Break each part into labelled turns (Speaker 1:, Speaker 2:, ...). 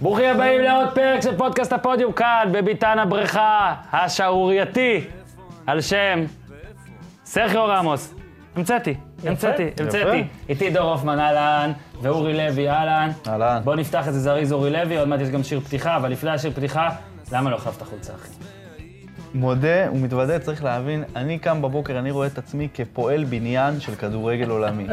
Speaker 1: ברוכים הבאים לעוד פרק של פודקאסט הפודיום כאן, בביתן הבריכה השערורייתי, על שם סרחיו רמוס. המצאתי, המצאתי, המצאתי. איתי דור הופמן אהלן, ואורי לוי אהלן.
Speaker 2: אהלן.
Speaker 1: בואו נפתח את זה זריז אורי לוי, עוד מעט יש גם שיר פתיחה, אבל לפני השיר פתיחה, למה לא חייב את החולצה, אחי?
Speaker 2: מודה ומתוודה, צריך להבין, אני קם בבוקר, אני רואה את עצמי כפועל בניין של כדורגל עולמי.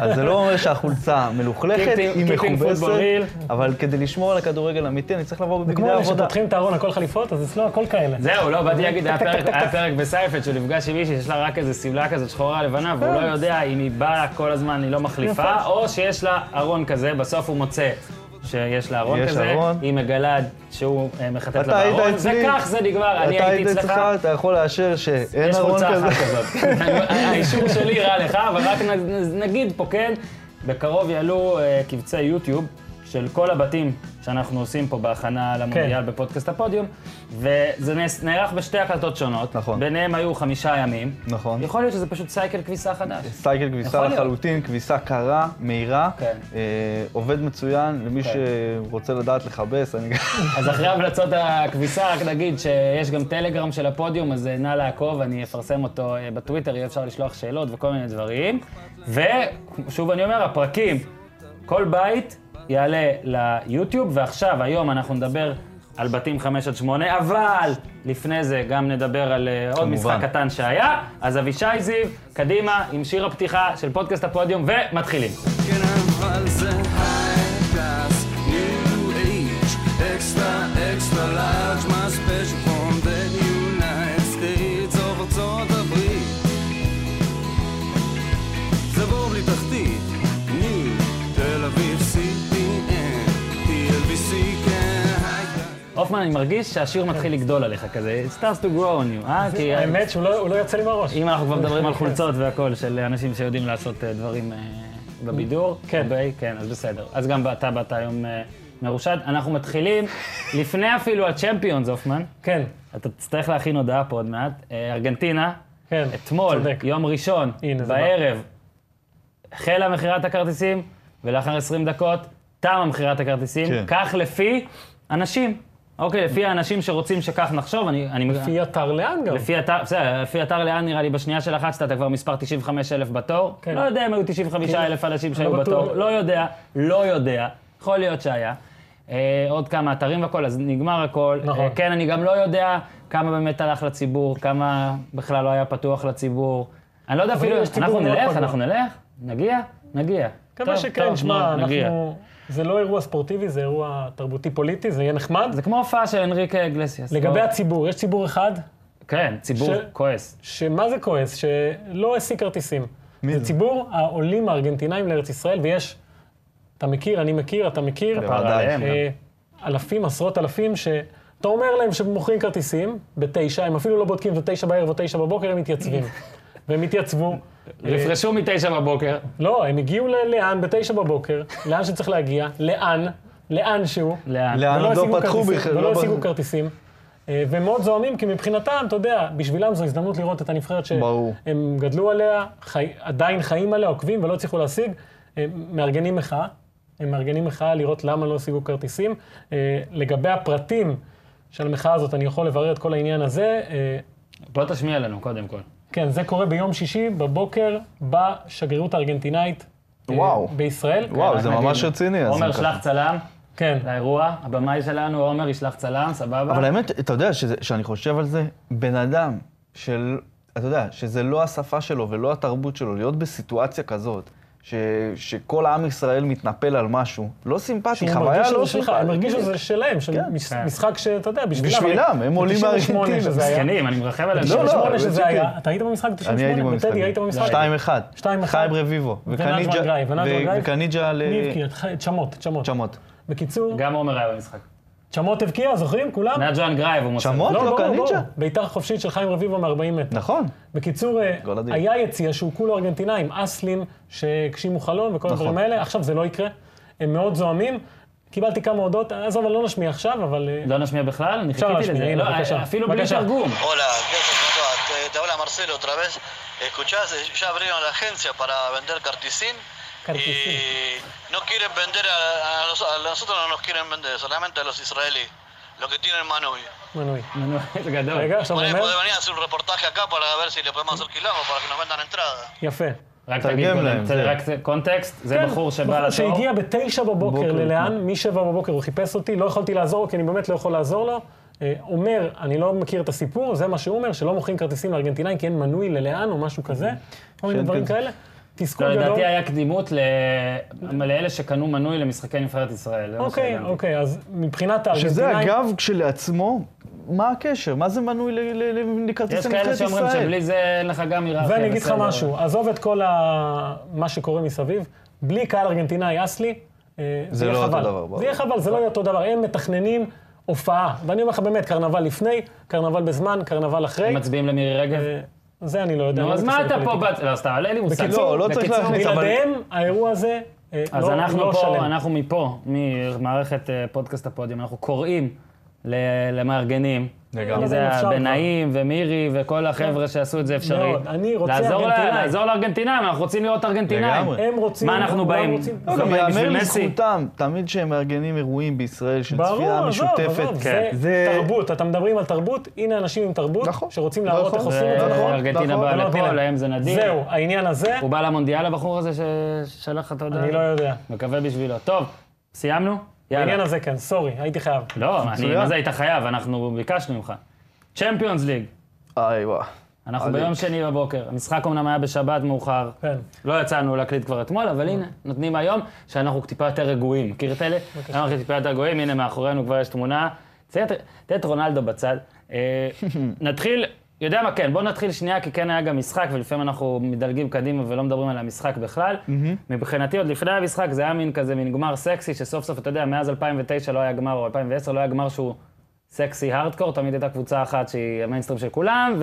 Speaker 2: אז זה לא אומר שהחולצה מלוכלכת,
Speaker 1: Keeping-
Speaker 2: היא
Speaker 1: keeping
Speaker 2: מכובסת,
Speaker 1: football real.
Speaker 2: אבל כדי לשמור על הכדורגל האמיתי, אני צריך לבוא
Speaker 3: כמו
Speaker 2: בבגדי
Speaker 3: אלה
Speaker 2: עבודה.
Speaker 3: שפותחים את הארון, הכל חליפות, אז אצלו הכל כאלה.
Speaker 1: זהו, לא, באתי להגיד, היה פרק- היה פרק בסייפת שהוא נפגש עם מישהי שיש לה רק איזה שמלה כזאת שחורה לבנה, והוא לא
Speaker 2: כן.
Speaker 1: יודע אם היא באה כל הזמן, היא לא מחליפה,
Speaker 3: יפה.
Speaker 1: או שיש לה ארון כזה, בסוף הוא מוצא. שיש לה ארון
Speaker 2: יש
Speaker 1: כזה,
Speaker 2: ארון.
Speaker 1: היא מגלה שהוא אה, מחטט
Speaker 2: אתה
Speaker 1: לה
Speaker 2: היית
Speaker 1: בארון,
Speaker 2: אצלי.
Speaker 1: וכך זה נגמר, אני
Speaker 2: אתה
Speaker 1: הייתי
Speaker 2: היית
Speaker 1: אצלך,
Speaker 2: אצלך, אתה יכול לאשר שאין
Speaker 1: יש
Speaker 2: ארון
Speaker 1: חולצה
Speaker 2: כזה.
Speaker 1: אחת כזאת. האישור שלי רע לך, אבל רק נ- נגיד פה, כן, בקרוב יעלו אה, קבצי יוטיוב של כל הבתים שאנחנו עושים פה בהכנה למונדיאל
Speaker 2: כן.
Speaker 1: בפודקאסט הפודיום, וזה נס- נערך בשתי הקלטות שונות.
Speaker 2: נכון.
Speaker 1: ביניהם היו חמישה ימים.
Speaker 2: נכון.
Speaker 1: יכול להיות שזה פשוט סייקל כביסה חדש.
Speaker 2: סייקל כביסה
Speaker 1: יכול להיות.
Speaker 2: לחלוטין, כביסה קרה, מהירה,
Speaker 1: כן.
Speaker 2: אה, עובד מצוין, למי
Speaker 1: כן.
Speaker 2: שרוצה לדעת לכבס, אני גם...
Speaker 1: אז אחרי המלצות הכביסה, רק נגיד שיש גם טלגרם של הפודיום, אז אה, נא לעקוב, אני אפרסם אותו אה, בטוויטר, יהיה אפשר לשלוח שאלות וכל מיני דברים. ושוב אני אומר, הפרקים, כל בית יעלה ליוטיוב, ועכשיו, היום אנחנו נדבר על בתים 5 עד 8, אבל לפני זה גם נדבר על אה, עוד
Speaker 2: כמובן.
Speaker 1: משחק קטן שהיה. אז אבישי זיו, קדימה עם שיר הפתיחה של פודקאסט הפודיום, ומתחילים.
Speaker 4: Get on the high class, new age, extra, extra large, my special from the United States of ארצות הברית. זה בור בלי תחתית, ניו, תל אביב, CPN, TLBC, כן, high class.
Speaker 1: הופמן, אני מרגיש שהשיר מתחיל לגדול עליך כזה, it starts to grow on you, אה? כי
Speaker 3: האמת שהוא לא הוא לא יוצא לי מהראש.
Speaker 1: אם אנחנו כבר מדברים על
Speaker 3: כן.
Speaker 1: חולצות והכול, של אנשים שיודעים לעשות אה, דברים אה, בבידור,
Speaker 3: כן.
Speaker 1: ב- כן, אז בסדר. אז גם אתה באת היום אה, מרושד. אנחנו מתחילים, לפני אפילו הצ'מפיונס, הופמן,
Speaker 3: כן,
Speaker 1: אתה תצטרך להכין הודעה פה עוד מעט. אה, ארגנטינה,
Speaker 3: כן,
Speaker 1: אתמול,
Speaker 3: צודק.
Speaker 1: יום ראשון,
Speaker 3: הנה, זה בא.
Speaker 1: בערב, החלה מכירת הכרטיסים, ולאחר 20 דקות, תמה מכירת הכרטיסים.
Speaker 2: כן.
Speaker 1: כך לפי אנשים. אוקיי, לפי האנשים שרוצים שכך נחשוב, אני... אני-
Speaker 3: לפי הטרלן גם.
Speaker 1: לפי אתר, בסדר, לפי אתר לאן נראה לי, בשנייה שלחצת אתה כבר מספר 95,000 בתור.
Speaker 3: כן.
Speaker 1: לא יודע אם היו 95,000 אנשים שהיו
Speaker 3: לא בטוח.
Speaker 1: בתור, לא יודע, לא יודע, יכול להיות שהיה. אה, עוד כמה אתרים והכל, אז נגמר הכל.
Speaker 3: נכון.
Speaker 1: אה, כן, אני גם לא יודע כמה באמת הלך לציבור, כמה בכלל לא היה פתוח לציבור. אני לא יודע אפילו,
Speaker 3: יש ציבור
Speaker 1: אנחנו
Speaker 3: מאוד
Speaker 1: נלך,
Speaker 3: פגוע.
Speaker 1: אנחנו נלך, נגיע, נגיע.
Speaker 3: כמה
Speaker 1: טוב,
Speaker 3: שכן,
Speaker 1: טוב, נו,
Speaker 3: שמע,
Speaker 1: נגיע.
Speaker 3: אנחנו... זה לא אירוע ספורטיבי, זה אירוע תרבותי-פוליטי, זה יהיה נחמד.
Speaker 1: זה כמו הופעה של אנריקה אגלסיאס.
Speaker 3: לגבי
Speaker 1: לא?
Speaker 3: הציבור, יש ציבור אחד,
Speaker 1: כן, ציבור
Speaker 3: ש-
Speaker 1: כועס.
Speaker 3: שמה זה כועס? שלא השיג כרטיסים.
Speaker 2: מי
Speaker 3: זה
Speaker 2: זה?
Speaker 3: ציבור העולים הארגנטינאים לארץ ישראל, ויש, אתה מכיר, אני מכיר, אתה מכיר,
Speaker 2: בוודאי.
Speaker 1: כפרה עליהם גם.
Speaker 3: אה, אלפים, עשרות אלפים, שאתה אומר להם שמוכרים כרטיסים בתשע, הם אפילו לא בודקים אם זה תשע בערב או תשע בבוקר, הם מתייצבים. והם התייצבו. אה,
Speaker 1: נפרשו מתשע בבוקר.
Speaker 3: לא, הם הגיעו ל- לאן בתשע בבוקר, לאן שצריך להגיע, לאן, לאן שהוא.
Speaker 1: לאן?
Speaker 2: לאן?
Speaker 3: ולא
Speaker 2: עוד לא
Speaker 3: השיגו
Speaker 2: פתחו
Speaker 3: כרטיסים,
Speaker 2: בכלל,
Speaker 3: ולא
Speaker 2: לא
Speaker 3: השיגו
Speaker 2: בנו.
Speaker 3: כרטיסים. אה, והם מאוד זועמים, כי מבחינתם, אתה יודע, בשבילם זו הזדמנות לראות את הנבחרת
Speaker 2: ברור.
Speaker 3: שהם גדלו עליה, חי... עדיין חיים עליה, עוקבים ולא הצליחו להשיג. הם מארגנים מחאה, הם מארגנים מחאה לראות למה לא השיגו כרטיסים. אה, לגבי הפרטים של המחאה הזאת, אני יכול לברר את כל העניין הזה. אה,
Speaker 1: בוא תשמיע לנו קודם כל.
Speaker 3: כן, זה קורה ביום שישי בבוקר בשגרירות הארגנטינאית אה,
Speaker 2: וואו.
Speaker 3: בישראל.
Speaker 2: וואו,
Speaker 1: כן, רק
Speaker 2: זה
Speaker 1: נגיד,
Speaker 2: ממש רציני. אז
Speaker 1: עומר
Speaker 2: ככה.
Speaker 1: שלח צלם
Speaker 3: כן.
Speaker 1: לאירוע, הבמאי שלנו, עומר ישלח צלם, סבבה?
Speaker 2: אבל האמת, אתה יודע, שזה- שאני חושב על זה, בן אדם של... אתה יודע, שזה לא השפה שלו ולא התרבות שלו, להיות בסיטואציה כזאת, ש, שכל עם ישראל מתנפל על משהו, לא סימפטי,
Speaker 3: הם
Speaker 2: חוויה
Speaker 3: הרגישו
Speaker 2: לא
Speaker 3: שזה שלך, הם הרגישו שזה שלהם, של
Speaker 2: כן.
Speaker 3: מש-
Speaker 1: כן.
Speaker 3: משחק שאתה יודע, בשבילם.
Speaker 2: בשבילם, הם עולים
Speaker 3: מארגנטינה.
Speaker 2: מארגנטינה.
Speaker 3: שזה היה.
Speaker 1: זקנים, אני מרחב עליהם.
Speaker 2: לא, לא.
Speaker 3: 98 שזה
Speaker 2: זה
Speaker 3: היה.
Speaker 2: כן.
Speaker 3: אתה היית במשחק ב-98?
Speaker 2: אני הייתי במשחק.
Speaker 3: בטדי היית במשחק.
Speaker 2: 2-1.
Speaker 3: 2-1.
Speaker 2: חיים רביבו.
Speaker 3: ונדמן גיא, ונדמן
Speaker 2: ו-
Speaker 3: גיא.
Speaker 2: וקניג'ה ל...
Speaker 3: מי הבקיע? צ'מות, צ'מות.
Speaker 2: צ'מות.
Speaker 3: בקיצור,
Speaker 1: גם עומר היה במשחק.
Speaker 3: צ'מות הבקיע, זוכרים? כולם?
Speaker 1: נג'ואן גרייב הוא מוסר.
Speaker 2: שמות? לא,
Speaker 3: ברור,
Speaker 2: קנינג'ה.
Speaker 3: ברור. בעיטה חופשית של חיים רביבו מ-40 מטר.
Speaker 2: נכון.
Speaker 3: בקיצור, אה,
Speaker 2: גול אדיר.
Speaker 3: היה יציע שהוא כולו ארגנטינאים, אסלים שהגשימו חלום
Speaker 2: נכון.
Speaker 3: וכל הדברים האלה, עכשיו זה לא יקרה. הם מאוד זועמים. קיבלתי כמה הודעות, עזוב, אני לא נשמיע עכשיו, אבל... אה,
Speaker 1: לא נשמיע בכלל? אני
Speaker 3: אפשר
Speaker 1: חיכיתי
Speaker 3: להשמיע,
Speaker 1: לזה.
Speaker 3: הנה,
Speaker 1: לא,
Speaker 3: בבקשה.
Speaker 1: אפילו בלי
Speaker 3: בבקשה.
Speaker 1: תרגום.
Speaker 5: Hola, viejo, ¿cómo te va? Te, te habla Marcelo otra vez. Escuchás, eh, ya abrieron la agencia para vender carticín
Speaker 3: Cartesín.
Speaker 5: Y no quieren vender a, a nos- a nosotros, no nos quieren vender, solamente a los israelíes, los que tienen Manui.
Speaker 3: מנוי.
Speaker 1: נו, זה גדול.
Speaker 3: רגע, עכשיו הוא
Speaker 5: Podés, podés
Speaker 3: אומר,
Speaker 5: venir a hacer un reportaje acá para ver si le podemos hacer quilombo para que nos vendan entradas.
Speaker 3: יפה.
Speaker 1: רק
Speaker 2: תרגם
Speaker 1: תגיד
Speaker 2: להם,
Speaker 1: קודם,
Speaker 2: זה.
Speaker 1: רק זה- קונטקסט, זה
Speaker 3: כן,
Speaker 1: בחור שבא לא, לתור.
Speaker 3: שהגיע בתשע בבוקר,
Speaker 2: בוקר,
Speaker 3: ללאן? משבע בבוקר הוא חיפש אותי, לא יכולתי לעזור לו, כי אני באמת לא יכול לעזור לו. אה, אומר, אני לא מכיר את הסיפור, זה מה שהוא אומר, שלא מוכרים כרטיסים לארגנטינאים כי אין מנוי ללאן או משהו כזה, כל מיני
Speaker 2: שאין
Speaker 3: דברים
Speaker 2: כזה.
Speaker 3: כאלה.
Speaker 1: לא,
Speaker 3: תסכול גדול.
Speaker 1: לדעתי היה קדימות ל- לאלה שקנו מנוי למשחקי נבחרת ישראל. זה מה
Speaker 3: אוקיי,
Speaker 1: שהבנתי.
Speaker 3: אוקיי, אז מבחינת
Speaker 2: שזה
Speaker 3: הארגנטינאים...
Speaker 2: אגב כשלעצמו, מה הקשר? מה זה מנוי ל- ל-
Speaker 1: יש
Speaker 2: ל- לכרטיס
Speaker 1: כאלה
Speaker 2: לנבחרת
Speaker 1: שאומרים
Speaker 2: ישראל?
Speaker 1: שבלי זה אין לך גם
Speaker 2: אוקיי,
Speaker 1: היררכיה.
Speaker 3: ואני אגיד לך
Speaker 1: בסדר.
Speaker 3: משהו, עזוב את כל ה... מה שקורה מסביב, בלי קהל ארגנטינאי אס לי, אה,
Speaker 2: זה
Speaker 3: יהיה
Speaker 2: לא אותו
Speaker 3: חבל.
Speaker 2: דבר, ברור.
Speaker 3: זה יהיה חבל, זה לא יהיה אותו דבר, הם מתכננים הופעה. ואני אומר לך באמת, קרנבל לפני, קרנבל בזמן, קרנבל אחרי.
Speaker 1: הם מצביעים למירי רגב?
Speaker 3: אה, זה אני לא יודע. אני
Speaker 1: נו,
Speaker 3: לא
Speaker 1: אז
Speaker 3: מתעסק
Speaker 1: מה אתה פה
Speaker 3: בפוליטיקה.
Speaker 1: באת? לא, סתם, אין לי מושג.
Speaker 2: לא, לא צריך
Speaker 1: בקיצור,
Speaker 2: להכניס, אבל-
Speaker 3: בלעדיהם, האירוע הזה אה,
Speaker 1: אז
Speaker 3: לא
Speaker 1: אנחנו
Speaker 3: לא
Speaker 1: פה,
Speaker 3: שלם.
Speaker 1: אנחנו מפה, ממערכת אה, פודקאסט הפודיום, אנחנו קוראים ל- למארגנים.
Speaker 2: לגמרי.
Speaker 1: כי זה
Speaker 3: אם אפשר
Speaker 1: הבנאים ומירי וכל החבר'ה שעשו את זה אפשרי.
Speaker 3: מאוד. אני רוצה
Speaker 1: לעזור ל-
Speaker 3: ארגנטינאים.
Speaker 1: לעזור לארגנטינאים, אנחנו רוצים לראות ארגנטינאים. אה,
Speaker 2: לגמרי.
Speaker 3: הם רוצים...
Speaker 1: מה אנחנו
Speaker 3: כולם
Speaker 1: באים?
Speaker 3: רוצים-
Speaker 1: לא,
Speaker 2: לא,
Speaker 1: גם
Speaker 2: גם
Speaker 1: בשביל
Speaker 2: יאמר
Speaker 1: מסי.
Speaker 2: לזכותם, תמיד שהם מארגנים אירועים בישראל של
Speaker 3: ברור,
Speaker 2: צפייה
Speaker 3: עזוב,
Speaker 2: משותפת.
Speaker 3: עזוב,
Speaker 1: כן.
Speaker 3: זה
Speaker 2: זה-
Speaker 3: תרבות, אתם מדברים על תרבות, הנה אנשים עם תרבות,
Speaker 2: נכון.
Speaker 3: שרוצים
Speaker 2: לא
Speaker 3: להראות
Speaker 2: יכול.
Speaker 3: איך עושים את זה
Speaker 2: נכון,
Speaker 1: זה אה, ארגנטינה
Speaker 2: נכון,
Speaker 1: באה
Speaker 3: לא נותנים
Speaker 1: לפה,
Speaker 3: להם.
Speaker 1: להם זה נדיר.
Speaker 3: זהו, העניין הזה,
Speaker 1: הוא בא למונדיאל הבחור הזה ששלח לך את ההודעה?
Speaker 3: אני לא יודע.
Speaker 1: מקווה בשבילו. טוב, סיימנו?
Speaker 3: העניין
Speaker 1: יאללה.
Speaker 3: הזה כן, סורי, הייתי חייב.
Speaker 1: לא, אני-
Speaker 2: מצוין.
Speaker 1: מה זה היית חייב? אנחנו ביקשנו ממך. צ'מפיונס ליג.
Speaker 2: איי, וואי.
Speaker 1: אנחנו
Speaker 2: עלי.
Speaker 1: ביום שני בבוקר. המשחק אמנם היה בשבת מאוחר.
Speaker 3: כן.
Speaker 1: לא יצאנו להקליט כבר אתמול, אבל הנה, נותנים היום שאנחנו טיפה יותר רגועים. מכיר את אלה? אנחנו טיפה יותר רגועים, הנה מאחורינו כבר יש תמונה. תראה את- תראה את רונלדו בצד. אה, נתחיל, יודע מה כן, בואו נתחיל שנייה, כי כן היה גם משחק, ולפעמים אנחנו מדלגים קדימה ולא מדברים על המשחק בכלל. מבחינתי, עוד לפני המשחק, זה היה מין כזה, מין גמר סקסי, שסוף סוף, אתה יודע, מאז 2009 לא היה גמר, או 2010 לא היה גמר שהוא סקסי הארדקור, תמיד הייתה קבוצה אחת שהיא המיינסטרים של כולם,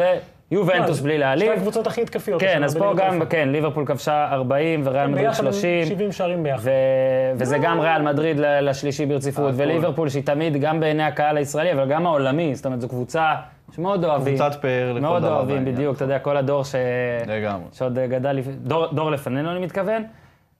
Speaker 1: ויובנטוס בלי
Speaker 3: אה, שתי
Speaker 1: להעליב.
Speaker 3: הקבוצות הכי התקפיות.
Speaker 1: כן,
Speaker 3: השנה
Speaker 1: אז פה
Speaker 3: בליגת
Speaker 1: גם,
Speaker 3: האלופות.
Speaker 1: כן, ליברפול כבשה 40 וריאל מדריד
Speaker 3: ביחד הם
Speaker 1: 30.
Speaker 3: 70 שערים ביחד.
Speaker 1: ו- וזה
Speaker 2: לא,
Speaker 1: גם ריאל מדריד ל- לשלישי ברציפות,
Speaker 2: אה, הכל.
Speaker 1: וליברפול שהיא תמיד, גם בעיני הקהל הישראלי, אבל גם העולמי, זאת אומרת, זו קבוצה שמאוד אוהבים.
Speaker 2: קבוצת פאר לכל
Speaker 1: מאוד
Speaker 2: דבר
Speaker 1: אוהבים,
Speaker 2: בעניין.
Speaker 1: בדיוק, אתה יודע, כל הדור ש...
Speaker 2: לגמרי.
Speaker 1: שעוד אה, גדל, לפ- דור, דור לפנינו, אני מתכוון.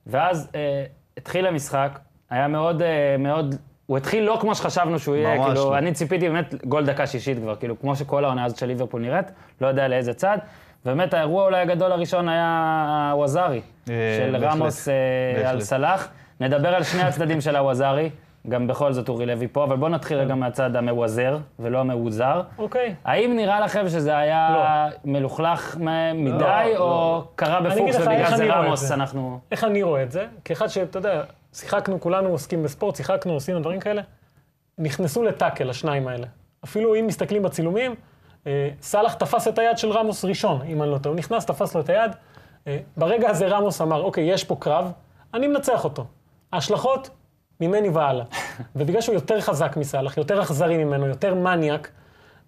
Speaker 1: ואז אה, התחיל המשחק, היה מאוד, אה, מאוד, הוא התחיל לא כמו שחשבנו שהוא יהיה,
Speaker 2: ממש
Speaker 1: כאילו,
Speaker 2: לא.
Speaker 1: אני ציפיתי באמת גול דקה שישית כבר, כאילו, כמו שכל העונה הזאת של ליברפול נראית, לא יודע לאיזה צד. באמת, האירוע אולי הגדול הראשון היה הווזארי,
Speaker 2: אה,
Speaker 1: של
Speaker 2: בהחלט.
Speaker 1: רמוס אה, על
Speaker 2: בהחלט.
Speaker 1: סלאח. נדבר על שני הצדדים של הווזארי, גם בכל זאת אורי לוי פה, אבל בואו נתחיל רגע
Speaker 2: כן.
Speaker 1: מהצד המווזר, ולא המאוזר.
Speaker 3: אוקיי.
Speaker 1: האם נראה לכם שזה היה מלוכלך מ- מדי, או קרה
Speaker 3: אגיד
Speaker 1: בפוקס
Speaker 3: לך איך
Speaker 1: ובגלל
Speaker 3: לא. אני
Speaker 1: זה
Speaker 3: רואה את
Speaker 1: רמוס
Speaker 3: זה.
Speaker 1: אנחנו...
Speaker 3: איך אני רואה את זה? כאחד שאתה יודע, שיחקנו, כולנו עוסקים בספורט, שיחקנו, עשינו דברים כאלה, נכנסו לטאקל, השניים האלה. אפילו אם מסתכלים בצילומים, אה, סאלח תפס את היד של רמוס ראשון, אם אני לא טועה. הוא נכנס, תפס לו את היד. אה, ברגע הזה רמוס אמר, אוקיי, יש פה קרב, אני מנצח אותו. ההשלכות, ממני והלאה. ובגלל שהוא יותר חזק מסאלח, יותר אכזרי ממנו, יותר מניאק,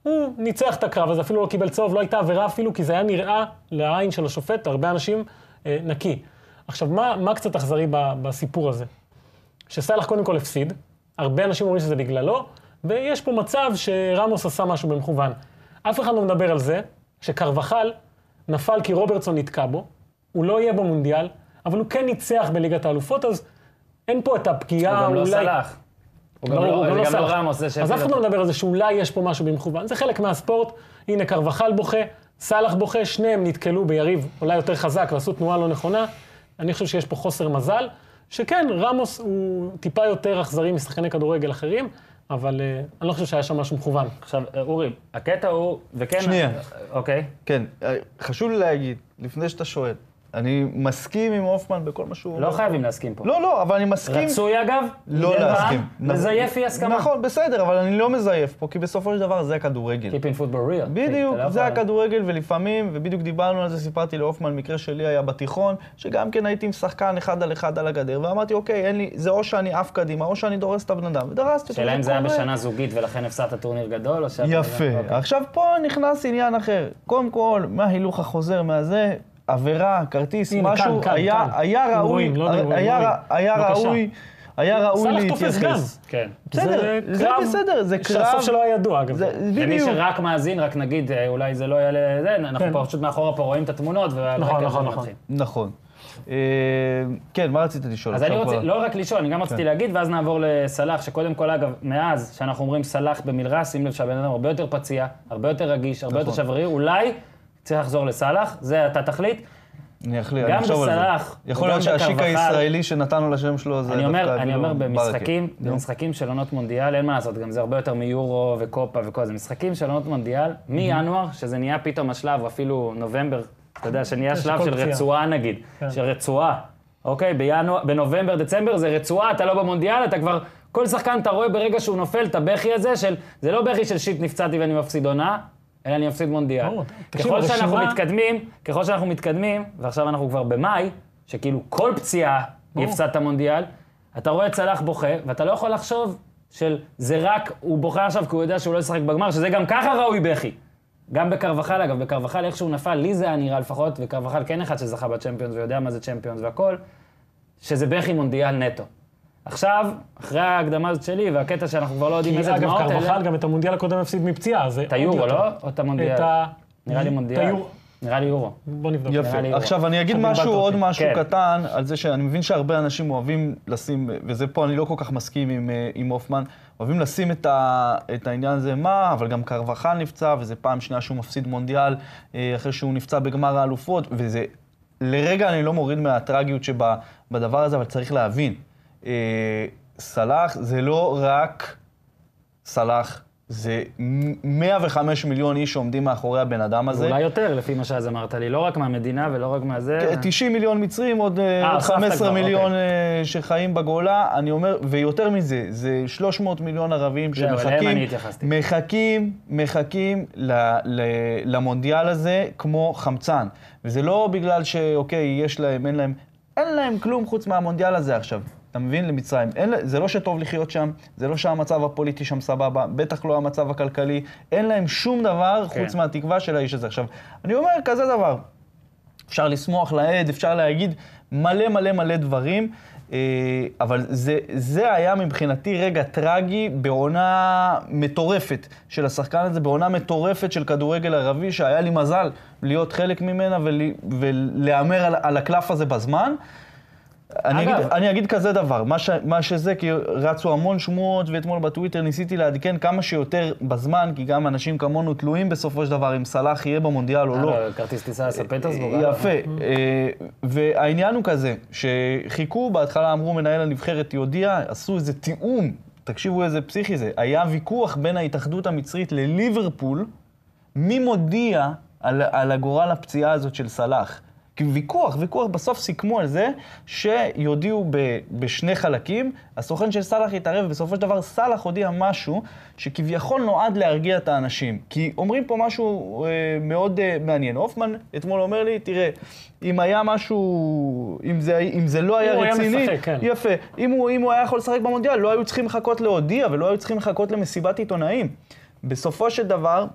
Speaker 3: הוא "אה, ניצח את הקרב הזה, אפילו לא קיבל צהוב, לא הייתה עבירה אפילו, כי זה היה נראה לעין של השופט, הרבה אנשים, אה, נקי. עכשיו, מה, מה קצת אכזרי ב- בסיפור הזה? שסאלח קודם כל הפסיד, הרבה אנשים אומרים שזה בגללו, ויש פה מצב שרמוס עשה משהו במכוון. אף אחד לא מדבר על זה שקרבחל נפל כי רוברטסון נתקע בו, הוא לא יהיה במונדיאל, אבל הוא כן ניצח בליגת האלופות, אז אין פה את
Speaker 1: הוא
Speaker 3: הפגיעה
Speaker 1: גם לא
Speaker 3: אה, אולי...
Speaker 1: סלח. הוא גם
Speaker 3: ברור,
Speaker 1: לא-
Speaker 3: הוא
Speaker 1: זה גם לא
Speaker 3: סלח.
Speaker 1: רמוס, זה
Speaker 3: אז
Speaker 1: שהביא
Speaker 3: אף אחד
Speaker 1: אותו.
Speaker 3: לא מדבר על זה שאולי יש פה משהו במכוון. זה חלק מהספורט. הנה, קרבחל בוכה, סאלח בוכה, שניהם נתקלו ביריב אולי יותר חזק ועשו תנועה לא נכונה. אני חושב שיש פה חוסר מזל, שכן, רמוס הוא טיפה יותר אכזרי משחקני כדורגל אחרים, אבל אה, אני לא חושב שהיה שם משהו מכוון.
Speaker 1: עכשיו, אה, אורי, הקטע הוא, וכן...
Speaker 2: שנייה.
Speaker 1: אוקיי.
Speaker 2: כן, אה, חשוב לי להגיד, לפני שאתה שואל, אני מסכים עם הופמן בכל מה שהוא
Speaker 1: לא
Speaker 2: אומר.
Speaker 1: חייבים להסכים פה.
Speaker 2: לא, לא, אבל אני מסכים.
Speaker 1: רצוי אגב,
Speaker 2: לא
Speaker 3: אה?
Speaker 1: מדי פעם,
Speaker 2: להסכים.
Speaker 1: מזייף אי הסכמה.
Speaker 2: נכון, בסדר, אבל אני לא מזייף פה, כי בסופו של דבר זה הכדורגל.
Speaker 1: Keeping football real.
Speaker 2: בדיוק,
Speaker 1: אתה לא
Speaker 2: זה
Speaker 1: יכול-
Speaker 2: הכדורגל, ולפעמים, ובדיוק דיברנו על זה, סיפרתי להופמן, מקרה שלי היה בתיכון, שגם כן הייתי עם שחקן אחד על אחד על הגדר, ואמרתי, אוקיי, אין לי, זה או שאני עף קדימה, או שאני דורס את הבן אדם, ודרסתי אותו.
Speaker 1: שאלה אם זה היה
Speaker 2: קורה.
Speaker 1: בשנה זוגית ולכן הפסדת טורניר גדול, או אוקיי. ש...
Speaker 3: אוקיי.
Speaker 2: יפה. עכשיו פה נכנס עניין אחר. קודם כל, מה ההילוך החוזר מהזה? עבירה, כרטיס,
Speaker 3: הנה,
Speaker 2: משהו,
Speaker 3: כאן, כאן,
Speaker 2: היה-
Speaker 3: כאן.
Speaker 2: היה ראוי,
Speaker 3: רואים, לא רואים,
Speaker 2: היה
Speaker 3: רואים.
Speaker 2: ר- היה
Speaker 3: בבקשה.
Speaker 2: ראוי, היה ראוי
Speaker 3: סאלח תופס גם.
Speaker 2: להתייחס.
Speaker 1: כן.
Speaker 2: בסדר, זה
Speaker 3: קרב
Speaker 2: בסדר, זה קרב.
Speaker 3: שהסוף שלו היה ידוע, אגב.
Speaker 2: זה-
Speaker 1: למי
Speaker 2: בדיוק.
Speaker 1: שרק מאזין, רק נגיד, אה, אולי זה לא יעלה... זה, אנחנו
Speaker 3: כן.
Speaker 1: פה פשוט מאחורה פה רואים את התמונות, ועל
Speaker 3: נכון,
Speaker 1: רקע זה
Speaker 3: נכון, נכון.
Speaker 1: מתחיל.
Speaker 2: נכון. אה, כן, מה רצית לשאול?
Speaker 1: אז
Speaker 2: עכשיו
Speaker 1: אני רוצה,
Speaker 2: כבר-
Speaker 1: לא רק לשאול, אני גם רציתי
Speaker 2: כן.
Speaker 1: להגיד, ואז נעבור לסלאח, שקודם כל, אגב, מאז שאנחנו אומרים סלאח במלרע, שים לב שהבן אדם הרבה יותר פציע, הרבה יותר רגיש, הרבה יותר
Speaker 2: נכון.
Speaker 1: שברירי, אולי צריך לחזור לסלאח, זה אתה תחליט.
Speaker 2: אני אחליט,
Speaker 1: גם
Speaker 2: אני אחשוב על זה.
Speaker 1: בסלאח
Speaker 2: יכול
Speaker 1: וגם
Speaker 2: להיות שהשיק
Speaker 1: בקרבחל.
Speaker 2: הישראלי שנתנו לשם שלו זה
Speaker 1: אני אומר,
Speaker 2: דווקא
Speaker 1: אני אומר,
Speaker 2: אפילו
Speaker 1: במשחקים,
Speaker 2: ברכה. נו.
Speaker 1: במשחקים של עונות מונדיאל, אין מה לעשות, גם זה הרבה יותר מיורו וקופה וכל זה. משחקים של עונות מונדיאל, מינואר, שזה נהיה פתאום השלב, או אפילו נובמבר, אתה יודע, שנהיה שלב
Speaker 3: הכל
Speaker 1: של
Speaker 3: כן, פציעה.
Speaker 1: רצועה נגיד,
Speaker 3: כן.
Speaker 1: של רצועה, אוקיי? בינואר, בנובמבר, דצמבר זה רצועה, אתה לא במונדיאל, אתה כבר... כל שחקן, אתה רואה ברגע שהוא נופל את הבכי הזה של, זה לא בכי של שיט נפצעתי ואני מפסיד עונה, אלא אני מפסיד מונדיאל.
Speaker 3: ברור. תקשיב,
Speaker 1: ככל שאנחנו
Speaker 3: הרשימה-
Speaker 1: מתקדמים, ככל שאנחנו מתקדמים, ועכשיו אנחנו כבר במאי, שכאילו כל פציעה היא הפסדת מונדיאל, אתה רואה את סלאח בוכה, ואתה לא יכול לחשוב של זה רק, הוא בוכה עכשיו כי הוא יודע שהוא לא ישחק בגמר, שזה גם ככה ראוי בכי. גם בקרבחל, אגב, בקרבחל איכשהו נפל, לי זה היה נראה לפחות, וקרבחל כן אחד שזכה בצ'מפיונס ויודע מה זה צ'מפיונס והכל, שזה בכי מונדיאל נטו. עכשיו, אחרי ההקדמה הזאת שלי, והקטע שאנחנו כבר לא יודעים
Speaker 3: כי
Speaker 1: איזה
Speaker 3: אגב,
Speaker 1: דמעות אלה...
Speaker 3: קרבחל גם את המונדיאל הקודם הפסיד מפציעה, אז...
Speaker 1: את היורו, לא? או את המונדיאל?
Speaker 3: את ה...
Speaker 1: נראה לי
Speaker 3: את
Speaker 1: מונדיאל.
Speaker 3: היורו.
Speaker 1: נראה לי יורו.
Speaker 3: בוא נבדוק.
Speaker 1: נראה לי
Speaker 2: יפה.
Speaker 1: אירוע.
Speaker 2: עכשיו אני אגיד
Speaker 1: עכשיו
Speaker 2: משהו,
Speaker 1: בלבלת
Speaker 2: עוד
Speaker 1: אותי.
Speaker 2: משהו
Speaker 1: כן.
Speaker 2: קטן, על זה שאני מבין שהרבה אנשים אוהבים לשים, וזה פה אני לא כל כך מסכים עם, אה, עם הופמן, אוהבים לשים את, ה, את העניין הזה, מה, אבל גם קרבחן נפצע, וזה פעם שנייה שהוא מפסיד מונדיאל, אה, אחרי שהוא נפצע בגמר האלופות, וזה, לרגע אני לא מוריד מהטרגיות שבדבר הזה, אבל צריך להבין, אה, סלאח זה לא רק... סלאח, זה מ- 105 מיליון איש שעומדים מאחורי הבן אדם הזה.
Speaker 1: אולי יותר, לפי מה שאז אמרת לי, לא רק מהמדינה ולא רק מהזה.
Speaker 2: כן, 90 מיליון מצרים, עוד אה, עוד
Speaker 1: הוספת
Speaker 2: 15
Speaker 1: כבר, אוקיי.
Speaker 2: מיליון אה, שחיים בגולה, אני אומר, ויותר מזה, זה 300 מיליון ערבים
Speaker 1: זהו, אליהם
Speaker 2: שמחכים,
Speaker 1: אני התייחסתי.
Speaker 2: מחכים, מחכים ל- ל- למונדיאל הזה כמו חמצן. וזה לא בגלל שאוקיי, יש להם, אין להם, אין להם כלום חוץ מהמונדיאל הזה עכשיו. אתה מבין? למצרים. אין, לה- זה לא שטוב לחיות שם, זה לא שהמצב הפוליטי שם סבבה, בטח לא המצב הכלכלי, אין להם שום דבר
Speaker 1: כן.
Speaker 2: חוץ מהתקווה של האיש הזה. עכשיו, אני אומר כזה דבר, אפשר לשמוח לעד, אפשר להגיד מלא מלא מלא דברים, אה, אבל זה, זה היה מבחינתי רגע טרגי בעונה מטורפת של השחקן הזה, בעונה מטורפת של כדורגל ערבי, שהיה לי מזל להיות חלק ממנה ול, ולהמר על, על הקלף הזה בזמן. אני,
Speaker 1: אגב-
Speaker 2: אגיד, אני אגיד כזה דבר, מה, ש, מה שזה, כי רצו המון שמועות, ואתמול בטוויטר ניסיתי לעדכן כמה שיותר בזמן, כי גם אנשים כמונו תלויים בסופו של דבר אם סלאח יהיה במונדיאל או לא.
Speaker 1: אה, לא, כרטיס טיסה לסן פטרסבורג. אה?
Speaker 2: יפה, אה, והעניין הוא כזה, שחיכו, בהתחלה אמרו מנהל הנבחרת יודיע, עשו איזה תיאום, תקשיבו איזה פסיכי זה, היה ויכוח בין ההתאחדות המצרית לליברפול, מי מודיע על, על הגורל הפציעה הזאת של סלאח. כי ויכוח, ויכוח, בסוף סיכמו על זה שיודיעו ב, בשני חלקים, הסוכן של סאלח התערב, בסופו של דבר סאלח הודיע משהו שכביכול נועד להרגיע את האנשים. כי אומרים פה משהו אה, מאוד אה, מעניין. הופמן אתמול אומר לי, תראה, אם היה משהו, אם זה, אם זה לא היה
Speaker 3: הוא היה
Speaker 2: רציני,
Speaker 3: משחק, כן.
Speaker 2: יפה. אם הוא, אם הוא היה יכול לשחק במונדיאל, לא היו צריכים לחכות להודיע ולא היו צריכים לחכות למסיבת עיתונאים. בסופו של דבר,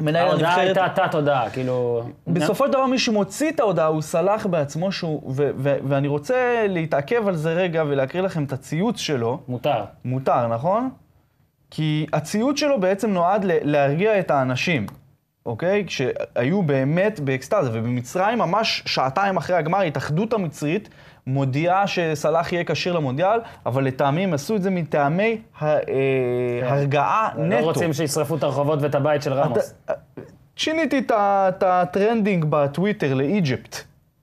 Speaker 2: מנהל
Speaker 1: ההודעה
Speaker 2: הנבחרת...
Speaker 1: הייתה תת-הודעה, כאילו...
Speaker 2: בסופו של דבר מי שמוציא את ההודעה הוא סלח בעצמו שהוא... ו- ו- ואני רוצה להתעכב על זה רגע ולהקריא לכם את הציוץ שלו.
Speaker 1: מותר. לא
Speaker 2: מותר, נכון? כי הציוץ שלו בעצם נועד ל- להרגיע את האנשים, אוקיי? כשהיו באמת באקסטאזה, ובמצרים ממש שעתיים אחרי הגמר, ההתאחדות המצרית מודיעה שסלאח יהיה כשיר למונדיאל, אבל לטעמי הם עשו את זה מטעמי ה- אה, הרגעה
Speaker 1: לא
Speaker 2: נטו.
Speaker 1: רוצים שישרפו את הרחובות ואת הבית של רמוס.
Speaker 2: אתה- שיניתי את ה- את הטרנדינג בטוויטר לאיג'פט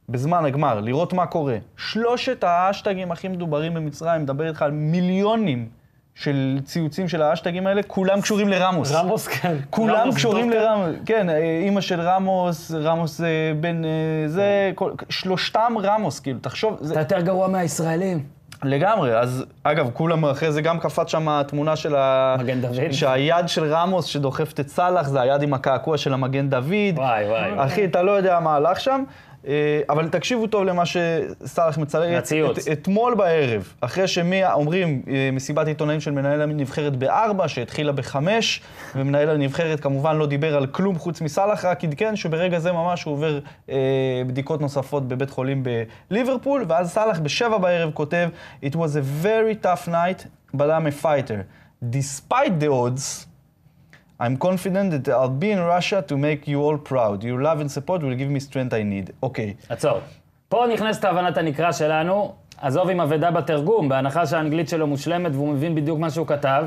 Speaker 2: בזמן הגמר, לראות מה קורה. שלושת האשטגים הכי מדוברים במצרים, מדבר איתך על מיליונים של ציוצים של האשטגים האלה, כולם קשורים לרמוס.
Speaker 3: רמוס, כן.
Speaker 2: כולם
Speaker 3: רמוס,
Speaker 2: קשורים
Speaker 3: דוקטור.
Speaker 2: לרמוס, כן, אה, אימא של רמוס, רמוס אה, בן אה, זה, כל- שלושתם רמוס, כאילו, תחשוב, זה-
Speaker 1: אתה יותר גרוע מהישראלים.
Speaker 2: לגמרי, אז אגב, כולם אחרי זה גם קפץ שם התמונה של ה...
Speaker 1: מגן דוד.
Speaker 2: שהיד של רמוס שדוחפת את סאלח, זה היד עם הקעקוע של המגן דוד.
Speaker 1: וואי, וואי.
Speaker 2: אחי, אתה לא יודע מה הלך שם, אה, אבל תקשיבו טוב למה שסאלח מצלם.
Speaker 1: לציוץ.
Speaker 2: את- אתמול בערב, אחרי שמי, אומרים, אה, מסיבת עיתונאים של מנהל הנבחרת בארבע, שהתחילה בחמש, ומנהל הנבחרת כמובן לא דיבר על כלום חוץ מסאלח, רק עדכן שברגע זה ממש הוא עובר אה, בדיקות נוספות בבית חולים בליברפול, ואז סאלח בשבע בערב כותב, It was a very tough night, but I'm a fighter. Despite the odds, I'm confident that I'll be in Russia to make you all proud. Your love and support will give me strength I need. אוקיי.
Speaker 1: עצור. פה נכנסת הבנת הנקרא שלנו, עזוב עם אבדה בתרגום, בהנחה שהאנגלית שלו מושלמת והוא מבין בדיוק מה שהוא כתב.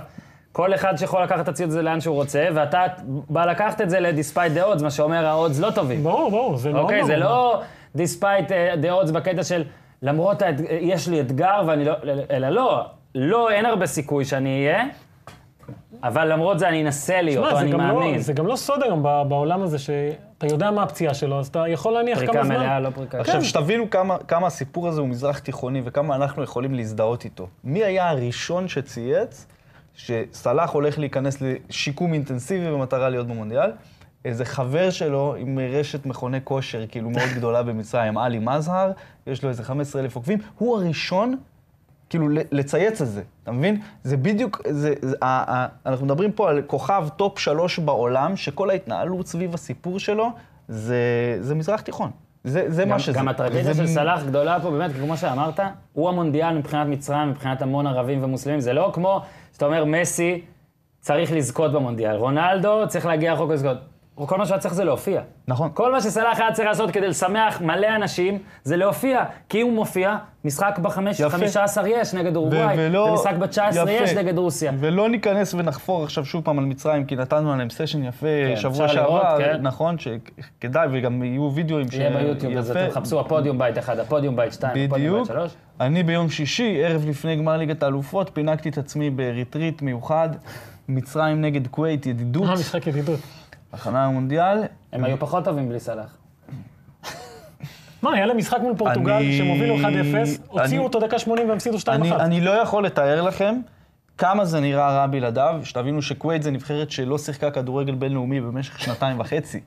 Speaker 1: כל אחד שיכול לקחת את הציוד הזה לאן שהוא רוצה, ואתה בא לקחת את זה ל-despite the odds, מה שאומר ה-odds לא טובים.
Speaker 3: ברור, ברור, זה מאוד ברור.
Speaker 1: אוקיי, זה לא despite uh, the odds בקטע של למרות, האת... יש לי אתגר ואני לא, אלא לא, לא, אין הרבה סיכוי שאני אהיה, אבל למרות זה אני אנסה להיות, או
Speaker 3: שמע, זה
Speaker 1: אני
Speaker 3: גם לא-
Speaker 1: מאמין.
Speaker 3: זה גם לא סוד היום ב- בעולם הזה, שאתה יודע מה הפציעה שלו, אז אתה יכול להניח כמה
Speaker 1: פריקה
Speaker 3: זמן.
Speaker 1: מלאה, לא פריקה.
Speaker 2: עכשיו, שתבינו כמה, כמה הסיפור הזה הוא מזרח תיכוני וכמה אנחנו יכולים להזדהות איתו. מי היה הראשון שצייץ שסלאח הולך להיכנס לשיקום אינטנסיבי במטרה להיות במונדיאל? איזה חבר שלו עם רשת מכוני כושר, כאילו מאוד גדולה במצרים, עלי מזהר, יש לו איזה 15 אלף עוקבים, הוא הראשון כאילו, ל- לצייץ את זה, אתה מבין? זה בדיוק, זה, זה, ה, ה, אנחנו מדברים פה על כוכב טופ שלוש בעולם, שכל ההתנהלות סביב הסיפור שלו, זה, זה מזרח תיכון. זה, זה
Speaker 1: גם-
Speaker 2: מה שזה.
Speaker 1: גם הטרגדיה
Speaker 2: זה
Speaker 1: של
Speaker 2: מ-
Speaker 1: סלאח גדולה פה, באמת, כי כמו שאמרת, הוא המונדיאל מבחינת מצרים, מבחינת המון ערבים ומוסלמים. זה לא כמו שאתה אומר, מסי צריך לזכות במונדיאל, רונלדו צריך להגיע רחוק לזכות. כל מה שהיה צריך זה להופיע.
Speaker 2: נכון.
Speaker 1: כל מה שסלאח היה צריך לעשות כדי לשמח מלא אנשים, זה להופיע. כי אם הוא מופיע, משחק
Speaker 2: יפה.
Speaker 1: ב-15 יש נגד אורוגוואי,
Speaker 2: ולא-
Speaker 1: ומשחק ב-19
Speaker 2: יפה.
Speaker 1: יש נגד רוסיה.
Speaker 2: ולא ניכנס ונחפור עכשיו שוב פעם על מצרים, כי נתנו עליהם סשן יפה שבוע
Speaker 1: אפשר לראות,
Speaker 2: שעבר,
Speaker 1: כן.
Speaker 2: נכון, שכדאי, וגם יהיו וידאוים ש...
Speaker 1: יהיה ביוטיוב, אז
Speaker 2: יפה.
Speaker 1: אתם חפשו הפודיום בית 1, הפודיום בית 2, הפודיום בית
Speaker 2: בדיוק.
Speaker 1: 3.
Speaker 2: אני ביום שישי, ערב לפני גמר ליגת האלופות, פינקתי את עצמי בריטריט מיוחד, מצרים נגד כווית, ידידות,
Speaker 3: אה, משחק ידידות.
Speaker 2: הכנה למונדיאל.
Speaker 1: הם היו פחות טובים בלי סלאח.
Speaker 3: מה, היה להם משחק מול פורטוגל,
Speaker 2: אני-
Speaker 3: שמובילו 1-0,
Speaker 2: אני-
Speaker 3: הוציאו אותו דקה 80 והפסידו 2-1.
Speaker 2: אני, אני לא יכול לתאר לכם כמה זה נראה רע בלעדיו, שתבינו שכווית זה נבחרת שלא שיחקה כדורגל בינלאומי במשך שנתיים וחצי,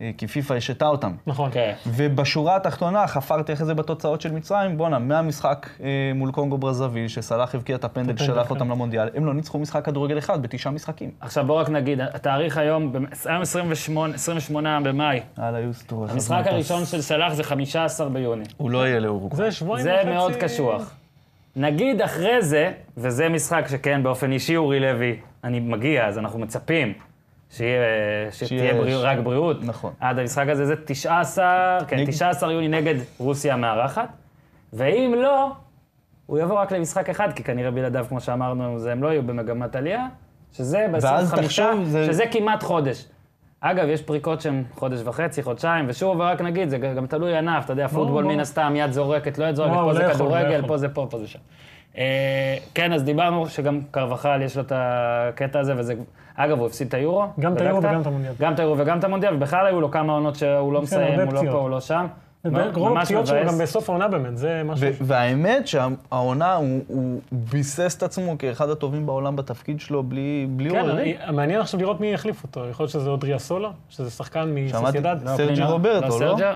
Speaker 2: אה, כי פיפ"א השתה אותם.
Speaker 3: נכון.
Speaker 1: כן.
Speaker 2: ובשורה התחתונה, חפרתי אחרי זה בתוצאות של מצרים, בואנה, מהמשחק אה, מול קונגו ברזוויל, שסלאח הבקיע את הפנדל ששלח אותם למונדיאל, הם לא ניצחו משחק כדורגל אחד בתשעה משחקים.
Speaker 1: עכשיו בואו רק נגיד, התאריך היום, במ- היום 28, 28 במאי.
Speaker 2: על היוסטור.
Speaker 1: המשחק הראשון של סלאח זה 15 ביוני.
Speaker 2: הוא לא יהיה לאורוגוואי.
Speaker 3: זה שבועיים
Speaker 1: זה
Speaker 3: וחצי...
Speaker 1: מאוד קשוח. נגיד אחרי זה, וזה משחק שכן, באופן אישי אורי לוי, אני מגיע, אז אנחנו מצפים שיהיה, שתהיה
Speaker 2: שיש.
Speaker 1: בריא, רק בריאות.
Speaker 2: נכון.
Speaker 1: עד המשחק הזה זה 19, כן,
Speaker 2: נג-
Speaker 1: 19 יוני נגד רוסיה המארחת, ואם לא, הוא יבוא רק למשחק אחד, כי כנראה בלעדיו, כמו שאמרנו, זה הם לא יהיו במגמת עלייה, שזה
Speaker 2: ואז
Speaker 1: ב-25,
Speaker 2: תחשוב, זה-
Speaker 1: שזה כמעט חודש. אגב, יש פריקות שהן חודש וחצי, חודשיים, ושוב, ורק נגיד, זה גם תלוי ענף, אתה יודע, פוטבול
Speaker 3: ברור.
Speaker 1: מן הסתם, יד זורקת, לא יד זורקת,
Speaker 3: וואו,
Speaker 1: פה
Speaker 3: לא
Speaker 1: זה
Speaker 3: יכול, לא
Speaker 1: כדורגל,
Speaker 3: יכול.
Speaker 1: פה זה פה, פה זה שם. אה, כן, אז דיברנו שגם קרבחל יש לו את הקטע הזה, וזה... אגב, הוא הפסיד את היורו.
Speaker 3: גם את היורו
Speaker 1: בדקת?
Speaker 3: וגם את המונדיאל.
Speaker 1: גם את היורו וגם את המונדיאל, ובכלל היו לו כמה עונות שהוא לא מסיים,
Speaker 3: הרבה
Speaker 1: הוא לא פה,
Speaker 3: פציעות.
Speaker 1: הוא לא שם.
Speaker 3: רוב
Speaker 1: ממש
Speaker 3: הפציעות שלו
Speaker 1: מבאס.
Speaker 3: גם בסוף העונה באמת, זה משהו...
Speaker 2: ו- והאמת שהעונה, הוא, הוא ביסס את עצמו כאחד הטובים בעולם בתפקיד שלו בלי, בלי
Speaker 3: כן,
Speaker 2: עוררין.
Speaker 3: אני- מעניין עכשיו לראות מי יחליף אותו. יכול להיות שזה עוד ריאסולה, שזה שחקן
Speaker 2: שמעתי,
Speaker 3: מסוסיידד.
Speaker 2: לא. סרג'י רוברטו, לא?
Speaker 1: סרג'ה?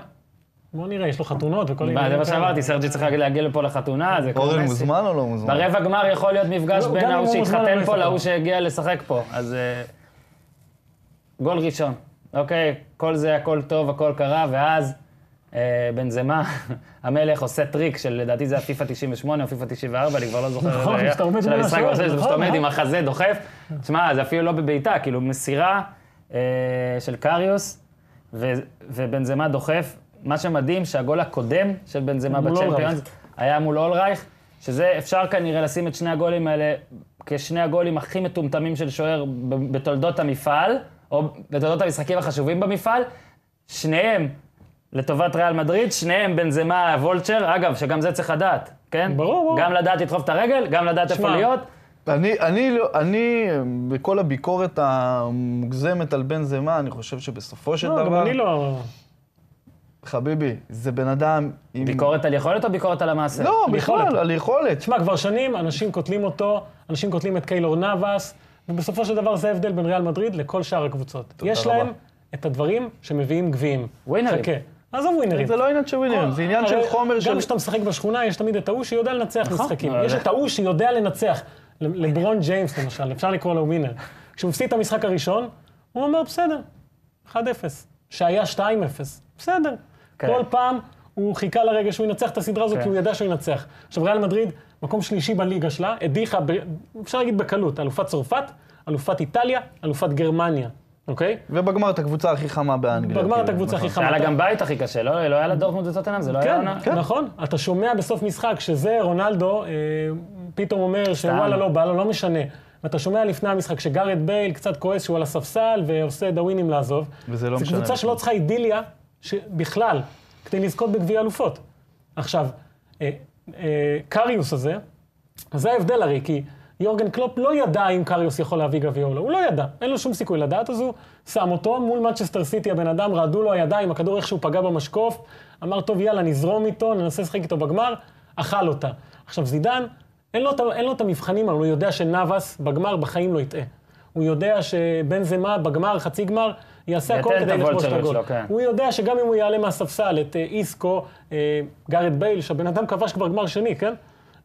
Speaker 3: בוא נראה, יש לו חתונות וכל מיני...
Speaker 1: מה, זה מה שאמרתי, סרג'י צריך להגיע לפה לחתונה, זה כמו
Speaker 2: אורן
Speaker 1: מסי.
Speaker 2: מוזמן או לא מוזמן?
Speaker 1: ברבע גמר יכול להיות מפגש
Speaker 3: לא,
Speaker 1: בין
Speaker 3: גם אם
Speaker 1: ההוא
Speaker 3: הוא מוזמן, הוא
Speaker 1: שהתחתן
Speaker 3: לא
Speaker 1: פה
Speaker 3: ישחק.
Speaker 1: להוא שהגיע לשחק פה, אז... אה, גול ראשון, אוקיי, כל זה, הכל טוב, הכל קרה, ואז אה, בנזמה, המלך עושה טריק של, לדעתי זה הפיפ"א 98 או פיפ"א 94, אני כבר לא זוכר.
Speaker 3: נכון,
Speaker 1: איזה היה,
Speaker 3: שאתה עומד
Speaker 1: של
Speaker 3: מול
Speaker 1: המשחק
Speaker 3: השוער,
Speaker 1: הראשון,
Speaker 3: נכון,
Speaker 1: שאתה עומד
Speaker 3: אה?
Speaker 1: עם החזה דוחף. תשמע, זה אפילו לא בבעיטה, כאילו מסירה אה, של קריוס, ו- ובנזמה דוחף. מה שמדהים, שהגול הקודם של בנזמה
Speaker 3: מול
Speaker 1: בצ'מפיונס
Speaker 3: אולרייך.
Speaker 1: היה מול אולרייך, שזה אפשר כנראה לשים את שני הגולים האלה כשני הגולים הכי מטומטמים של שוער ב- בתולדות המפעל, או בתולדות המשחקים החשובים במפעל. שניהם לטובת ריאל מדריד, שניהם בנזמה וולצ'ר, אגב, שגם זה צריך לדעת, כן?
Speaker 3: ברור, ברור.
Speaker 1: גם לדעת לדחוף את הרגל, גם לדעת איפה
Speaker 3: שמע,
Speaker 1: להיות.
Speaker 2: אני, אני, לא- אני, בכל הביקורת המוגזמת על בן זמה, אני חושב שבסופו של
Speaker 3: לא, גם
Speaker 2: דבר,
Speaker 3: אני לא...
Speaker 2: חביבי, זה בן אדם עם...
Speaker 1: ביקורת על יכולת או ביקורת על המעשה?
Speaker 2: לא, בכלל,
Speaker 3: יכולת.
Speaker 2: על יכולת.
Speaker 3: תשמע, כבר שנים אנשים קוטלים אותו, אנשים קוטלים את קיילור נאבאס, ובסופו של דבר זה ההבדל בין ריאל מדריד לכל שאר הקבוצות. יש
Speaker 2: רבה.
Speaker 3: להם את הדברים שמביאים גביעים.
Speaker 1: ווינרים.
Speaker 3: חכה. עזוב ווינרים.
Speaker 2: זה לא עניין של ווינרים, זה עניין של
Speaker 3: כן. אוקיי. הרי
Speaker 2: חומר של... נכון.
Speaker 3: גם כשאתה משחק בשכונה, יש תמיד את ההוא שיודע לנצח משחקים.
Speaker 1: אבל-
Speaker 3: יש את ההוא שיודע לנצח. ל- לברון ג'יימס, למשל, אפשר לקרוא לו ווינר. כשהוא הפסיד את המשחק הראשון, הוא אומר, בסדר, 1-0. שהיה 2-0, בסדר.
Speaker 1: כן.
Speaker 3: כל פעם הוא חיכה לרגע שהוא ינצח את הסדרה
Speaker 2: כן.
Speaker 3: הזאת, כי הוא ידע שהוא ינצח. עכשיו, ריאל מדריד, מקום שלישי בליגה שלה, הדיחה, ב- אפשר להגיד בקלות, אלופת צרפת, אלופת איטליה, אלופת גרמניה. אוקיי?
Speaker 2: ובגמר את הקבוצה הכי חמה באנגליה.
Speaker 3: בגמר את
Speaker 2: כאילו,
Speaker 3: הקבוצה הכי
Speaker 2: נכון.
Speaker 1: היה
Speaker 3: חמה.
Speaker 1: לה גם בית הכי קשה, לא לא היה לה דורטמונד וטוטנאם, זה לא היה
Speaker 3: כן,
Speaker 1: עונה.
Speaker 3: כן, נכון. אתה שומע בסוף משחק שזה רונלדו אה, פתאום אומר שוואלה לא בא לו, לא משנה. ואתה שומע לפני המשחק שגארד בייל קצת כועס שהוא על הספסל ועושה דאווינים לעזוב.
Speaker 2: וזה לא
Speaker 3: זו
Speaker 2: משנה
Speaker 3: קבוצה
Speaker 2: לך.
Speaker 3: שלא צריכה אידיליה ש- בכלל כדי לזכות בגביע אלופות. עכשיו, אה, אה, קריוס הזה, זה ההבדל הרי, כי יורגן קלופ לא ידע אם קריוס יכול להביא גביע או לא, הוא לא ידע, אין לו שום סיכוי לדעת, אז הוא שם אותו מול מצ'סטר סיטי, הבן אדם רעדו לו הידיים, הכדור איכשהו פגע במשקוף, אמר, טוב, יאללה, נזרום איתו, ננסה לשחק איתו בגמר, אכל אותה. עכשיו, זידן, אין לו, את ה- אין לו את המבחנים האלו, הוא יודע שנאבס בגמר בחיים לא יטעה. הוא יודע שבן זמה בגמר, חצי גמר, יעשה הכל
Speaker 1: ייתן את
Speaker 3: כדי
Speaker 1: הגול
Speaker 3: לכבוש את
Speaker 1: שלו,
Speaker 3: הגול.
Speaker 1: שלו, כן.
Speaker 3: הוא יודע שגם אם הוא יעלה מהספסל את אה, איסקו, אה, גארד בייל, שהבן אדם כבש כבר גמר שני, כן?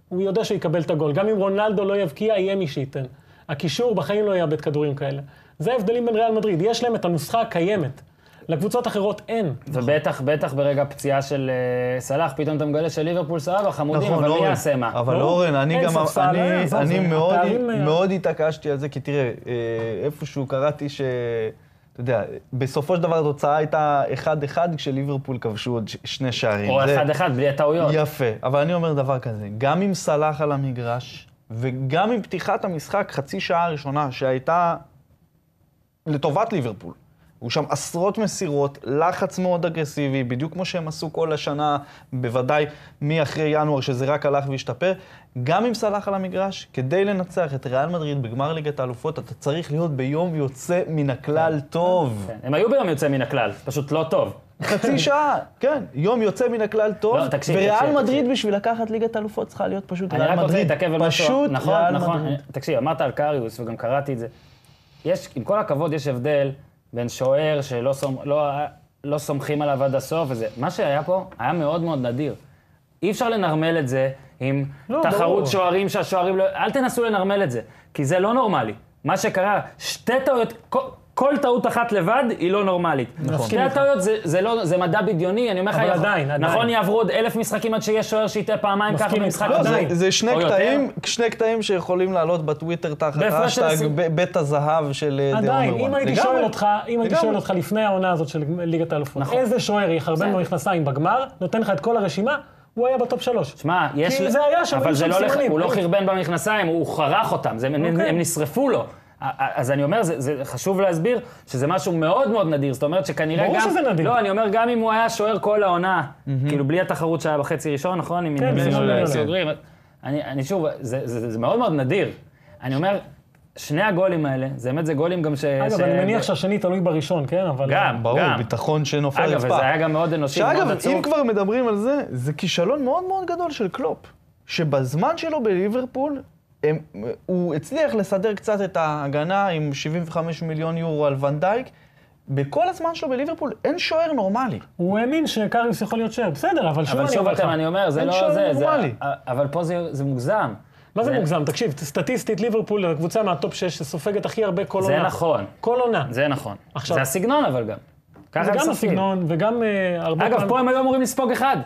Speaker 3: הוא יודע שהוא יקבל את הגול. גם אם רונלדו לא יבקיע, יהיה מי שייתן. הקישור בחיים לא יאבד כדורים כאלה. זה ההבדלים בין ריאל מדריד. יש להם את הנוסחה הקיימת. לקבוצות אחרות אין.
Speaker 2: נכון.
Speaker 1: ובטח, בטח ברגע הפציעה של אה, סלאח, פתאום אתה מגלה שליברפול סבבה, חמודים,
Speaker 2: נכון,
Speaker 1: אבל מי
Speaker 2: אורן.
Speaker 1: יעשה מה?
Speaker 2: אבל
Speaker 3: ברור.
Speaker 2: אורן, אני
Speaker 3: אין
Speaker 2: גם,
Speaker 3: ספסל,
Speaker 2: אני-
Speaker 3: אה, עזוב,
Speaker 2: אני
Speaker 3: זה-
Speaker 2: מאוד-
Speaker 3: הפערים, אה,
Speaker 2: מאוד התעקשתי על זה, כי תראה, אה, איפשהו קראתי ש... אתה יודע, בסופו של דבר התוצאה הייתה 1-1 כשליברפול כבשו עוד ש- שני שערים.
Speaker 1: או
Speaker 2: זה-
Speaker 1: אחד אחד, בלי הטעויות.
Speaker 2: יפה, אבל אני אומר דבר כזה, גם עם סלאח על המגרש, וגם עם פתיחת המשחק, חצי שעה הראשונה שהייתה לטובת ליברפול. היו שם עשרות מסירות, לחץ מאוד אגרסיבי, בדיוק כמו שהם עשו כל השנה, בוודאי מאחרי ינואר, שזה רק הלך והשתפר. גם עם סלאח על המגרש, כדי לנצח את ריאל מדריד בגמר ליגת האלופות, אתה צריך להיות ביום יוצא מן הכלל טוב.
Speaker 1: כן, הם היו ביום יוצא מן הכלל, פשוט לא טוב.
Speaker 2: חצי שעה, כן. יום יוצא מן הכלל טוב,
Speaker 1: לא, תקשיב,
Speaker 2: וריאל
Speaker 1: תקשיב,
Speaker 2: מדריד בשביל לקחת ליגת אלופות צריכה להיות פשוט
Speaker 1: אני
Speaker 2: ריאל
Speaker 1: רק רוצה
Speaker 2: מדריד.
Speaker 1: להתעכב על משהו.
Speaker 2: פשוט
Speaker 1: נכון,
Speaker 2: ריאל
Speaker 1: נכון.
Speaker 2: מדריד.
Speaker 1: תקשיב, אמרת על קריוס, וגם קראתי את זה. יש, עם כל הכבוד, יש הבדל בין שוער שלא סומ- לא, לא סומכים עליו עד הסוף וזה. מה שהיה פה היה מאוד מאוד נדיר. אי אפשר לנרמל את זה עם
Speaker 3: לא,
Speaker 1: תחרות
Speaker 3: ברור.
Speaker 1: שוערים שהשוערים לא... אל תנסו לנרמל את זה, כי זה לא נורמלי. מה שקרה, שתי טעויות, כל, כל טעות אחת לבד היא לא נורמלית. נכון. שתי
Speaker 3: מסכים איתך.
Speaker 1: הטעויות זה, זה, לא, זה מדע בדיוני, אני אומר לך...
Speaker 3: אבל
Speaker 1: יכול-
Speaker 3: עדיין, עדיין.
Speaker 1: נכון, יעברו עוד אלף משחקים עד שיש שוער שיטעה פעמיים ככה
Speaker 3: מסכים
Speaker 1: במשחק
Speaker 3: איתך.
Speaker 2: לא,
Speaker 3: עדיין.
Speaker 2: זה, זה שני
Speaker 1: או יותר.
Speaker 2: קטעים, שני קטעים שיכולים לעלות בטוויטר תחת
Speaker 1: אוקיי. בהפרש של
Speaker 2: האשטג
Speaker 1: עשרים.
Speaker 2: ב- בית הזהב של אה, דה
Speaker 3: עדיין, אם
Speaker 2: אומרואן.
Speaker 3: הייתי
Speaker 2: לגמרי.
Speaker 3: שואל אותך, אם הייתי
Speaker 2: לגמרי.
Speaker 3: שואל אותך לפני העונה הזאת של ליגת האלופות,
Speaker 1: נכון.
Speaker 3: איזה שוער יחרבן לו
Speaker 1: בסדר.
Speaker 3: מכנסיים בגמר, נותן לך את כל הרשימה, הוא היה בטופ שלוש.
Speaker 1: שמע, יש...
Speaker 3: כי זה היה שם,
Speaker 1: אבל
Speaker 3: היו
Speaker 1: זה
Speaker 3: שם
Speaker 1: לא... לח-
Speaker 3: סימנים.
Speaker 1: הוא לא חרבן במכנסיים, הוא חרך אותם, זה- הם-
Speaker 3: אוקיי.
Speaker 1: הם נשרפו לו. א- א- אז אני אומר, זה- זה חשוב להסביר שזה משהו מאוד מאוד נדיר, זאת אומרת שכנראה גם...
Speaker 3: ברור שזה נדיר.
Speaker 1: לא, אני אומר, גם אם הוא היה שוער כל העונה, כאילו בלי התחרות שהיה בחצי ראשון, נכון? עם
Speaker 3: כן,
Speaker 1: מינויים
Speaker 3: כן, כן.
Speaker 1: סוגרים. אני אני שוב, זה- זה זה מאוד מאוד נדיר. אני אומר, שני הגולים האלה, זה באמת, זה גולים גם ש...
Speaker 3: אגב,
Speaker 1: ש-
Speaker 3: אני מניח שהשני תלוי בראשון, כן? אבל...
Speaker 1: גם,
Speaker 2: ברור,
Speaker 1: גם.
Speaker 2: ביטחון שנופל
Speaker 1: אגב,
Speaker 2: רצפה.
Speaker 1: וזה היה גם מאוד אנושי, מאוד
Speaker 2: שאגב,
Speaker 1: עצוב.
Speaker 2: אם כבר מדברים על זה, זה כישלון מאוד מאוד גדול של קלופ, שבזמן שלו בליברפול, הם, הוא הצליח לסדר קצת את ההגנה עם 75 מיליון יורו על ונדייק. בכל הזמן שלו בליברפול אין שוער נורמלי.
Speaker 3: הוא האמין שקריוס יכול להיות שוער, בסדר, אבל שוב
Speaker 1: אבל
Speaker 3: אני
Speaker 1: שוב
Speaker 3: אומר לך.
Speaker 1: אתם, אני אומר, זה
Speaker 2: אין
Speaker 1: לא
Speaker 2: שוער
Speaker 1: זה, זה...
Speaker 2: נורמלי.
Speaker 1: אבל פה זה זה מוגזם.
Speaker 3: מה זה מוגזם? תקשיב, סטטיסטית ליברפול, הקבוצה מהטופ 6 שסופגת הכי הרבה כל
Speaker 1: זה
Speaker 3: עונה.
Speaker 1: נכון.
Speaker 3: כל עונה.
Speaker 1: זה נכון.
Speaker 3: עכשיו-
Speaker 1: זה הסגנון אבל גם. ככה
Speaker 3: זה
Speaker 1: הם
Speaker 3: גם
Speaker 1: משחקים.
Speaker 3: הסגנון, וגם אה, הרבה
Speaker 1: אגב, פה הם היו אמורים לספוג אחד.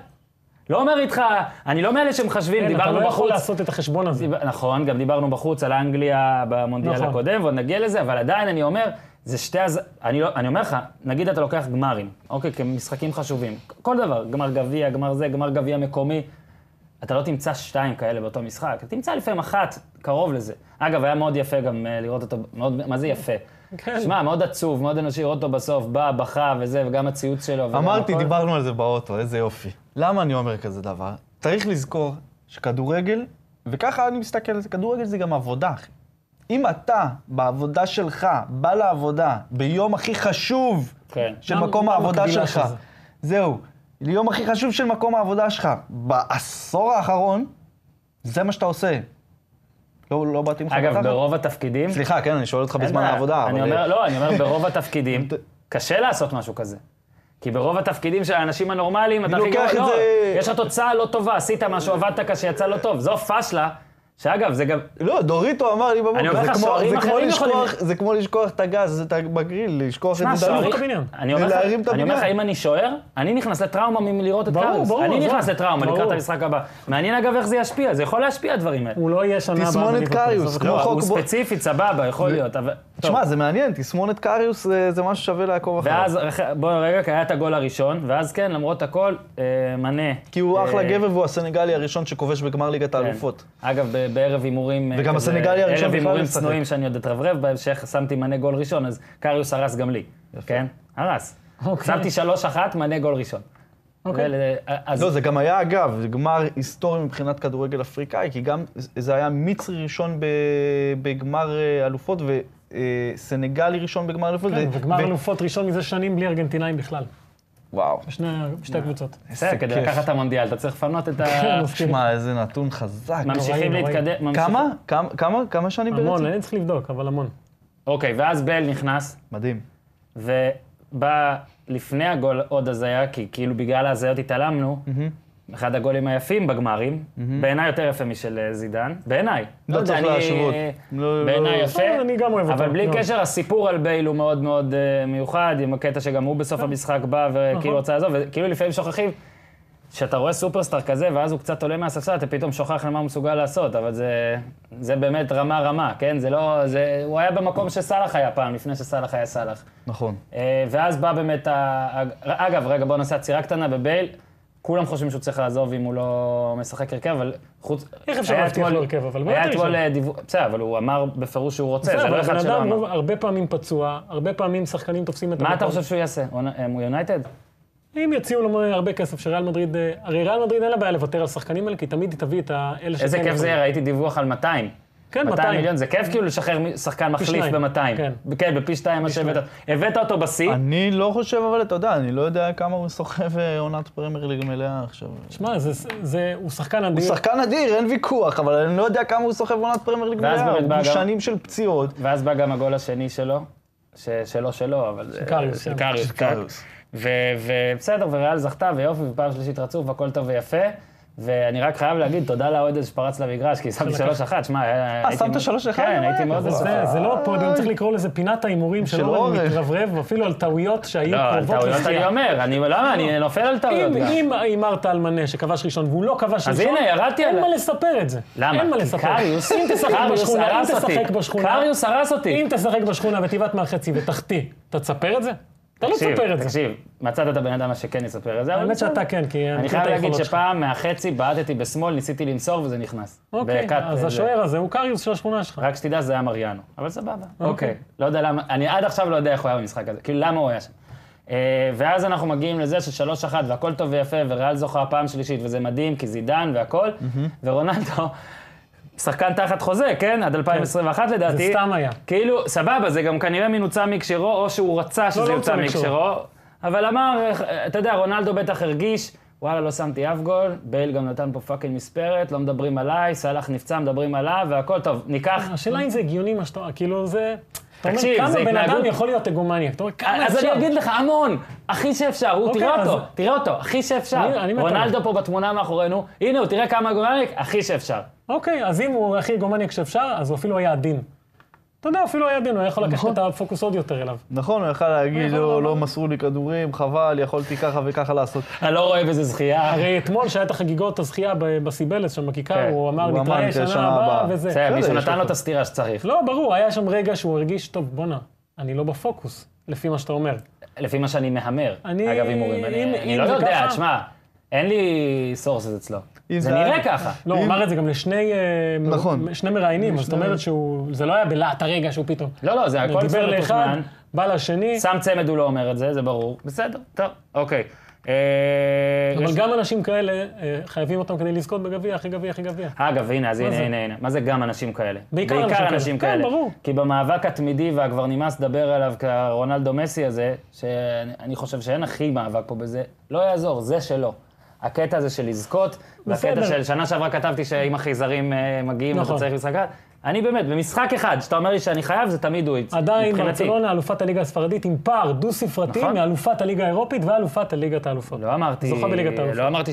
Speaker 1: לא אומר איתך, אני לא מאלה שמחשבים,
Speaker 3: כן, אתה לא
Speaker 1: דיברנו
Speaker 3: יכול
Speaker 1: בחוץ.
Speaker 3: לעשות את החשבון הזה.
Speaker 1: דיב- נכון, גם דיברנו בחוץ על אנגליה במונדיאל
Speaker 3: נכון.
Speaker 1: הקודם, ועוד נגיע לזה, אבל עדיין אני אומר, זה שתי הז... אני, לא, אני אומר לך, נגיד אתה לוקח גמרים, אוקיי, כמשחקים חשובים, כל דבר, גמר גביע, גמר זה, גמר גביע מקומי, אתה לא תמצא שתיים כאלה באותו משחק, אתה תמצא לפעמים אחת קרוב לזה. אגב, היה מאוד יפה גם אה, לראות אותו, מאוד, מה זה יפה?
Speaker 3: כן.
Speaker 1: שמע, מאוד עצוב, מאוד אנושי, לראות אותו בסוף, בא, בכה וזה, וגם הציוץ שלו. וגם
Speaker 2: אמרתי,
Speaker 1: הכל.
Speaker 2: דיברנו על זה באוטו, איזה יופי. למה אני אומר כזה דבר? צריך לזכור שכדורגל, וככה אני מסתכל על זה, כדורגל זה גם עבודה, אחי. אם אתה, בעבודה שלך, בא לעבודה ביום הכי חשוב
Speaker 1: כן.
Speaker 2: של
Speaker 3: מה-
Speaker 2: מקום
Speaker 3: מה
Speaker 2: העבודה
Speaker 3: המקבילה
Speaker 2: שלך,
Speaker 3: של זה?
Speaker 2: זהו, ליום הכי חשוב של מקום העבודה שלך, בעשור האחרון, זה מה שאתה עושה. לא, לא באתי לך
Speaker 1: אגב,
Speaker 2: ככה?
Speaker 1: ברוב התפקידים...
Speaker 2: סליחה, כן, אני שואל אותך
Speaker 1: אין
Speaker 2: בזמן
Speaker 1: בעיה.
Speaker 2: העבודה,
Speaker 1: אני
Speaker 2: אבל... אה,
Speaker 1: אומר, לא, אני אומר, ברוב התפקידים,
Speaker 2: ת-
Speaker 1: קשה לעשות משהו כזה. כי ברוב התפקידים של האנשים הנורמליים, אתה הכי
Speaker 2: לוקח
Speaker 1: גרוע,
Speaker 2: את
Speaker 1: לא,
Speaker 2: זה-
Speaker 1: יש לך תוצאה לא טובה, עשית משהו, עבדת קשה, יצא לא טוב. זו פשלה, שאגב, זה גם...
Speaker 2: לא, דוריטו אמר לי
Speaker 1: אני
Speaker 2: בבוקר,
Speaker 1: אומר
Speaker 2: זה
Speaker 1: לך,
Speaker 2: כמו-
Speaker 1: שוערים
Speaker 2: זה כמו
Speaker 1: אחרים
Speaker 2: לשכוח-
Speaker 1: יכולים-
Speaker 2: זה כמו לשכוח את הגז, את הגריל, לשכוח את
Speaker 1: מה,
Speaker 2: זה.
Speaker 1: שוערים-
Speaker 3: את הבניין.
Speaker 1: אני אומר לך-
Speaker 2: להרים את
Speaker 1: אני אומר לך,
Speaker 2: הבניין.
Speaker 1: אם אני שוער, אני נכנס לטראומה מלראות את
Speaker 3: ברור,
Speaker 1: קארלס.
Speaker 3: ברור,
Speaker 1: אני
Speaker 3: עזוב.
Speaker 1: נכנס לטראומה לקראת
Speaker 3: ברור.
Speaker 1: המשחק הבא. מעניין אגב איך זה ישפיע, זה יכול להשפיע הדברים האלה.
Speaker 3: הוא לא יהיה שנה הבאה.
Speaker 2: תסמונת
Speaker 3: בליברפול,
Speaker 2: קריוס,
Speaker 3: זאת
Speaker 2: כמו
Speaker 1: לא,
Speaker 2: חוק
Speaker 1: הוא
Speaker 2: בו-
Speaker 1: ספציפית, סבבה, יכול להיות, אבל
Speaker 2: תשמע, זה מעניין, תסמונת קריוס אה, זה משהו שווה לעקוב אחריו.
Speaker 1: ואז, אחרי- בוא רגע, כי היה את הגול הראשון, ואז כן, למרות הכל, אה, מנה.
Speaker 2: כי הוא
Speaker 1: אה,
Speaker 2: אחלה גבר והוא הסנגלי הראשון שכובש בגמר ליגת
Speaker 1: כן.
Speaker 2: האלופות.
Speaker 1: אגב, ב- בערב הימורים... אה,
Speaker 2: וגם
Speaker 1: כזה,
Speaker 2: הסנגלי הראשון
Speaker 1: ערב
Speaker 2: בכלל
Speaker 1: הימורים
Speaker 2: משחק.
Speaker 1: צנועים שאני עוד אתרברב, בהמשך שמתי מנה גול ראשון, אז קריוס הרס גם לי. כן? הרס.
Speaker 3: אוקיי.
Speaker 1: שמתי שלוש אחת, מנה גול ראשון.
Speaker 3: אוקיי.
Speaker 1: ול- אה, אז-
Speaker 2: לא, זה גם היה, אגב, זה גמר היסטורי מבחינת כדורגל אפריקאי, כי גם זה היה מצרי ראשון ב- בגמר אה, אלופות וסנגלי ראשון בגמר אלופות.
Speaker 3: כן,
Speaker 2: זה-
Speaker 3: וגמר
Speaker 2: ו-
Speaker 3: אלופות ראשון מזה שנים בלי ארגנטינאים בכלל.
Speaker 2: וואו.
Speaker 1: כן.
Speaker 3: בשני,
Speaker 1: אה,
Speaker 3: בשתי הקבוצות.
Speaker 1: בסדר, כדי
Speaker 2: כיף.
Speaker 1: לקחת את המונדיאל, אתה צריך לפנות את ה...
Speaker 3: כן, מסכים.
Speaker 2: שמע, איזה נתון חזק.
Speaker 1: ממשיכים
Speaker 3: נוראי, נוראי.
Speaker 1: להתקדם. ממשיכים-
Speaker 2: כמה? כמה? כמה? כמה שנים
Speaker 3: המון,
Speaker 1: אה?
Speaker 2: ברצף?
Speaker 3: אני צריך לבדוק, אבל המון.
Speaker 1: אוקיי, ואז בל נכנס,
Speaker 2: מדהים.
Speaker 1: ובא לפני הגול עוד הזיה, כי כאילו בגלל ההזיות התעלמנו, אחד הגולים היפים בגמרים, בעיניי יותר יפה משל אה, זידן, בעיניי.
Speaker 2: לא
Speaker 1: יודע,
Speaker 2: צריך
Speaker 1: אני-
Speaker 2: להשוות. לא-
Speaker 1: בעיניי
Speaker 2: לא-
Speaker 1: יפה.
Speaker 3: אבל אני גם אוהב
Speaker 1: אבל
Speaker 3: אותו, לא.
Speaker 1: בלי
Speaker 3: מאוד.
Speaker 1: קשר, הסיפור על בייל הוא מאוד מאוד אה, מיוחד, עם הקטע שגם הוא
Speaker 2: כן.
Speaker 1: בסוף המשחק בא וכאילו
Speaker 3: נכון.
Speaker 1: רצה לעזוב, וכאילו לפעמים שוכחים. כשאתה רואה סופרסטאר כזה, ואז הוא קצת עולה מהספסל, אתה פתאום שוכח למה הוא מסוגל לעשות, אבל זה, זה באמת רמה-רמה, כן? זה לא... זה, הוא היה במקום שסאלח היה פעם, לפני שסאלח היה סאלח.
Speaker 2: נכון.
Speaker 1: אה, ואז בא באמת ה... אגב, רגע, בואו נעשה עצירה קטנה בבייל. כולם חושבים שהוא צריך לעזוב אם הוא לא משחק הרכב, אבל חוץ...
Speaker 3: איך אפשר
Speaker 1: היה
Speaker 3: להבטיח
Speaker 1: אתמול-
Speaker 3: לו הרכב, אבל מה
Speaker 1: היה
Speaker 3: יותר
Speaker 1: אתמול
Speaker 3: ראשון?
Speaker 1: אה, דיווח... בסדר, אבל הוא אמר בפירוש שהוא רוצה,
Speaker 3: בסדר,
Speaker 1: זה לא
Speaker 3: אבל
Speaker 1: אחד
Speaker 3: הבן
Speaker 1: שלא
Speaker 3: אדם
Speaker 1: אמר.
Speaker 3: לא- הרבה פעמים פצוע, הרבה פעמים שחקנים תופסים את
Speaker 1: מה אתה
Speaker 3: המקום.
Speaker 1: חושב שהוא יעשה? עונה- אה, הוא יונייטד?
Speaker 3: אם יציעו לו הרבה כסף שריאל מדריד, אה, הרי ריאל מדריד אין לה בעיה לוותר על שחקנים האלה, כי תמיד היא תביא את האלה
Speaker 1: איזה כיף
Speaker 3: שכן
Speaker 1: זה
Speaker 3: יכולים.
Speaker 1: יהיה, ראיתי דיווח על 200.
Speaker 3: כן,
Speaker 1: 200
Speaker 3: 200.
Speaker 1: מיליון, זה כיף כאילו לשחרר מ- שחקן מחליף
Speaker 3: שניים,
Speaker 1: ב-200.
Speaker 3: כן.
Speaker 1: כן, בפי שתיים מה שהבאת. הבאת אותו בשיא,
Speaker 2: אני לא חושב, אבל אתה יודע, אני לא יודע כמה הוא סוחב אה, עונת פרמייר ליג מלאה עכשיו.
Speaker 3: שמע, זה- זה- הוא שחקן אדיר.
Speaker 2: הוא שחקן אדיר, אין ויכוח, אבל אני לא יודע כמה הוא סוחב עונת פרמייר ליג
Speaker 1: ואז
Speaker 2: מלאה.
Speaker 1: באמת בא
Speaker 2: הוא
Speaker 1: גם-
Speaker 2: שנים של פציעות.
Speaker 1: ואז בא גם הגול השני שלו, ש- שלו שלו, אבל... זה-
Speaker 3: קריוס,
Speaker 1: של
Speaker 3: כן.
Speaker 1: קריוס,
Speaker 2: קריוס.
Speaker 1: ו- ובסדר, וריאל זכתה, ויופי, ופעם שלישית רצוף, והכל טוב ויפה. ואני רק חייב להגיד תודה לאוהד הזה שפרץ למגרש, כי שמתי 3-1, שמע, היה- הייתי
Speaker 2: שמת
Speaker 1: מאוד-
Speaker 2: 3-1?
Speaker 1: כן,
Speaker 2: אה,
Speaker 1: הייתי מאוד
Speaker 2: גבוה.
Speaker 1: מסוים.
Speaker 3: זה- זה לא פודיום, צריך לקרוא לזה פינת ההימורים של
Speaker 2: של
Speaker 3: אורן
Speaker 2: אורן.
Speaker 3: מתרברב, אפילו על טעויות שהיו
Speaker 1: לא, על
Speaker 3: קרובות
Speaker 1: טעויות אני
Speaker 3: לזכייה.
Speaker 1: אומר, אני למה? אני נופל על טעויות
Speaker 3: לא. אם-
Speaker 1: גם.
Speaker 3: אם הימרת על מנה שכבש ראשון והוא לא כבש ראשון,
Speaker 1: אז הנה, ירדתי
Speaker 3: אין
Speaker 1: עליו.
Speaker 3: מה לספר את זה.
Speaker 1: למה?
Speaker 3: אין מה
Speaker 1: כי
Speaker 3: לספר.
Speaker 1: קריוס,
Speaker 3: אם תשחק
Speaker 1: קריוס
Speaker 3: בשכונה, אם
Speaker 1: הרס אותי.
Speaker 3: תשחק בשכונה,
Speaker 1: קריוס הרס אותי.
Speaker 3: אם תשחק בשכונה ותבעט מהחצי ותחטיא, אתה תספר את זה? אתה לא
Speaker 1: תקשיב,
Speaker 3: תספר את זה.
Speaker 1: תקשיב, מצאת את הבן אדם שכן יספר את זה, אבל
Speaker 3: האמת
Speaker 1: בסדר.
Speaker 3: שאתה כן, כי
Speaker 1: אני
Speaker 3: מכיר
Speaker 1: חייב
Speaker 3: את
Speaker 1: להגיד
Speaker 3: היכולות שלך.
Speaker 1: שפעם מהחצי בעטתי בשמאל, ניסיתי למסור וזה נכנס.
Speaker 3: אוקיי,
Speaker 1: בקאט,
Speaker 3: אז
Speaker 1: זה-
Speaker 3: השוער הזה הוא קריוס של השכונה שלך.
Speaker 1: רק שתדע, זה היה מריאנו, אבל סבבה. אוקיי.
Speaker 3: אוקיי.
Speaker 1: לא יודע למה, אני עד עכשיו לא יודע איך הוא היה במשחק הזה, כאילו למה הוא היה שם. אה, ואז אנחנו מגיעים לזה ששלוש אחת והכל טוב ויפה, וריאל זוכה פעם שלישית, וזה מדהים, כי זידן והכל, ורונלדו, שחקן תחת חוזה, כן? עד 2021 לדעתי.
Speaker 3: זה סתם היה.
Speaker 1: כאילו, סבבה, זה גם כנראה מנוצל מהקשרו, או שהוא רצה שזה
Speaker 3: לא
Speaker 1: יוצא
Speaker 3: הוצא מהקשרו.
Speaker 1: מהקשרו, אבל אמר, אה, אתה יודע, רונלדו בטח הרגיש, וואלה, לא שמתי אף גול, בייל גם נתן פה פאקינג מספרת, לא מדברים עליי, סאלח נפצע, מדברים עליו, והכל טוב, ניקח.
Speaker 3: השאלה אם זה הגיוני מה שאתה אומר, כאילו זה... אתה אומר,
Speaker 1: תקשיב,
Speaker 3: כמה
Speaker 1: זה
Speaker 3: בן
Speaker 1: התנהגות-
Speaker 3: אדם יכול להיות אגומניה? אתה אומר, כמה
Speaker 1: אז
Speaker 3: אפשר?
Speaker 1: אני אגיד לך, המון, הכי שאפשר, הוא,
Speaker 3: אה, אוקיי,
Speaker 1: תראה
Speaker 3: אז-
Speaker 1: אותו, תראה אותו, הכי שאפשר.
Speaker 3: אני- אני מת
Speaker 1: רונלדו
Speaker 3: עליו.
Speaker 1: פה בתמונה מאחורינו, הנה הוא, תראה כמה גולניק, הכי שאפשר.
Speaker 3: אוקיי, אז אם הוא הכי אגומניה כשאפשר, אז הוא אפילו היה עדין. אתה יודע, אפילו היה עדין, הוא היה יכול
Speaker 1: נכון.
Speaker 3: לקחת את הפוקוס עוד יותר אליו.
Speaker 2: נכון, הוא יכל להגיד,
Speaker 3: הוא יכל
Speaker 2: לא,
Speaker 3: לומר-
Speaker 2: לא מסרו לי כדורים, חבל, יכולתי ככה וככה לעשות.
Speaker 1: אני לא רואה בזה זכייה.
Speaker 3: הרי אתמול, שהיה את החגיגות הזכייה ב- בסיבלס שם בכיכר,
Speaker 1: כן.
Speaker 3: הוא אמר,
Speaker 2: הוא אמר,
Speaker 3: נתראה
Speaker 2: נתראה
Speaker 3: שנה
Speaker 2: שנה
Speaker 3: הבאה,
Speaker 2: הבאה."
Speaker 3: וזה.
Speaker 1: בסדר, מישהו
Speaker 2: יש
Speaker 1: נתן
Speaker 2: לו
Speaker 1: לו את הסטירה שצריך.
Speaker 3: לא, ברור, היה שם רגע שהוא הרגיש, טוב, בואנה, אני לא בפוקוס, לפי מה שאתה אומר.
Speaker 1: לפי מה שאני מהמר,
Speaker 3: אני-
Speaker 1: אגב הימורים. אני-
Speaker 3: אם-
Speaker 1: אני
Speaker 3: אם
Speaker 1: לא
Speaker 3: זה
Speaker 1: יודע,
Speaker 3: ככה-
Speaker 1: תשמע, אין לי סורסס אצלו.
Speaker 2: אם
Speaker 1: זה
Speaker 2: זה היה-
Speaker 1: נראה ככה.
Speaker 3: לא, הוא
Speaker 2: אם-
Speaker 3: אמר את זה גם לשני אה, מ-
Speaker 2: נכון.
Speaker 3: שני מראיינים, אז זאת
Speaker 2: לשני-
Speaker 3: אומרת שהוא, זה לא היה בלהט הרגע שהוא פתאום.
Speaker 1: לא, לא, זה
Speaker 3: הוא
Speaker 1: הכל
Speaker 3: דיבר
Speaker 1: כבר
Speaker 3: לאחד,
Speaker 1: מתוכנן.
Speaker 3: בא לשני,
Speaker 1: שם צמד הוא לא אומר את זה, זה ברור. בסדר, טוב, אוקיי. אה, יש-
Speaker 3: אבל גם אנשים כאלה, אה, חייבים אותם כדי לזכות בגביע, אחרי גביע, אחרי גביע.
Speaker 1: אגב, הנה, אז הנה,
Speaker 3: זה?
Speaker 1: הנה, הנה. מה זה גם אנשים כאלה?
Speaker 3: בעיקר אנשים כאלה. כן, ברור.
Speaker 1: כי במאבק התמידי והכבר נמאס לדבר עליו כרונלדו מסי הזה, שאני אני חושב שאין הכי מאבק פה בזה, לא יעזור, זה שלו. הקטע הזה של לזכות, והקטע
Speaker 3: בסדר.
Speaker 1: של שנה שעברה כתבתי שאם החייזרים אה, מגיעים, אתה
Speaker 3: נכון.
Speaker 1: צריך משחק אחד. אני באמת, במשחק אחד, שאתה אומר לי שאני חייב, זה תמיד הוא מבחינתי.
Speaker 3: עדיין ברצלונה, אלופת הליגה הספרדית, עם פער דו-ספרתי
Speaker 1: נכון.
Speaker 3: מאלופת הליגה האירופית ואלופת הליגת האלופות.
Speaker 1: לא אמרתי,
Speaker 3: זוכה בליגת האלופות.
Speaker 1: לא אמרתי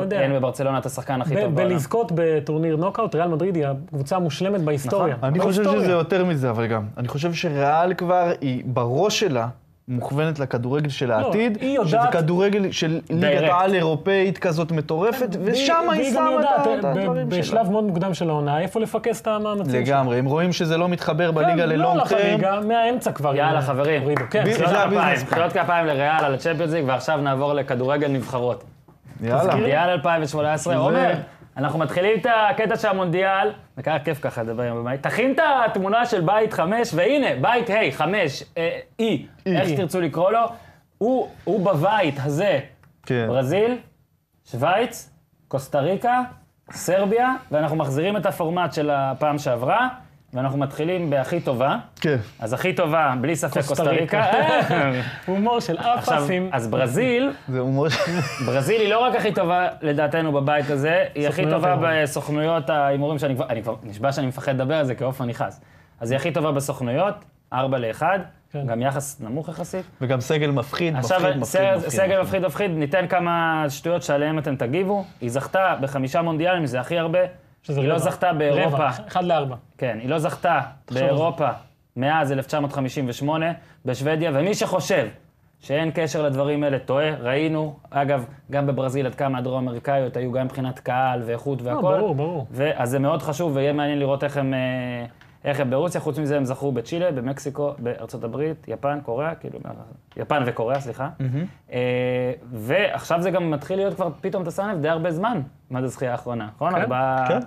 Speaker 3: יודע.
Speaker 1: שאין בברצלונה את השחקן הכי
Speaker 3: ב-
Speaker 1: טוב בעולם.
Speaker 3: בלזכות בטורניר נוקאוט, ריאל מדריד היא הקבוצה המושלמת בהיסטוריה.
Speaker 2: נכון. אני חושב
Speaker 3: בהיסטוריה.
Speaker 2: שזה יותר מזה, אבל גם. אני חושב שריאל כבר, היא בראש שלה, מוכוונת לכדורגל של העתיד,
Speaker 3: לא, היא יודעת-
Speaker 2: שזה כדורגל של ליגת
Speaker 1: דיירקט.
Speaker 2: העל אירופאית כזאת מטורפת, ושם
Speaker 3: והיא-
Speaker 2: היא
Speaker 3: והיא גם
Speaker 2: שמה את ה-
Speaker 3: יודעת, אה,
Speaker 2: את
Speaker 3: ב-
Speaker 2: הדברים שלה.
Speaker 3: בשלב מאוד מוקדם של העונה, איפה לפקס את המאמצים שלה.
Speaker 2: לגמרי, הם רואים שזה לא מתחבר
Speaker 3: כן,
Speaker 2: בליגה
Speaker 3: לא
Speaker 2: ללונג
Speaker 3: הלך
Speaker 2: טרם,
Speaker 3: לליגה, מהאמצע כבר.
Speaker 1: יאללה,
Speaker 3: הם
Speaker 1: חברים.
Speaker 3: הורידו, כן,
Speaker 2: ב-
Speaker 1: מחיאות
Speaker 2: זה
Speaker 1: כפיים,
Speaker 2: הביזנס פלן.
Speaker 1: מחיאות כפיים לריאל על הצ'מפיונס ליג, ועכשיו נעבור לכדורגל נבחרות.
Speaker 2: יאללה.
Speaker 1: מונדיאל 2018, עומר, אנחנו מתחילים את הקטע של המונדיאל, זה ככה כיף ככה לדבר עם הבית, תכין את התמונה של בית חמש, והנה, בית ה' חמש, אה, אי, איך שתרצו לקרוא לו, הוא- הוא בבית הזה,
Speaker 2: כן.
Speaker 1: ברזיל, שווייץ, קוסטה ריקה, סרביה, ואנחנו מחזירים את הפורמט של הפעם שעברה, ואנחנו מתחילים בהכי טובה.
Speaker 2: כן.
Speaker 1: אז הכי טובה, בלי ספק,
Speaker 3: קוסטה
Speaker 1: קוסטה ריקה.
Speaker 3: ריקה.
Speaker 1: אה,
Speaker 3: הומור של אף
Speaker 1: עכשיו,
Speaker 3: אפים.
Speaker 1: אז ברזיל,
Speaker 2: זה הומור ש...
Speaker 1: ברזיל היא לא רק הכי טובה לדעתנו בבית הזה, היא הכי
Speaker 3: סוכנויות
Speaker 1: טובה
Speaker 3: ההימורים.
Speaker 1: בסוכנויות ההימורים, שאני כבר, אני כבר נשבע שאני מפחד לדבר על זה כי עופר נכנס. אז היא הכי טובה בסוכנויות, 4 ל-1,
Speaker 3: כן.
Speaker 1: גם יחס נמוך יחסית.
Speaker 2: וגם סגל מפחיד,
Speaker 1: עכשיו,
Speaker 2: מפחיד, מפחיד,
Speaker 1: סגל-
Speaker 2: מפחיד.
Speaker 1: סגל מפחיד מפחיד, ניתן כמה שטויות שעליהן אתם תגיבו. היא זכתה בחמישה מונדיאלים, זה הכי הרבה.
Speaker 3: שזה
Speaker 1: היא לא
Speaker 3: רבע.
Speaker 1: זכתה באירופה.
Speaker 3: רבע, אחד לארבע.
Speaker 1: כן, היא לא זכתה
Speaker 3: על זה.
Speaker 1: באירופה מאז 1958 בשוודיה, ומי שחושב שאין קשר לדברים האלה טועה, ראינו, אגב, גם בברזיל עד כמה הדרום אמריקאיות היו גם מבחינת קהל ואיכות והכול.
Speaker 3: לא, ברור, ברור.
Speaker 1: ו- אז זה מאוד חשוב, ויהיה מעניין לראות איך הם, אה, איך הם ברוסיה, חוץ מזה הם זכו בצ'ילה, במקסיקו, בארצות הברית, יפן, קוריאה, כאילו, מה- יפן וקוריאה, סליחה. אה, ועכשיו זה גם מתחיל להיות כבר, פתאום אתה שם לב, די הרבה זמן, מה זה זכייה האחרונה, נכון?
Speaker 3: כן,
Speaker 1: ארבעה-
Speaker 2: כן.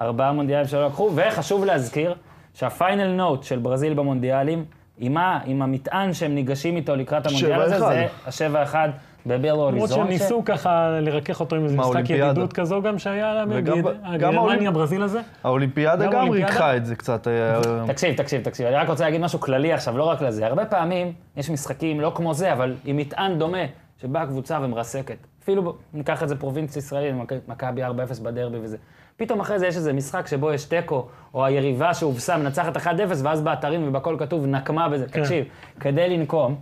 Speaker 1: ארבעה מונדיאלים שלא לקחו, וחשוב להזכיר שהפיינל נוט של ברזיל במונדיאלים, עם ה- עם המטען שהם ניגשים איתו לקראת המונדיאל הזה,
Speaker 2: 7-1.
Speaker 1: זה השבע אחד בבלו
Speaker 3: למרות
Speaker 1: אוריזון.
Speaker 3: שהם ניסו ככה לרכך אותו עם איזה משחק
Speaker 2: מהאולימפיאדה.
Speaker 3: ידידות כזו גם שהיה להם,
Speaker 2: וגם ב- גם
Speaker 3: גרמניה,
Speaker 2: האולימפ-
Speaker 3: ברזיל הזה.
Speaker 2: האולימפיאדה
Speaker 3: גם
Speaker 2: גם
Speaker 3: האולימפיאדה?
Speaker 2: ריככה את זה קצת. אה,
Speaker 1: תקשיב, תקשיב, תקשיב, אני רק רוצה להגיד משהו כללי עכשיו, לא רק לזה. הרבה פעמים יש משחקים לא כמו זה, אבל עם מטען דומה, שבאה קבוצה ומרסקת. אפילו ב- ניקח את זה פרובינציה ישראלית, מכ- מכבי 4-0 בדרבי וזה. פתאום אחרי זה יש איזה משחק שבו יש תיקו, או היריבה שהובסה מנצחת 1-0, ואז באתרים ובכל כתוב נקמה בזה. תקשיב, כדי לנקום,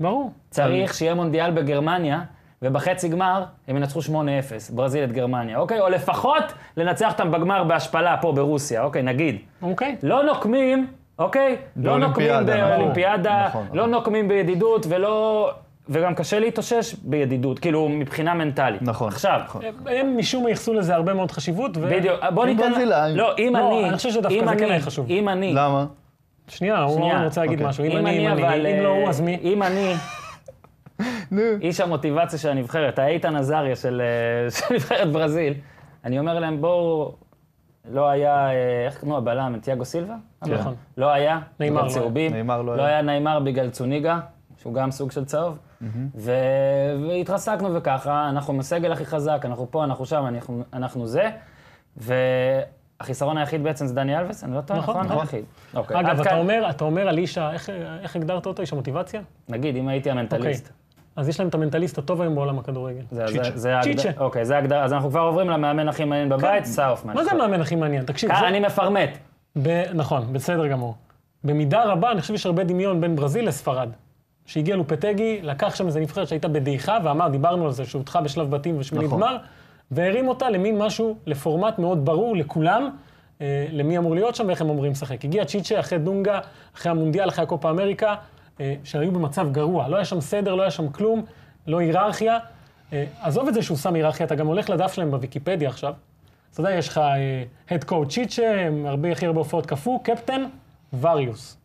Speaker 3: ברור.
Speaker 1: צריך שיהיה מונדיאל בגרמניה, ובחצי גמר הם ינצחו 8-0, ברזיל את גרמניה, אוקיי? או לפחות לנצח אותם בגמר בהשפלה פה ברוסיה, אוקיי? נגיד.
Speaker 3: אוקיי.
Speaker 1: לא נוקמים, אוקיי? לא נוקמים
Speaker 2: באולימפיאדה, נכון.
Speaker 1: באולימפיאדה,
Speaker 2: נכון,
Speaker 1: לא
Speaker 2: נכון.
Speaker 1: נוקמים בידידות ולא... וגם קשה להתאושש בידידות, כאילו, מבחינה מנטלית.
Speaker 2: נכון, אה,
Speaker 1: עכשיו,
Speaker 3: הם משום מה ייחסו לזה הרבה מאוד חשיבות. ו-
Speaker 1: בדיוק, בוא
Speaker 2: עם
Speaker 1: ניתן...
Speaker 2: ברזילאים.
Speaker 1: לא, אם
Speaker 3: לא,
Speaker 1: אני...
Speaker 3: אני חושב שדווקא
Speaker 1: אם
Speaker 3: זה כן
Speaker 1: אני-
Speaker 3: היה חשוב.
Speaker 1: אם אני...
Speaker 2: למה?
Speaker 3: שנייה, הוא לא
Speaker 1: שנייה.
Speaker 3: רוצה להגיד
Speaker 2: אוקיי.
Speaker 3: משהו. אם אני, אם
Speaker 1: אבל,
Speaker 3: אני, אם לא
Speaker 1: אה,
Speaker 3: הוא, אז מי?
Speaker 1: אם אני... איש המוטיבציה של הנבחרת, האיתן עזריה של אה, של נבחרת ברזיל, אני אומר להם, בואו... לא היה, אה, איך קנו הבלם, תיאגו סילבה?
Speaker 3: נכון.
Speaker 1: לא היה,
Speaker 3: נאמר
Speaker 1: בגלל
Speaker 3: לא היה.
Speaker 1: צהובים.
Speaker 2: נאמר לא
Speaker 1: לא
Speaker 2: היה.
Speaker 1: היה נאמר בגלל צוניגה, שהוא גם סוג של צהוב. ו... והתרסקנו וככה, אנחנו עם הסגל הכי חזק, אנחנו פה, אנחנו שם, אנחנו, אנחנו זה. והחיסרון היחיד בעצם זה דני אלבס, אני לא טועה,
Speaker 3: נכון,
Speaker 1: נכון?
Speaker 3: נכון.
Speaker 1: היחיד. אוקיי, עד
Speaker 3: אגב, אתה
Speaker 1: כאן.
Speaker 3: אומר, אתה אומר על איש, ה- איך- איך הגדרת אותו? איש המוטיבציה?
Speaker 1: נגיד, אם הייתי המנטליסט.
Speaker 3: אז יש להם את המנטליסט הטוב היום בעולם הכדורגל.
Speaker 1: זה-
Speaker 2: צ'יצ'ה.
Speaker 1: זה- זה ההגדרה.
Speaker 3: אוקיי. צ'יצ'ה.
Speaker 1: אוקיי, זה ההגדרה. אז אנחנו כבר עוברים למאמן הכי מעניין בבית,
Speaker 3: כן.
Speaker 1: סאופמן.
Speaker 3: מה זה המאמן הכי מעניין? תקשיב,
Speaker 1: אה,
Speaker 3: זה-
Speaker 1: אני מפרמט.
Speaker 3: ב- נכון, בסדר גמור. במידה רבה, אני חושב שיש הרבה דמיון בין ברזיל לספרד. שהגיע לופטגי, לקח שם איזה נבחרת שהייתה בדעיכה, ואמר, דיברנו על זה, שהודחה בשלב בתים ושמינית
Speaker 2: נכון.
Speaker 3: גמר, והרים אותה למין משהו, לפורמט מאוד ברור לכולם, אה, למי אמור להיות שם ואיך הם אמורים לשחק. הגיע צ'יצ'ה אחרי דונגה, אחרי המונדיאל, אחרי הקופה אמריקה, אה, שהיו במצב גרוע. לא היה שם סדר, לא היה שם כלום, לא היררכיה. אה, עזוב את זה שהוא שם היררכיה, אתה גם הולך לדף שלהם בוויקיפדיה עכשיו. אתה יודע, יש לך אה, head coach צ'יצ'ה, עם הרבה, הכי הרבה הופעות קפוא, קפטן, וריוס.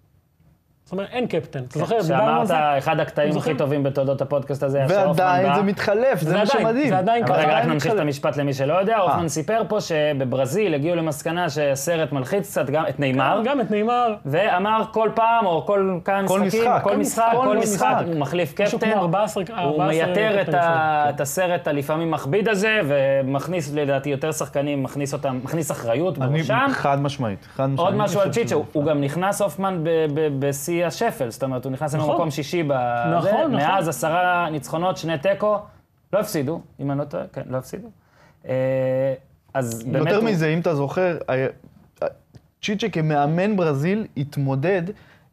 Speaker 3: זאת אומרת, אין קפטן. אתה זוכר, דיברנו על
Speaker 1: כן, שאמרת,
Speaker 3: זה.
Speaker 1: אחד הקטעים
Speaker 3: זוכרים?
Speaker 1: הכי טובים בתולדות הפודקאסט הזה, היה
Speaker 2: ועדיין
Speaker 1: בא.
Speaker 2: זה מתחלף, זה
Speaker 3: זה
Speaker 2: מה
Speaker 3: עדיין,
Speaker 2: שמדהים.
Speaker 3: זה עדיין
Speaker 1: אבל
Speaker 3: ככה.
Speaker 1: רגע, רק
Speaker 2: עדיין
Speaker 1: נמשיך את
Speaker 2: מתחלף.
Speaker 1: המשפט למי שלא יודע. הופמן סיפר פה שבברזיל הגיעו למסקנה שהסרט מלחיץ קצת גם את נאמר,
Speaker 3: אה, גם את נאמר,
Speaker 2: כן,
Speaker 1: ואמר כל פעם, או כל כמה
Speaker 2: כל
Speaker 1: משחקים,
Speaker 2: משחק.
Speaker 1: כל
Speaker 2: כל
Speaker 1: משחק,
Speaker 2: משחק,
Speaker 1: כל
Speaker 2: כל
Speaker 1: משחק,
Speaker 2: משחק.
Speaker 1: הוא מחליף
Speaker 3: משהו
Speaker 2: כן.
Speaker 1: קפטן,
Speaker 3: כמו 14
Speaker 1: הוא
Speaker 3: 14
Speaker 1: מייתר את,
Speaker 3: קפטנים
Speaker 1: ה...
Speaker 3: שלו.
Speaker 1: את הסרט הלפעמים מכביד הזה, ומכניס לדעתי יותר שחקנים, מכניס אותם, מכניס אחריות
Speaker 2: אני
Speaker 1: בראשם.
Speaker 2: חד משמעית, חד משמעית.
Speaker 1: עוד משהו על צ'יצ'ו,
Speaker 3: נכון.
Speaker 1: הוא גם נכנס הופמן ב- ב- בשיא השפל, זאת אומרת, הוא נכנס לנו
Speaker 3: נכון.
Speaker 1: למקום שישי ב...
Speaker 3: נכון,
Speaker 1: זה.
Speaker 3: נכון.
Speaker 1: מאז עשרה ניצחונות, שני תיקו, לא הפסידו, אם אני לא טועה, כן, לא הפסידו. אה, אז באמת...
Speaker 2: יותר
Speaker 1: הוא-
Speaker 2: מזה, אם אתה זוכר, ה- ה- צ'יצ'ה כמאמן ברזיל התמודד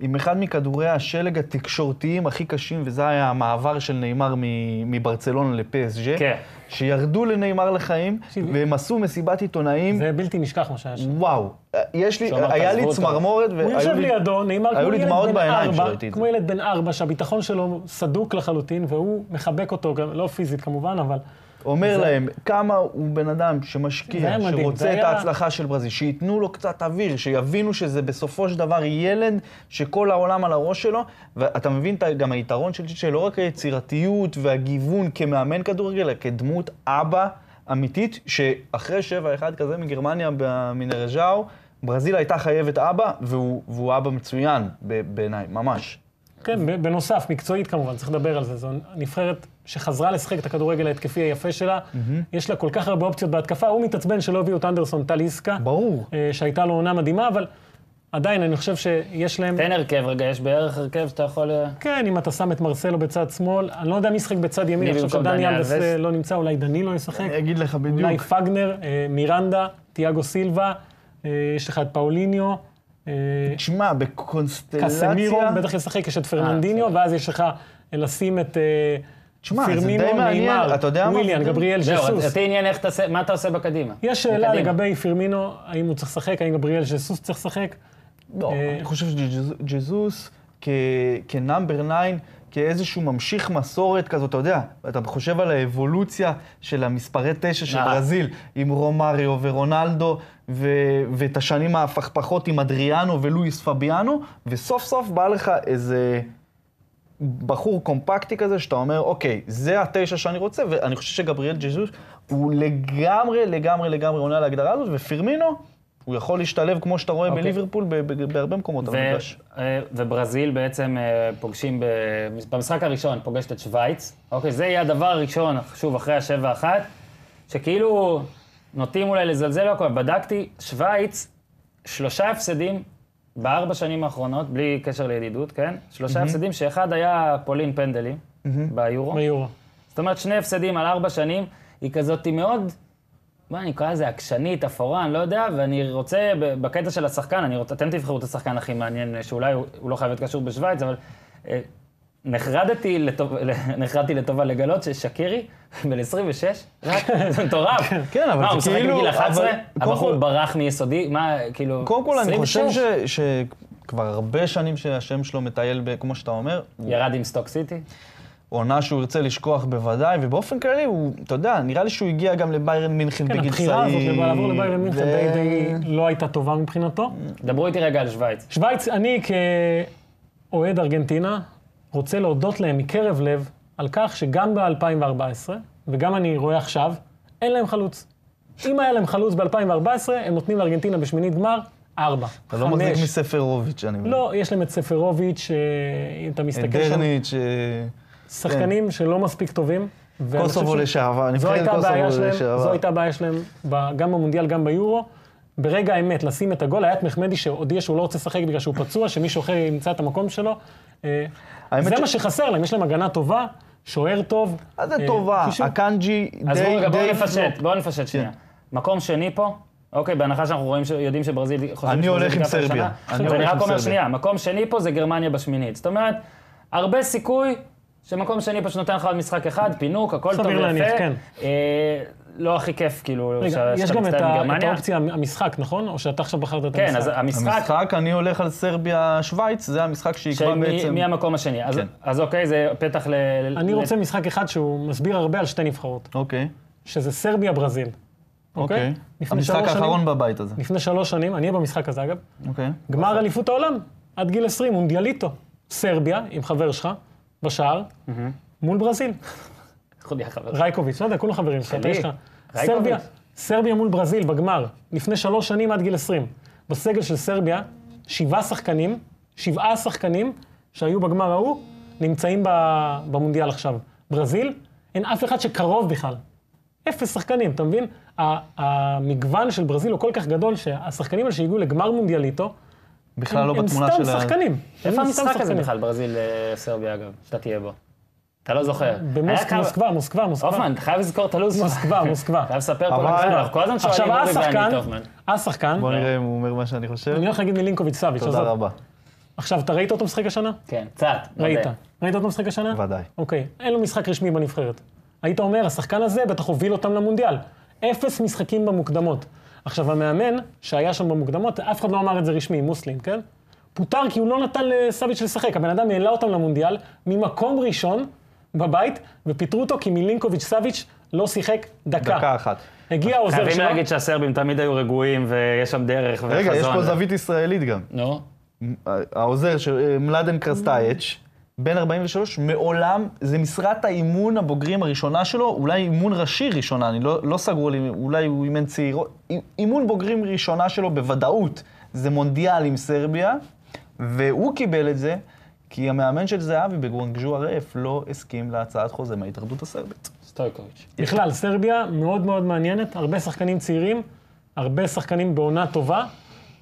Speaker 2: עם אחד מכדורי השלג התקשורתיים הכי קשים, וזה היה המעבר של נאמר מ- מברצלונה לפסג'ה,
Speaker 1: כן.
Speaker 2: שירדו לנאמר לחיים,
Speaker 3: תקשיב,
Speaker 2: והם עשו מסיבת עיתונאים,
Speaker 3: זה בלתי נשכח מה שהיה שם.
Speaker 2: וואו. יש לי,
Speaker 1: שאמרת,
Speaker 2: היה
Speaker 1: עזבו
Speaker 2: לי
Speaker 1: אותו.
Speaker 2: צמרמורת,
Speaker 3: הוא
Speaker 2: והיו
Speaker 3: יושב
Speaker 2: לי-
Speaker 3: לידו, נאמר
Speaker 2: היו
Speaker 3: כמו
Speaker 2: לי
Speaker 3: ילד
Speaker 2: דמעות
Speaker 3: בן
Speaker 2: בעיניים
Speaker 3: ארבע,
Speaker 2: כשראיתי את זה.
Speaker 3: כמו ילד בן ארבע, שהביטחון שלו סדוק לחלוטין, והוא מחבק אותו, גם לא פיזית כמובן, אבל...
Speaker 2: אומר
Speaker 3: זה-
Speaker 2: להם כמה הוא בן אדם
Speaker 3: זה היה
Speaker 2: שמשקיע,
Speaker 3: מדהים, זה
Speaker 2: שרוצה את
Speaker 3: היה-
Speaker 2: ההצלחה של ברזיל, שייתנו לו קצת אוויר, שיבינו שזה בסופו של דבר ילד שכל העולם על הראש שלו, ואתה מבין את ה- גם היתרון של צ'יצ'ה, לא רק היצירתיות והגיוון כמאמן כדורגל, אלא כדמות אבא אמיתית, שאחרי 7-1 כזה מגרמניה במנרז'או, ברזיל הייתה חייבת אבא, והוא, והוא אבא מצוין ב- בעיניי, ממש.
Speaker 3: כן, ב- בנוסף, מקצועית כמובן, צריך לדבר על זה. זו נבחרת שחזרה לשחק את הכדורגל ההתקפי היפה שלה. יש לה כל כך הרבה אופציות בהתקפה. הוא מתעצבן שלא הביאו את אנדרסון טל איסקה.
Speaker 2: ברור.
Speaker 3: אה, שהייתה לו עונה מדהימה, אבל עדיין, אני חושב שיש להם...
Speaker 1: תן הרכב רגע, יש בערך הרכב שאתה יכול... אה,
Speaker 3: כן, אם אתה שם את מרסלו בצד שמאל, אני לא יודע מי ישחק בצד ימין,
Speaker 1: מי
Speaker 3: אני חושב
Speaker 1: במקום
Speaker 3: שדני
Speaker 1: דני
Speaker 3: אלבס
Speaker 1: אלבס?
Speaker 3: אה, לא נמצא, אולי דנילו ישחק.
Speaker 2: אני אגיד לך אה, בדיוק.
Speaker 3: אולי פגנר, אה, מירנדה, תיאגו סילבה, אה, יש לך את פאוליניו, אה,
Speaker 2: תשמע, בקונסטלציה...
Speaker 3: קסמירו, בטח ישחק, יש את פרננדיניו, ואז יש לך אה, לשים את אה,
Speaker 2: תשמע, זה די
Speaker 3: פירמינו,
Speaker 2: מעניין,
Speaker 3: נאמר,
Speaker 2: אתה יודע מה?
Speaker 3: וויליאן,
Speaker 2: זה-
Speaker 3: גבריאל,
Speaker 1: זהו,
Speaker 3: ז'סוס.
Speaker 1: אותי עניין איך תעשה, מה אתה עושה בקדימה.
Speaker 3: יש
Speaker 2: אה,
Speaker 3: שאלה
Speaker 1: בקדימה.
Speaker 3: לגבי פירמינו, האם הוא צריך לשחק, האם גבריאל ז'סוס צריך לשחק.
Speaker 2: לא,
Speaker 3: אה,
Speaker 2: אני חושב שג'זוס כנאמבר 9, כאיזשהו ממשיך מסורת כזאת, אתה יודע, אתה חושב על האבולוציה של המספרי 9 של
Speaker 1: אה.
Speaker 2: ברזיל, עם רומאריו ורונלדו, ו- ואת השנים ההפכפכות עם אדריאנו ולואיס פביאנו, וסוף סוף בא לך איזה... בחור קומפקטי כזה, שאתה אומר, אוקיי, זה התשע שאני רוצה, ואני חושב שגבריאל ג'זוס הוא לגמרי, לגמרי, לגמרי עונה על ההגדרה הזאת, ופירמינו, הוא יכול להשתלב, כמו שאתה רואה
Speaker 1: אוקיי.
Speaker 2: בליברפול, ב- ב- בהרבה מקומות על
Speaker 1: ו-
Speaker 2: המגרש.
Speaker 1: אה, וברזיל בעצם אה, פוגשים, ב- במשחק הראשון פוגשת את שווייץ. אוקיי, זה יהיה הדבר הראשון, שוב, אחרי השבע אחת, שכאילו נוטים אולי לזלזל והכל. בדקתי, שווייץ, שלושה הפסדים בארבע שנים האחרונות, בלי קשר לידידות, כן? שלושה הפסדים, שאחד היה פולין פנדלים, ביורו.
Speaker 3: ביורו.
Speaker 1: זאת אומרת, שני הפסדים על ארבע שנים, היא כזאת מאוד, מה אני אקרא לזה, עקשנית, אפורה, אני לא יודע, ואני רוצה, ב- בקטע של השחקן, אני רוצה, אתם תבחרו את השחקן הכי מעניין, שאולי הוא, הוא לא חייב להיות קשור בשוויץ, אבל אה, נחרדתי, לטוב, נחרדתי לטובה לגלות ששקירי, בן 26, רק, זה מטורף.
Speaker 2: כן, אבל
Speaker 1: מה,
Speaker 2: זה
Speaker 1: הוא משחק
Speaker 2: כאילו-
Speaker 1: בגיל 11?
Speaker 2: אבל- קודם
Speaker 1: הבחור
Speaker 2: כל-
Speaker 1: ברח מיסודי, מה, כאילו,
Speaker 2: קודם כל, אני חושב
Speaker 1: 26?
Speaker 2: ש- שכבר הרבה שנים שהשם שלו מטייל, ב- כמו שאתה אומר,
Speaker 1: ירד עם סטוק סיטי?
Speaker 2: עונה שהוא ירצה לשכוח בוודאי, ובאופן כללי, הוא, אתה יודע, נראה לי שהוא הגיע גם לביירן מינכן
Speaker 3: כן,
Speaker 2: בגיל צעיר.
Speaker 3: הבחירה הזאת, לעבור לביירן מינכן,
Speaker 2: ו-
Speaker 3: די- די לא הייתה טובה מבחינתו.
Speaker 1: דברו איתי רגע על שווייץ.
Speaker 3: שווייץ, אני כאוהד ארגנטינה, רוצה להודות להם מקרב לב על כך שגם ב-2014, וגם אני רואה עכשיו, אין להם חלוץ. אם היה להם חלוץ ב-2014, הם נותנים לארגנטינה בשמינית גמר, ארבע,
Speaker 2: אתה לא מחזיק
Speaker 3: חמש.
Speaker 2: מספרוביץ', אני מבין.
Speaker 3: לא, יש להם את ספרוביץ', אה, אם אתה
Speaker 2: את
Speaker 3: מסתכל שם,
Speaker 2: דרניץ', אה,
Speaker 3: שחקנים שלא מספיק טובים. ואני
Speaker 2: קוסובו
Speaker 3: חושב ש-
Speaker 2: לשעבר,
Speaker 3: זו
Speaker 2: נבחרת
Speaker 3: הייתה הבעיה
Speaker 2: קוסובו
Speaker 3: שלהם,
Speaker 2: לשעבר.
Speaker 3: זו הייתה הבעיה שלהם, ב- גם במונדיאל, גם ביורו. ברגע האמת, לשים את הגול, היה את מחמדי שהודיע שהוא לא רוצה לשחק בגלל שהוא פצוע, שמישהו אחר ימצא את המקום שלו. אה,
Speaker 2: האמת
Speaker 3: זה
Speaker 2: ש-
Speaker 3: מה שחסר להם, יש להם הגנה טובה, שוער טוב.
Speaker 2: מה זה
Speaker 3: אה,
Speaker 2: טובה?
Speaker 3: קישור.
Speaker 2: הקאנג'י די...
Speaker 1: אז בואו רגע, בואו
Speaker 2: די-
Speaker 1: נפשט, בואו נפשט שנייה.
Speaker 3: כן.
Speaker 1: מקום שני פה, אוקיי, בהנחה שאנחנו רואים, ש- יודעים שברזיל, חושבים
Speaker 2: אני
Speaker 1: שברזיל
Speaker 2: הולך עם
Speaker 1: תיקח את
Speaker 2: סרביה.
Speaker 1: השנה,
Speaker 2: אני
Speaker 1: אז אני
Speaker 2: הולך עם
Speaker 1: רק אומר
Speaker 2: סרביה.
Speaker 1: שנייה, מקום שני פה זה גרמניה בשמינית. זאת אומרת, הרבה סיכוי שמקום שני פשוט נותן לך עוד משחק אחד, פינוק, הכל טוב
Speaker 3: סביר להניח,
Speaker 1: ויפה.
Speaker 3: כן.
Speaker 1: אה, לא הכי כיף, כאילו,
Speaker 3: רגע,
Speaker 1: ש-
Speaker 3: יש
Speaker 1: שאתה
Speaker 3: גם את
Speaker 1: מצטיין
Speaker 3: ה- את
Speaker 1: בגרמניה.
Speaker 3: האופציה המשחק, נכון? או שאתה עכשיו בחרת את המשחק?
Speaker 1: כן, אז המשחק,
Speaker 2: המשחק, אני הולך על סרביה-שוויץ, זה המשחק שיקבע
Speaker 1: שמי-
Speaker 2: בעצם...
Speaker 1: מי המקום השני. אז-
Speaker 2: כן.
Speaker 1: אז אוקיי, זה פתח ל...
Speaker 3: אני
Speaker 1: ל-
Speaker 3: רוצה משחק אחד שהוא מסביר הרבה על שתי נבחרות,
Speaker 2: אוקיי,
Speaker 3: שזה סרביה-ברזיל. אוקיי?
Speaker 2: אוקיי.
Speaker 3: לפני
Speaker 2: המשחק
Speaker 3: שלוש שנים-
Speaker 2: האחרון בבית הזה.
Speaker 3: לפני שלוש שנים, אני אהיה במשחק הזה אגב,
Speaker 2: אוקיי.
Speaker 3: גמר אליפות העולם, עד גיל 20, מונדיאליטו. סרביה, עם חבר שלך, בשער, מול ברזיל.
Speaker 1: חודי החבר.
Speaker 3: רייקוביץ', לא יודע, כולם חברים שלך, אתה
Speaker 1: שלי.
Speaker 3: יש לך.
Speaker 1: רייקוביץ'.
Speaker 3: סרביה, סרביה מול ברזיל בגמר, לפני שלוש שנים עד גיל 20. בסגל של סרביה, שבעה שחקנים, שבעה שחקנים שהיו בגמר ההוא, נמצאים ב- במונדיאל עכשיו. ברזיל, אין אף אחד שקרוב בכלל. אפס שחקנים, אתה מבין? ה- המגוון של ברזיל הוא כל כך גדול שהשחקנים האלה שהגיעו לגמר מונדיאליטו,
Speaker 2: בכלל לא
Speaker 3: הם
Speaker 2: בתמונה
Speaker 3: סתם
Speaker 2: של ה...
Speaker 3: שחקנים.
Speaker 1: איפה
Speaker 3: הם סתם
Speaker 1: המשחק הזה
Speaker 3: שחקנים.
Speaker 1: בכלל, ברזיל-סרביה אגב, שאתה תהיה בו? אתה לא זוכר. היה כמה-
Speaker 3: במוסקבה, מוסקבה, מוסקבה.
Speaker 1: הופמן, אתה חייב לזכור את הלו"ז שלך.
Speaker 3: מוסקבה, מוסקבה.
Speaker 1: חייב לספר פה
Speaker 2: אבל-
Speaker 1: למשחק, אנחנו כל הזמן שואלים
Speaker 3: עכשיו,
Speaker 1: אורי ואני את
Speaker 3: השחקן,
Speaker 1: הופמן.
Speaker 3: השחקן,
Speaker 2: בוא נראה אם הוא אומר מה שאני חושב.
Speaker 3: לא- אני הולך להגיד מילינקוביץ' סביץ',
Speaker 2: תודה
Speaker 3: עזוב.
Speaker 2: רבה.
Speaker 3: עכשיו, אתה ראית אותו משחק השנה?
Speaker 1: כן, קצת.
Speaker 3: ראית.
Speaker 1: מודה.
Speaker 3: ראית אותו משחק השנה?
Speaker 2: ודאי.
Speaker 3: אוקיי, אין לו משחק רשמי בנבחרת. היית אומר, השחקן הזה בטח הוביל אותם למונדיאל. אפס משחקים במוקדמות. עכשיו, המאמן שהיה שם במוקדמות, אף אחד לא אמר את זה רשמי, מוסלין, כן? פוטר כי הוא לא נתן לסביץ' לשחק. הבן אדם העלה אותם למונדיאל ממקום ראשון בבית, ופיטרו אותו כי מילינקוביץ' סביץ' לא שיחק דקה.
Speaker 2: דקה אחת.
Speaker 3: הגיע העוזר
Speaker 1: חייבים
Speaker 3: שלו,
Speaker 1: להגיד שהסרבים תמיד היו רגועים ויש שם דרך וחזון.
Speaker 2: רגע, יש פה זווית ישראלית גם.
Speaker 1: נו.
Speaker 2: העוזר של אה, מלאדן קרסטייץ', בן 43, מעולם, זה משרת האימון הבוגרים הראשונה שלו, אולי אימון ראשי ראשונה, אני לא, לא סגרו לי, אולי הוא אימן צעירות, אי- אימון בוגרים ראשונה שלו בוודאות, זה מונדיאל עם סרביה, והוא קיבל את זה. כי המאמן של זהבי בגואנג'ו RF לא הסכים להצעת חוזה מההתאחדות הסרבית.
Speaker 1: סטויקוביץ'.
Speaker 3: בכלל, סרביה מאוד מאוד מעניינת, הרבה שחקנים צעירים, הרבה שחקנים בעונה טובה.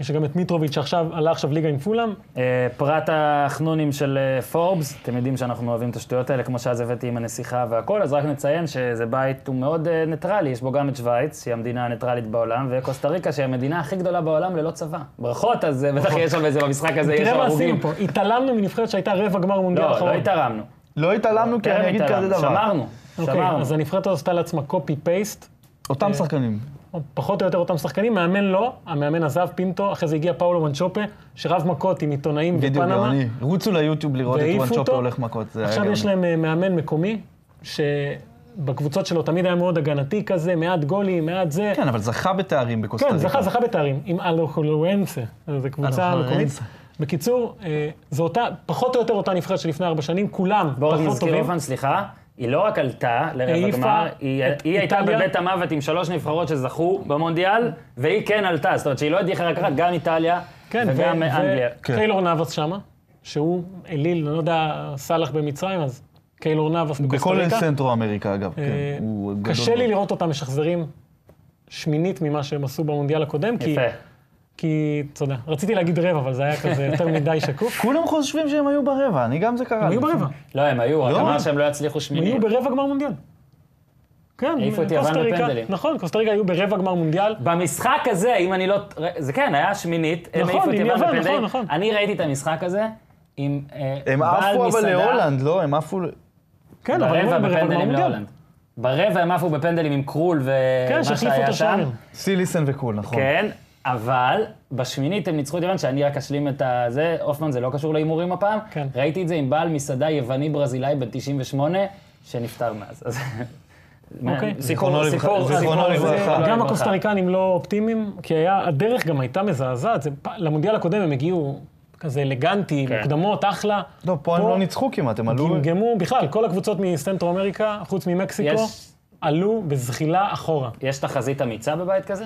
Speaker 3: יש גם את מיטרוביץ' שעכשיו, עלה עכשיו ליגה עם פולאם.
Speaker 1: אה, פרט החנונים של אה, פורבס, אתם יודעים שאנחנו אוהבים את השטויות האלה, כמו שאז הבאתי עם הנסיכה והכל, אז רק נציין שזה בית הוא מאוד אה, ניטרלי, יש בו גם את שווייץ, שהיא המדינה הניטרלית בעולם, וקוסטה ריקה, שהיא המדינה הכי גדולה בעולם ללא צבא. ברכות, אז אה, בטח יש שם איזה במשחק הזה, יש
Speaker 3: תראה
Speaker 1: שם
Speaker 3: מה
Speaker 1: הרוגים.
Speaker 3: עשינו פה, התעלמנו מנבחרת שהייתה רבע גמר מונדיאל
Speaker 1: לא,
Speaker 3: האחרון.
Speaker 1: לא התערמנו.
Speaker 2: לא התעלמנו, כי
Speaker 1: טרם
Speaker 3: כן,
Speaker 2: אני אגיד כזה
Speaker 1: התערמנו.
Speaker 2: דבר.
Speaker 1: שמרנו,
Speaker 3: אוקיי,
Speaker 1: שמרנו.
Speaker 3: אז הנבחרת הזאת עשתה לעצמה copy-paste,
Speaker 2: אותם
Speaker 3: אה,
Speaker 2: שחקנים.
Speaker 3: פחות או יותר אותם שחקנים, מאמן לא, המאמן עזב פינטו, אחרי זה הגיע פאולו מנצ'ופה, שרב מכות עם עיתונאים
Speaker 2: בדיוק, גם
Speaker 3: בפנמה,
Speaker 2: אני. רוצו ליוטיוב לראות את
Speaker 3: והעיפו
Speaker 2: וואן
Speaker 3: אותו.
Speaker 2: צ'ופו הולך מכות. זה היה
Speaker 3: עכשיו
Speaker 2: גאוני.
Speaker 3: יש להם אה, מאמן מקומי, שבקבוצות שלו תמיד היה מאוד הגנתי כזה, מעט גולים, מעט זה.
Speaker 2: כן, אבל זכה בתארים בקוסטה
Speaker 3: כן,
Speaker 2: ריקה.
Speaker 3: זכה, זכה בתארים, עם אלוחולואנסה, זו קבוצה
Speaker 2: אלוחולואנסה.
Speaker 3: מקומית. בקיצור, אה, זו אותה, פחות או יותר אותה נבחרת שלפני ארבע שנים, כולם
Speaker 1: בואו רק
Speaker 3: פחות
Speaker 1: נזכיר
Speaker 3: טובים.
Speaker 1: אופן, סליחה, היא לא רק עלתה לרבע
Speaker 3: העיפה
Speaker 1: גמר, היא
Speaker 3: את
Speaker 1: היא הייתה
Speaker 3: איטליה.
Speaker 1: בבית המוות עם שלוש נבחרות שזכו במונדיאל, והיא כן עלתה, זאת אומרת שהיא לא הדיחה רק אחת, גם איטליה
Speaker 3: כן,
Speaker 1: וגם
Speaker 3: ו-
Speaker 1: אנגליה.
Speaker 2: כן.
Speaker 3: וקיילור נאבס שמה, שהוא אליל, לא יודע, סאלח במצרים, אז קיילור נאבס בקוסטה
Speaker 2: בכל
Speaker 3: ריקה.
Speaker 2: סנטרו אמריקה, אגב,
Speaker 3: אה,
Speaker 2: כן. הוא גדול.
Speaker 3: קשה לי
Speaker 2: מאוד.
Speaker 3: לראות אותם משחזרים שמינית ממה שהם עשו במונדיאל הקודם, כי...
Speaker 1: יפה.
Speaker 3: כי, אתה יודע, רציתי להגיד רבע, אבל זה היה כזה יותר מדי שקוף.
Speaker 2: כולם חושבים שהם היו ברבע, אני גם זה קרה.
Speaker 3: הם
Speaker 2: לי.
Speaker 3: היו ברבע,
Speaker 1: לא, הם היו, רק
Speaker 2: לא.
Speaker 1: אמר שהם לא יצליחו
Speaker 3: הם
Speaker 1: שמיני.
Speaker 3: היו ברבע גמר מונדיאל. כן,
Speaker 1: העיפו את
Speaker 3: קוסטה
Speaker 1: יוון
Speaker 3: ריקה-
Speaker 1: בפנדלים.
Speaker 3: נכון, קוסטה ריקה היו ברבע גמר מונדיאל.
Speaker 1: במשחק הזה, אם אני לא... זה כן, היה שמינית, הם
Speaker 3: נכון,
Speaker 1: העיפו את
Speaker 3: עם
Speaker 1: יוון
Speaker 3: יוון,
Speaker 1: בפנדלים.
Speaker 3: נכון, נכון.
Speaker 1: אני ראיתי את המשחק הזה עם אה,
Speaker 2: הם
Speaker 1: בעל
Speaker 2: עפו אבל
Speaker 1: מסעדה,
Speaker 2: להולנד, לא? הם עפו... ל-
Speaker 3: כן, אבל הם
Speaker 1: ברבע
Speaker 3: היו ברבע גמר
Speaker 1: בפנדלים לא
Speaker 3: מונדיאל.
Speaker 1: להולנד. ברבע הם עפו בפנדלים עם קרול
Speaker 3: כן,
Speaker 1: ומה
Speaker 3: שהחליפו את
Speaker 1: אה, שהיה
Speaker 3: השערים.
Speaker 1: שם.
Speaker 2: סיליסן וקול, נכון.
Speaker 1: כן, אבל בשמינית הם ניצחו את יוון, שאני רק אשלים את הזה, הופמן זה לא קשור להימורים הפעם.
Speaker 3: כן.
Speaker 1: ראיתי את זה עם בעל מסעדה יווני-ברזילאי בן 98, שנפטר מאז. אז...
Speaker 3: אוקיי.
Speaker 2: זיכרונו
Speaker 1: סיפור,
Speaker 2: לברכה-
Speaker 1: סיפור,
Speaker 2: זיכרונו
Speaker 1: סיפור,
Speaker 2: לברכה.
Speaker 1: זיכרונו
Speaker 3: גם
Speaker 1: לברכה.
Speaker 3: הקוסטריקנים לא אופטימיים, כי היה, הדרך גם הייתה מזעזעת. זה פ- למונדיאל הקודם הם הגיעו כזה אלגנטי,
Speaker 1: כן.
Speaker 3: מוקדמות, אחלה.
Speaker 2: לא, פה הם לא ניצחו כמעט, הם עלו...
Speaker 3: גמגמו, בכלל, כל הקבוצות מסנטרו אמריקה, חוץ ממקסיקו,
Speaker 1: יש-
Speaker 3: עלו בזחילה אחורה.
Speaker 1: יש תחזית אמיצה בבית כזה?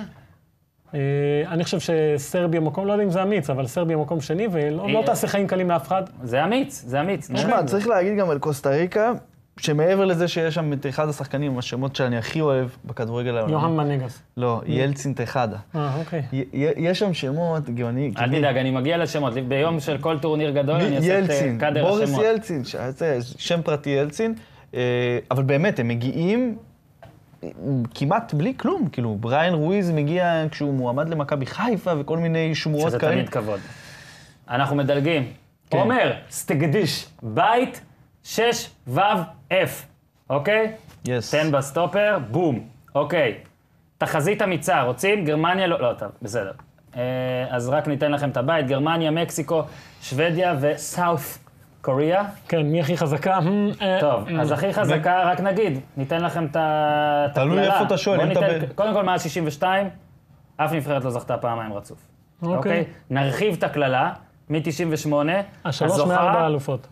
Speaker 3: אה, אני חושב שסרביה מקום, לא יודע אם זה אמיץ, אבל סרביה מקום שני, ולא
Speaker 1: אה,
Speaker 3: לא תעשה חיים קלים לאף אחד.
Speaker 1: זה אמיץ, זה אמיץ. נו.
Speaker 2: תשמע, צריך להגיד גם על קוסטה ריקה, שמעבר לזה שיש שם את אחד השחקנים, עם השמות שאני הכי אוהב בכדורגל
Speaker 3: יוהאן
Speaker 2: העולמי.
Speaker 3: מנגס.
Speaker 2: לא, ילצין טחדה.
Speaker 3: אה, אוקיי.
Speaker 2: י- י- יש שם שמות גאוני.
Speaker 1: אל תדאג, אני מגיע לשמות. ביום של כל טורניר גדול אני עושה את אה,
Speaker 2: ילצין,
Speaker 1: קאדר השמות.
Speaker 2: בוריס ילצין, שהיה זה שם פרטי ילצין, אה, אבל באמת, הם מגיעים אה, כמעט בלי כלום, כאילו, בריין רויז מגיע כשהוא מועמד למכבי חיפה וכל מיני שמועות
Speaker 1: שזה
Speaker 2: כאלה.
Speaker 1: תמיד כבוד. אנחנו מדלגים.
Speaker 2: כן.
Speaker 1: עומר, סטגדיש, בית, 6 ו' F, אוקיי?
Speaker 2: Yes.
Speaker 1: תן בסטופר, בום. אוקיי. תחזית אמיצה, רוצים? גרמניה לא... לא, טוב, בסדר. אה, אז רק ניתן לכם את הבית. גרמניה, מקסיקו, שוודיה וסאוף קוריאה.
Speaker 3: כן, מי הכי חזקה? Hmm, אה,
Speaker 1: טוב, אז הכי חזקה, רק נגיד, ניתן לכם את ה... את
Speaker 2: אה. תלוי
Speaker 1: הקללה.
Speaker 2: איפה אתה שואל,
Speaker 1: בוא
Speaker 2: אם אתה
Speaker 1: ניתן-
Speaker 2: ב-
Speaker 1: קודם כל, מעל 62, אף נבחרת לא זכתה פעמיים רצוף.
Speaker 3: אוקיי.
Speaker 1: אוקיי? נרחיב את הקללה, מ-98,
Speaker 3: השלוש מארבע אלופות.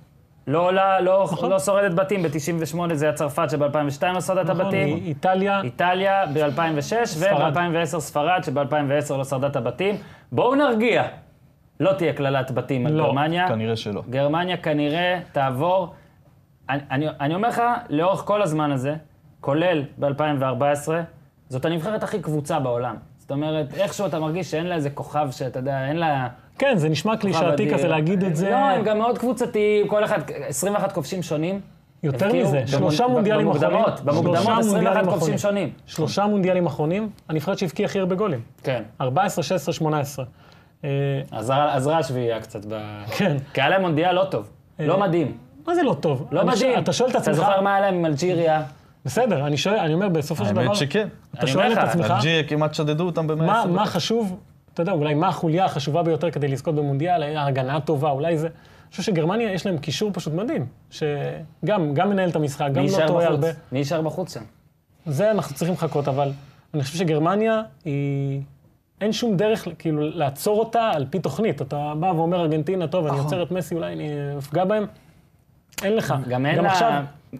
Speaker 1: לא עולה, לא לא שורדת בתים, ב-98 זה היה צרפת שב-2002 לא שרדה את
Speaker 3: אי-
Speaker 1: הבתים.
Speaker 3: אה,
Speaker 1: אה,
Speaker 3: איטליה,
Speaker 1: איטליה ב-2006, וב-2010 ספרד, שב-2010 לא שרדה את הבתים. בואו נרגיע. לא תהיה קללת בתים על
Speaker 3: לא,
Speaker 1: גרמניה.
Speaker 2: כנראה שלא.
Speaker 1: גרמניה כנראה תעבור. אני, אני, אני אומר לך, לאורך כל הזמן הזה, כולל ב-2014, זאת הנבחרת הכי קבוצה בעולם. זאת אומרת, איכשהו אתה מרגיש שאין לה איזה כוכב שאתה יודע, אין לה...
Speaker 3: כן, זה נשמע
Speaker 1: כוכב
Speaker 3: קלישאתי
Speaker 1: אדיר.
Speaker 3: כזה להגיד את זה.
Speaker 1: לא, הם גם מאוד קבוצתיים, כל אחד, 21 כובשים שונים. כאילו
Speaker 3: יותר
Speaker 1: הבקיעו
Speaker 3: מזה,
Speaker 1: במונ-
Speaker 3: שלושה
Speaker 1: ב-
Speaker 3: מונדיאלים אחרונים.
Speaker 1: במוקדמות, במוקדמות
Speaker 3: שלושה
Speaker 1: 21
Speaker 3: מונדיאלים
Speaker 1: כובשים
Speaker 3: אחרונים.
Speaker 1: שונים.
Speaker 3: שלושה מונדיאלים אחרונים, הנבחרת שהבקיעה הכי הרבה גולים.
Speaker 1: כן.
Speaker 3: 14, 16, 18. אה,
Speaker 1: עזרה עזרה השביעייה קצת ב...
Speaker 3: כן.
Speaker 1: כי היה להם מונדיאל לא טוב, לא מדהים.
Speaker 3: מה זה לא טוב?
Speaker 1: לא
Speaker 3: אני ש-
Speaker 1: מדהים.
Speaker 3: אתה שואל את
Speaker 1: אתה
Speaker 3: עצמך,
Speaker 1: זוכר מה היה להם עם אלג'יריה?
Speaker 3: בסדר, אני שואל, אני אומר, בסופו של דבר...
Speaker 2: האמת שכן.
Speaker 3: אתה
Speaker 1: אני
Speaker 3: שואל
Speaker 1: אומר
Speaker 3: את
Speaker 1: לך,
Speaker 3: עצמך,
Speaker 2: אלג'יריה כמעט שדדו אותם במאה
Speaker 3: מה,
Speaker 2: עשרה.
Speaker 3: מה חשוב, אתה יודע, אולי מה החוליה החשובה ביותר כדי לזכות במונדיאל, היה הגנה טובה, אולי זה... אני חושב שגרמניה יש להם קישור פשוט מדהים, שגם גם מנהל את המשחק,
Speaker 1: מי
Speaker 3: גם לא
Speaker 1: יישאר
Speaker 3: טועה
Speaker 1: בחוץ?
Speaker 3: הרבה.
Speaker 1: מי יישאר בחוץ שם?
Speaker 3: זה אנחנו צריכים לחכות, אבל אני חושב שגרמניה היא... אין שום דרך כאילו לעצור אותה על פי תוכנית. אתה בא ואומר ארגנטינה, טוב,
Speaker 1: נכון.
Speaker 3: אני עוצר את מסי, אולי אני אפגע בהם. אין לך.
Speaker 1: גם אין לה...
Speaker 3: עכשיו- אה,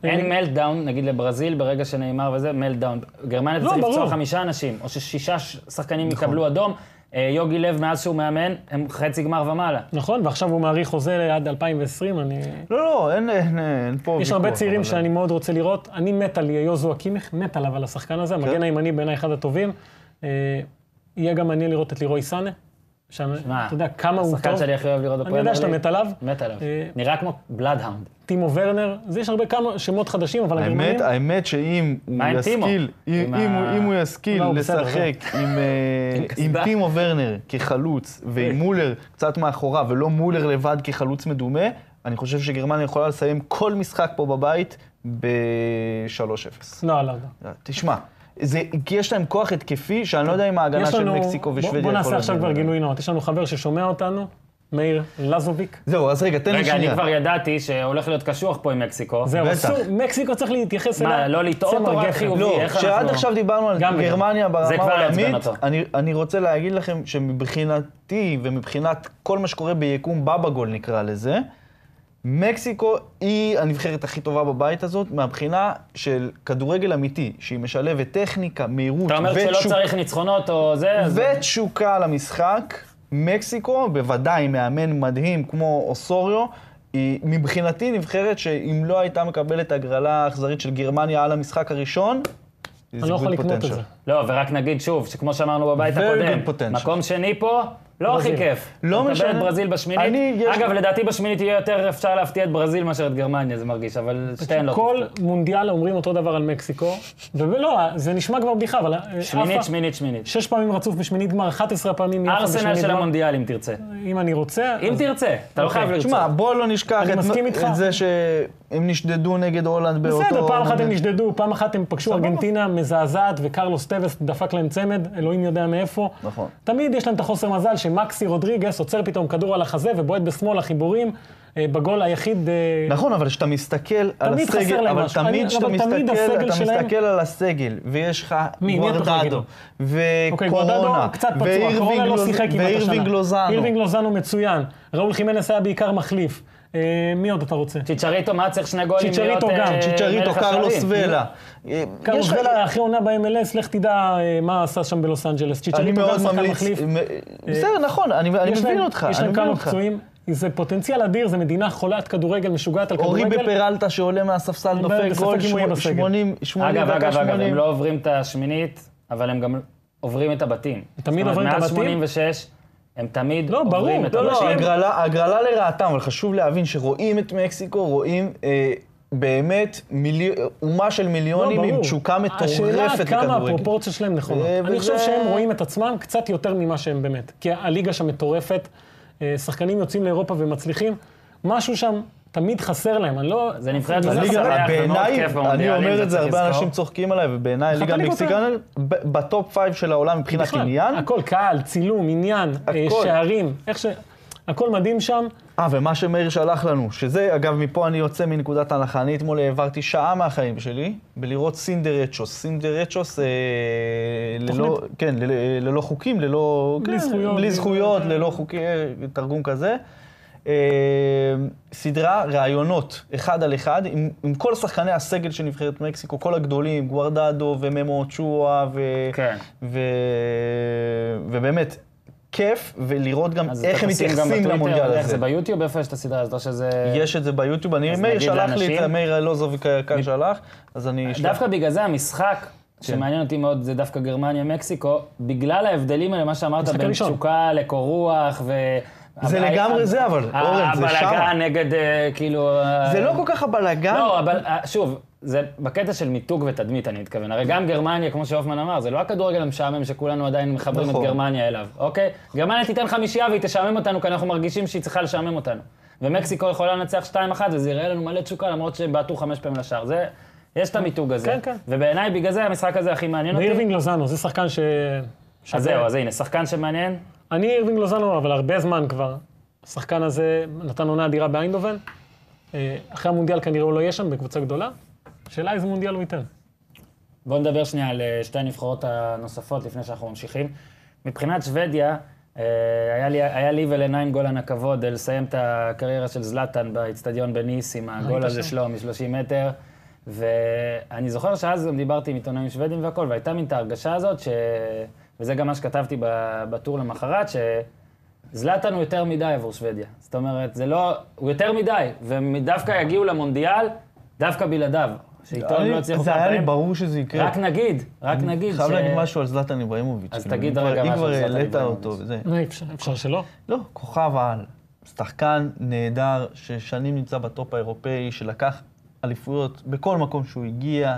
Speaker 1: אין
Speaker 3: אני-
Speaker 1: מלטדאון, נגיד לברזיל, ברגע שנאמר וזה, מלטדאון. גרמניה
Speaker 3: לא,
Speaker 1: צריך לפצוע
Speaker 3: ברור. נכון.
Speaker 1: חמישה אנשים, או ששישה ש- שחקנים יקבלו אדום. אה, יוגי לב, מאז שהוא מאמן, הם חצי גמר ומעלה.
Speaker 3: נכון, ועכשיו הוא מעריך חוזה עד 2020, אני...
Speaker 2: לא, לא, אין, אין, אין פה
Speaker 3: יש הרבה
Speaker 2: ויכוח,
Speaker 3: צעירים
Speaker 2: אבל-
Speaker 3: שאני מאוד רוצה לראות. אני מת על יוזו הקימיך, מת עליו, על השחקן הזה.
Speaker 2: כן.
Speaker 3: המגן הימני בעיניי אחד הטובים. אה, יהיה גם מעניין לראות את לירוי סאנה. שאני-
Speaker 1: מה?
Speaker 3: אתה יודע כמה הוא
Speaker 1: השחקן
Speaker 3: טוב.
Speaker 1: שאני הכי אוהב לראות
Speaker 3: אני
Speaker 1: בפרמייר
Speaker 3: יודע שאתה מת עליו.
Speaker 1: מת עליו.
Speaker 3: אה,
Speaker 1: נראה כמו בלאדהאונד.
Speaker 3: טימו ורנר, אז יש הרבה כמה שמות חדשים, אבל הגרמנים...
Speaker 2: האמת, אה- האמת שאם הוא
Speaker 1: מה עם טימו?
Speaker 2: ישכיל, אם
Speaker 1: עם
Speaker 2: אם הוא-
Speaker 1: ה-
Speaker 2: אם הוא ישכיל
Speaker 3: לא, הוא בסדר,
Speaker 2: לשחק עם, אה, עם
Speaker 1: קסדה.
Speaker 2: טימו ורנר כחלוץ ועם מולר קצת מאחוריו ולא מולר לבד כחלוץ מדומה, אני חושב שגרמניה יכולה לסיים כל משחק פה בבית ב-3-0.
Speaker 3: לא, לא, לא.
Speaker 2: תשמע, זה, כי יש להם כוח התקפי שאני לא יודע אם ההגנה
Speaker 3: יש
Speaker 2: של
Speaker 3: לנו-
Speaker 2: מקסיקו
Speaker 3: בוא-
Speaker 2: ושוודיה יכולה...
Speaker 3: בוא נעשה עכשיו
Speaker 2: להגן
Speaker 3: כבר
Speaker 2: עליהם.
Speaker 3: גילוי נאות. יש לנו חבר ששומע אותנו, מאיר לזוביק.
Speaker 2: זהו, אז רגע, תן לי
Speaker 1: רגע, אני
Speaker 2: שנייה.
Speaker 1: כבר ידעתי שהולך להיות קשוח פה עם מקסיקו.
Speaker 3: זהו,
Speaker 2: בטח.
Speaker 3: אסור, מקסיקו צריך להתייחס
Speaker 1: מה,
Speaker 3: אליו.
Speaker 1: לא לטעות
Speaker 3: צמר
Speaker 1: או רק
Speaker 3: גפן.
Speaker 1: חיובי?
Speaker 2: לא,
Speaker 1: איך אנחנו-
Speaker 2: שעד עכשיו דיברנו על
Speaker 3: גם וגם.
Speaker 2: גרמניה
Speaker 1: זה
Speaker 2: ברמה
Speaker 1: כבר יעצבן
Speaker 2: העולמית,
Speaker 1: אותו.
Speaker 2: אני- אני רוצה להגיד לכם שמבחינתי ומבחינת כל מה שקורה ביקום בבגול נקרא לזה, מקסיקו היא הנבחרת הכי טובה בבית הזאת, מהבחינה של כדורגל אמיתי, שהיא משלבת טכניקה, מהירות
Speaker 1: אתה אומר שלא
Speaker 2: ותשוק-
Speaker 1: צריך ניצחונות או זה, אז...
Speaker 2: ותשוקה למשחק. מקסיקו, בוודאי עם מאמן מדהים כמו אוסוריו, היא מבחינתי נבחרת שאם לא הייתה מקבלת הגרלה האכזרית של גרמניה על המשחק הראשון,
Speaker 3: אני לא יכול לקנות את זה.
Speaker 1: לא, ורק נגיד שוב, שכמו שאמרנו בבית
Speaker 2: Very
Speaker 1: הקודם,
Speaker 2: good potential.
Speaker 1: מקום שני פה, לא
Speaker 3: ברזיל.
Speaker 1: הכי כיף.
Speaker 2: לא
Speaker 1: נקבל
Speaker 2: משנה.
Speaker 1: את ברזיל בשמינית.
Speaker 2: אני- יש-
Speaker 1: אגב, לדעתי בשמינית יהיה יותר אפשר להפתיע את ברזיל מאשר את גרמניה, זה מרגיש, אבל שתיהן לא.
Speaker 3: כל מונדיאל אומרים אותו דבר על מקסיקו, ולא, זה נשמע כבר בדיחה, אבל... אה,
Speaker 1: שמינית,
Speaker 3: אף-
Speaker 1: שמינית, שמינית.
Speaker 3: שש פעמים רצוף בשמינית גמר, 11 פעמים יחד
Speaker 1: ארסנל
Speaker 3: בשמינית
Speaker 1: של
Speaker 3: גמר.
Speaker 1: המונדיאל, אם תרצה.
Speaker 3: אם אני רוצה,
Speaker 1: אם
Speaker 3: לא- אז-
Speaker 1: תרצה, אתה לא
Speaker 3: אוקיי.
Speaker 1: חייב לרצות.
Speaker 2: תשמע, בוא לא נשכח
Speaker 3: אני
Speaker 2: את,
Speaker 3: מסכים איתך.
Speaker 2: את זה שהם נשדדו נגד הולנד באותו...
Speaker 3: בסדר, פעם אחת הם
Speaker 2: מונדיאל.
Speaker 3: נשדדו, פעם אחת הם פגשו ארגנטינה מזעזעת, וקרלוס טבס דפק להם צמד, אלוהים יודע מאיפה.
Speaker 2: נכון.
Speaker 3: תמיד יש להם את החוסר מזל שמקסי רודריגס עוצר פתאום כדור על החזה ובועט בשמאל החיבורים, אה, בגול היחיד... אה,
Speaker 2: נכון, אבל כשאתה מסתכל על
Speaker 3: תמיד חסר
Speaker 2: הסגל,
Speaker 3: להם
Speaker 2: אבל
Speaker 3: משהו. אני-
Speaker 2: תמיד כשאתה
Speaker 3: אבל תמיד
Speaker 2: מסתכל,
Speaker 3: הסגל
Speaker 2: אתה
Speaker 3: שלהם-
Speaker 2: מסתכל על הסגל, ויש לך
Speaker 3: מי? מי אתה יכול להגיד?
Speaker 2: גוארדדו,
Speaker 3: אוקיי, גואדדו
Speaker 2: וקורונה,
Speaker 3: קצת פצוע,
Speaker 2: ואירווינג
Speaker 3: קורונה לא
Speaker 2: לוז-
Speaker 3: שיחק כמעט השנה.
Speaker 2: ואירווינג לוזאנו.
Speaker 3: אירווינג לוזאנו מצוין, ראול חימנס היה בעיקר מחליף. אה, מי עוד אתה רוצה?
Speaker 1: צ'יצ'ריטו, מה צריך שני גולים להיות...
Speaker 3: צ'יצ'ריטו גם,
Speaker 1: אה,
Speaker 2: צ'יצ'ריטו,
Speaker 1: מלך
Speaker 2: קרלוס
Speaker 1: השערים?
Speaker 2: ולה. אה,
Speaker 3: קרלוס
Speaker 2: יש לך-
Speaker 3: ולה, אחרי עונה ב-MLS, לך תדע אה, מה עשה שם בלוס אנג'לס.
Speaker 2: אני
Speaker 3: צ'יצ'ריטו גם
Speaker 2: מאוד
Speaker 3: שחקן
Speaker 2: ממליץ.
Speaker 3: מחליף. אה,
Speaker 2: בסדר, נכון, אני אני
Speaker 3: יש
Speaker 2: מבין
Speaker 3: להם-
Speaker 2: אותך.
Speaker 3: יש
Speaker 2: אני
Speaker 3: להם
Speaker 2: מבין
Speaker 3: כמה
Speaker 2: אותך.
Speaker 3: פצועים, זה פוטנציאל אדיר, זו מדינה חולת כדורגל, משוגעת על
Speaker 2: אורי
Speaker 3: כדורגל.
Speaker 2: בפרלטה שעולה מהספסל,
Speaker 3: אני
Speaker 2: דופק
Speaker 3: בספק
Speaker 2: גול
Speaker 3: אם הוא יהיה
Speaker 2: 80,
Speaker 3: בסגל.
Speaker 2: 80,
Speaker 1: אגב,
Speaker 2: דקה
Speaker 1: אגב, אגב,
Speaker 2: 80.
Speaker 1: הם לא עוברים את השמינית, אבל הם גם עוברים את הבתים. זאת אומרת,
Speaker 3: עוברים את
Speaker 1: מאז
Speaker 3: הבתים?
Speaker 1: 86, הם תמיד
Speaker 3: לא, ברור,
Speaker 1: עוברים את
Speaker 3: לא, לא,
Speaker 1: הבתים.
Speaker 2: לא,
Speaker 3: אנשים-
Speaker 2: הגרלה- הגרלה לרעתם, אבל חשוב להבין שרואים את מקסיקו, רואים אה, באמת מילי- אומה של
Speaker 3: לא,
Speaker 2: מיליונים עם
Speaker 3: ברור.
Speaker 2: תשוקה מטורפת
Speaker 3: השאלה כמה
Speaker 2: לכדורגל.
Speaker 3: הפרופורציות שלהם נכונות.
Speaker 2: אה,
Speaker 3: אני חושב
Speaker 2: וזה-
Speaker 3: שהם רואים את עצמם קצת יותר ממה שהם באמת. כי הליגה שם מטורפת, אה, שחקנים יוצאים לאירופה ומצליחים, משהו שם תמיד חסר להם, אני לא...
Speaker 1: זה נבחרת
Speaker 3: זה
Speaker 1: וזה
Speaker 2: הליגה-
Speaker 1: שמח, זה מאוד
Speaker 2: בעיניי,
Speaker 1: כיף
Speaker 2: אני
Speaker 1: במונדיאלים,
Speaker 2: אומר
Speaker 1: זה
Speaker 2: את זה,
Speaker 1: צריך
Speaker 2: הרבה
Speaker 1: לזכור.
Speaker 2: אנשים צוחקים עליי, ובעיניי הליגה
Speaker 3: הליגות
Speaker 2: המקסיקנית ב- בטופ פייב של העולם מבחינת
Speaker 3: בכלל,
Speaker 2: עניין.
Speaker 3: הכל, קהל, צילום, עניין, אה,
Speaker 2: הכל.
Speaker 3: שערים, איך ש... הכל מדהים שם.
Speaker 2: אה, ומה שמאיר שלח לנו, שזה, אגב, מפה אני יוצא מנקודת הנחה. אני אתמול העברתי שעה מהחיים שלי בלראות סינדרצ'וס. סינדרצ'וס, אה, ללא, כן, ל, אה, ללא חוקים, ללא...
Speaker 3: בלי
Speaker 2: כן,
Speaker 3: זכויות,
Speaker 2: בלי
Speaker 3: ללא-
Speaker 2: זכויות, ללא חוקים, אה, תרגום כזה. אה, סדרה ראיונות, אחד על אחד, עם, עם כל שחקני הסגל של נבחרת מקסיקו, כל הגדולים, גוארדדו וממו צ'ואה, ו...
Speaker 1: כן.
Speaker 2: ו... ובאמת, כיף, ולראות גם
Speaker 1: אז
Speaker 2: איך
Speaker 1: אתה
Speaker 2: הם
Speaker 1: תשים גם
Speaker 2: מתייחסים
Speaker 1: בטוויטר,
Speaker 2: למונדיאל
Speaker 1: איך זה
Speaker 2: הזה.
Speaker 1: ביוטיוב, איפה יש את הסדרה הזאת, או שזה...
Speaker 2: יש את זה ביוטיוב, אני,
Speaker 1: אז
Speaker 2: מאיר
Speaker 1: נגיד
Speaker 2: שלח לי את זה,
Speaker 1: לאנשים-
Speaker 2: מאיר אילוזוב כאן שלח, אז אני אשלח.
Speaker 1: דווקא בגלל זה המשחק
Speaker 2: כן.
Speaker 1: שמעניין אותי מאוד זה דווקא גרמניה-מקסיקו, בגלל ההבדלים האלה, מה שאמרת,
Speaker 3: משחק
Speaker 1: בין
Speaker 3: הראשון.
Speaker 1: תשוקה לקור רוח ו...
Speaker 2: זה
Speaker 1: הבעיה-
Speaker 2: לגמרי זה, אבל, אורן, זה שמה.
Speaker 1: הבלגן נגד, אה, כאילו... אה,
Speaker 2: זה לא כל כך הבלאגן.
Speaker 1: לא, אבל אה, שוב, זה בקטע של מיתוג ותדמית, אני מתכוון. הרי גם גרמניה, כמו שהופמן אמר, זה לא הכדורגל המשעמם שכולנו עדיין מחברים את
Speaker 2: נכון.
Speaker 1: גרמניה אליו, אוקיי? גרמניה תיתן חמישייה והיא תשעמם אותנו, כי אנחנו מרגישים שהיא צריכה לשעמם אותנו. ומקסיקו יכולה לנצח 2-1, וזה יראה לנו מלא תשוקה, למרות שהם בעטו חמש פעמים לשער. זה... יש את המיתוג הזה.
Speaker 3: כן, כן.
Speaker 1: ובעיניי, בגלל זה המשחק הזה הכי מעניין אותי.
Speaker 3: ואירווינג לוזאנו, זה שחקן ש...
Speaker 1: אז זהו, אז הנה, שחקן שמעניין,
Speaker 3: אני אירווינג לוזאנו, אבל הרבה זמן כבר. השחקן הזה נתן עונה אדירה באיינדובן. אה, אחרי המונדיאל כנראה הוא לא יהיה שם בקבוצה גדולה. השאלה איזה מונדיאל הוא ייתן.
Speaker 1: בואו נדבר שנייה על אה, שתי הנבחרות הנוספות לפני שאנחנו ממשיכים. מבחינת שוודיה, אה, היה לי, היה לי ולעיניים גולן הכבוד אה, לסיים את הקריירה של זלאטן באיצטדיון בניס עם
Speaker 2: אה,
Speaker 1: הגול הזה
Speaker 3: שם?
Speaker 1: שלו מ-30 מטר. ואני זוכר שאז גם דיברתי עם עיתונאים שוודים והכל, והייתה מין את ההרגשה הזאת, ש... וזה גם מה שכתבתי ב- בטור למחרת, ש... זלאטן הוא יותר מדי עבור שוודיה. זאת אומרת, זה לא... הוא יותר מדי, והם דווקא יגיעו למונדיאל דווקא בלעדיו, שאיתו הם
Speaker 2: אני-
Speaker 1: לא הצליחו
Speaker 2: זה
Speaker 1: כמה
Speaker 2: היה לי
Speaker 1: פעמים.
Speaker 2: ברור שזה יקרה.
Speaker 1: רק נגיד, רק נגיד
Speaker 2: כן. חייב להגיד משהו על זלטן איברהימוביץ'.
Speaker 1: אז
Speaker 2: כאילו,
Speaker 1: תגיד
Speaker 2: אם כבר-
Speaker 1: רגע
Speaker 2: אם
Speaker 1: משהו
Speaker 2: כבר
Speaker 1: על זלטן
Speaker 2: העלית
Speaker 1: איברהימוביץ'.
Speaker 2: אותו וזה.
Speaker 3: לא, אי אפשר, אפשר שלא.
Speaker 2: לא, כוכב על. שחקן נהדר, ששנים נמצא בטופ האירופאי, שלקח אליפויות בכל מקום שהוא הגיע,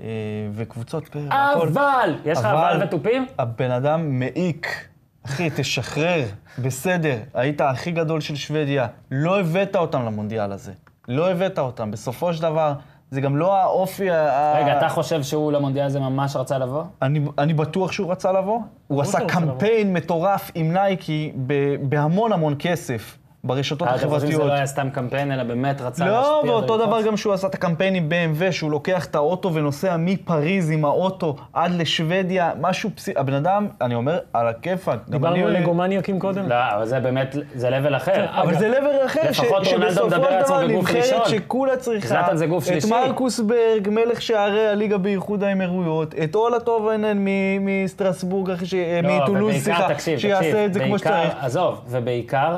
Speaker 2: אה, וקבוצות פרק. הכל.
Speaker 1: אבל! יש לך אבל
Speaker 2: אבל-
Speaker 1: ותופים?
Speaker 2: הבן אדם מעיק. אחי, תשחרר, בסדר, היית הכי גדול של שוודיה, לא הבאת אותם למונדיאל הזה. לא הבאת אותם. בסופו של דבר, זה גם לא האופי ה...
Speaker 1: רגע,
Speaker 2: ה-
Speaker 1: אתה חושב שהוא למונדיאל הזה ממש רצה לבוא?
Speaker 2: אני, אני בטוח שהוא רצה לבוא. הוא עשה
Speaker 3: שהוא רצה
Speaker 2: קמפיין מטורף עם נייקי ב, בהמון המון כסף ברשתות
Speaker 1: אה, אתם חושבים שזה
Speaker 2: החברתיות.
Speaker 1: לא היה סתם קמפיין, אלא באמת רצה להשפיע?
Speaker 2: לא, ואותו
Speaker 1: וללחוץ?
Speaker 2: דבר גם שהוא עשה את הקמפיין עם BMW, שהוא לוקח את האוטו ונוסע מפריז עם האוטו עד לשוודיה, משהו פסי... הבן אדם, אני אומר, על הכיפאק. גם אני
Speaker 3: דיברנו על
Speaker 2: עולה-
Speaker 3: לגומניאקים קודם.
Speaker 1: לא, אבל זה באמת, זה level אחר.
Speaker 2: אבל זה לבר אחר, ש-
Speaker 1: לפחות רונלדו
Speaker 2: שבסופו
Speaker 1: מדבר
Speaker 2: של
Speaker 1: לעצמו
Speaker 2: דבר
Speaker 1: בגוף ראשון.
Speaker 2: נבחרת שכולה צריכה
Speaker 1: זלאטן זה גוף
Speaker 2: את
Speaker 1: שלישי.
Speaker 2: מרקוסברג, מלך שערי הליגה באיחוד האמירויות, את אולה טובנן מ- מסטרסבורג, אחי, ש-
Speaker 1: לא,
Speaker 2: אה, מטולוז,
Speaker 1: ובעיקר,
Speaker 2: סליחה,
Speaker 1: תקשיב,
Speaker 2: שיעשה
Speaker 1: תקשיב,
Speaker 2: את זה כמו
Speaker 1: בעיקר-
Speaker 2: שצריך.
Speaker 1: עזוב, ובעיקר,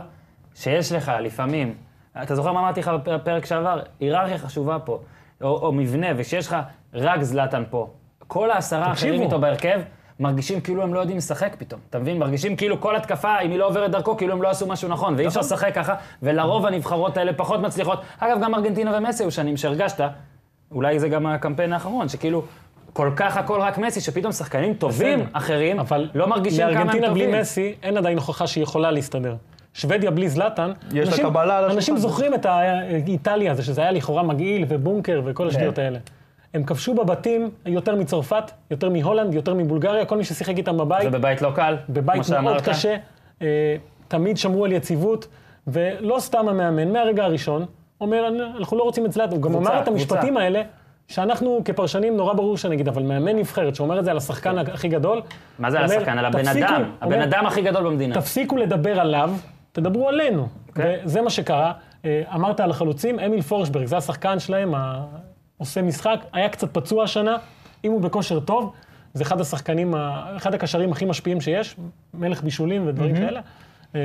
Speaker 1: שיש לך לפעמים, אתה זוכר מה אמרתי לך בפ- בפרק שעבר? היררכיה חשובה פה, או, או מבנה, וכשיש לך רק זלאטן פה, כל העשרה האחרים
Speaker 3: תקשיבו.
Speaker 1: איתו בהרכב, מרגישים כאילו הם לא יודעים לשחק פתאום, אתה מבין? מרגישים כאילו כל התקפה, אם היא לא עוברת דרכו, כאילו הם לא עשו משהו נכון, ואי אפשר לשחק ככה, ולרוב הנבחרות האלה פחות מצליחות. אגב, גם ארגנטינה ומסי היו שנים שהרגשת, אולי זה גם הקמפיין האחרון, שכאילו... כל כך הכל רק מסי, שפתאום שחקנים טובים
Speaker 3: בסדר.
Speaker 1: אחרים,
Speaker 3: אבל
Speaker 1: לא מרגישים כמה הם טובים.
Speaker 3: לארגנטינה בלי מסי, אין עדיין הוכחה שהיא יכולה להסתדר. שוודיה בלי זלאטן,
Speaker 2: יש לה
Speaker 3: אנשים-
Speaker 2: קבלה על השולחן.
Speaker 3: אנשים זוכרים את האיטליה הזה, שזה היה לכאורה מגעיל ובונקר וכל השטויות האלה. הם כבשו בבתים יותר מצרפת, יותר מהולנד, יותר מבולגריה, כל מי ששיחק איתם בבית,
Speaker 1: ובבית לא קל, כמו
Speaker 3: בבית מאוד
Speaker 1: שאמרת.
Speaker 3: קשה, אה, תמיד שמרו על יציבות, ולא סתם המאמן, מהרגע הראשון, אומר, "אני- אנחנו לא רוצים את זלאטן, הוא גם
Speaker 1: קבוצה,
Speaker 3: אמר את
Speaker 1: קבוצה.
Speaker 3: המשפטים האלה, שאנחנו כפרשנים נורא ברור שנגיד, אבל מאמן נבחרת שאומר את זה על השחקן הכי גדול,
Speaker 1: מה זה על
Speaker 3: אומר,
Speaker 1: השחקן? על הבן
Speaker 3: "תפסיקו",
Speaker 1: אדם. הבן
Speaker 3: אומר,
Speaker 1: אדם הכי גדול במדינה.
Speaker 3: תפסיקו לדבר עליו, תדברו עלינו. וזה מה שקרה. אה, אמרת על החלוצים, אמיל פורשברג, זה השחקן שלהם, ה- עושה משחק, היה קצת פצוע השנה, אם הוא בכושר טוב, זה אחד השחקנים, ה- אחד הקשרים הכי משפיעים שיש, מלך בישולים ודברים כאלה. אה,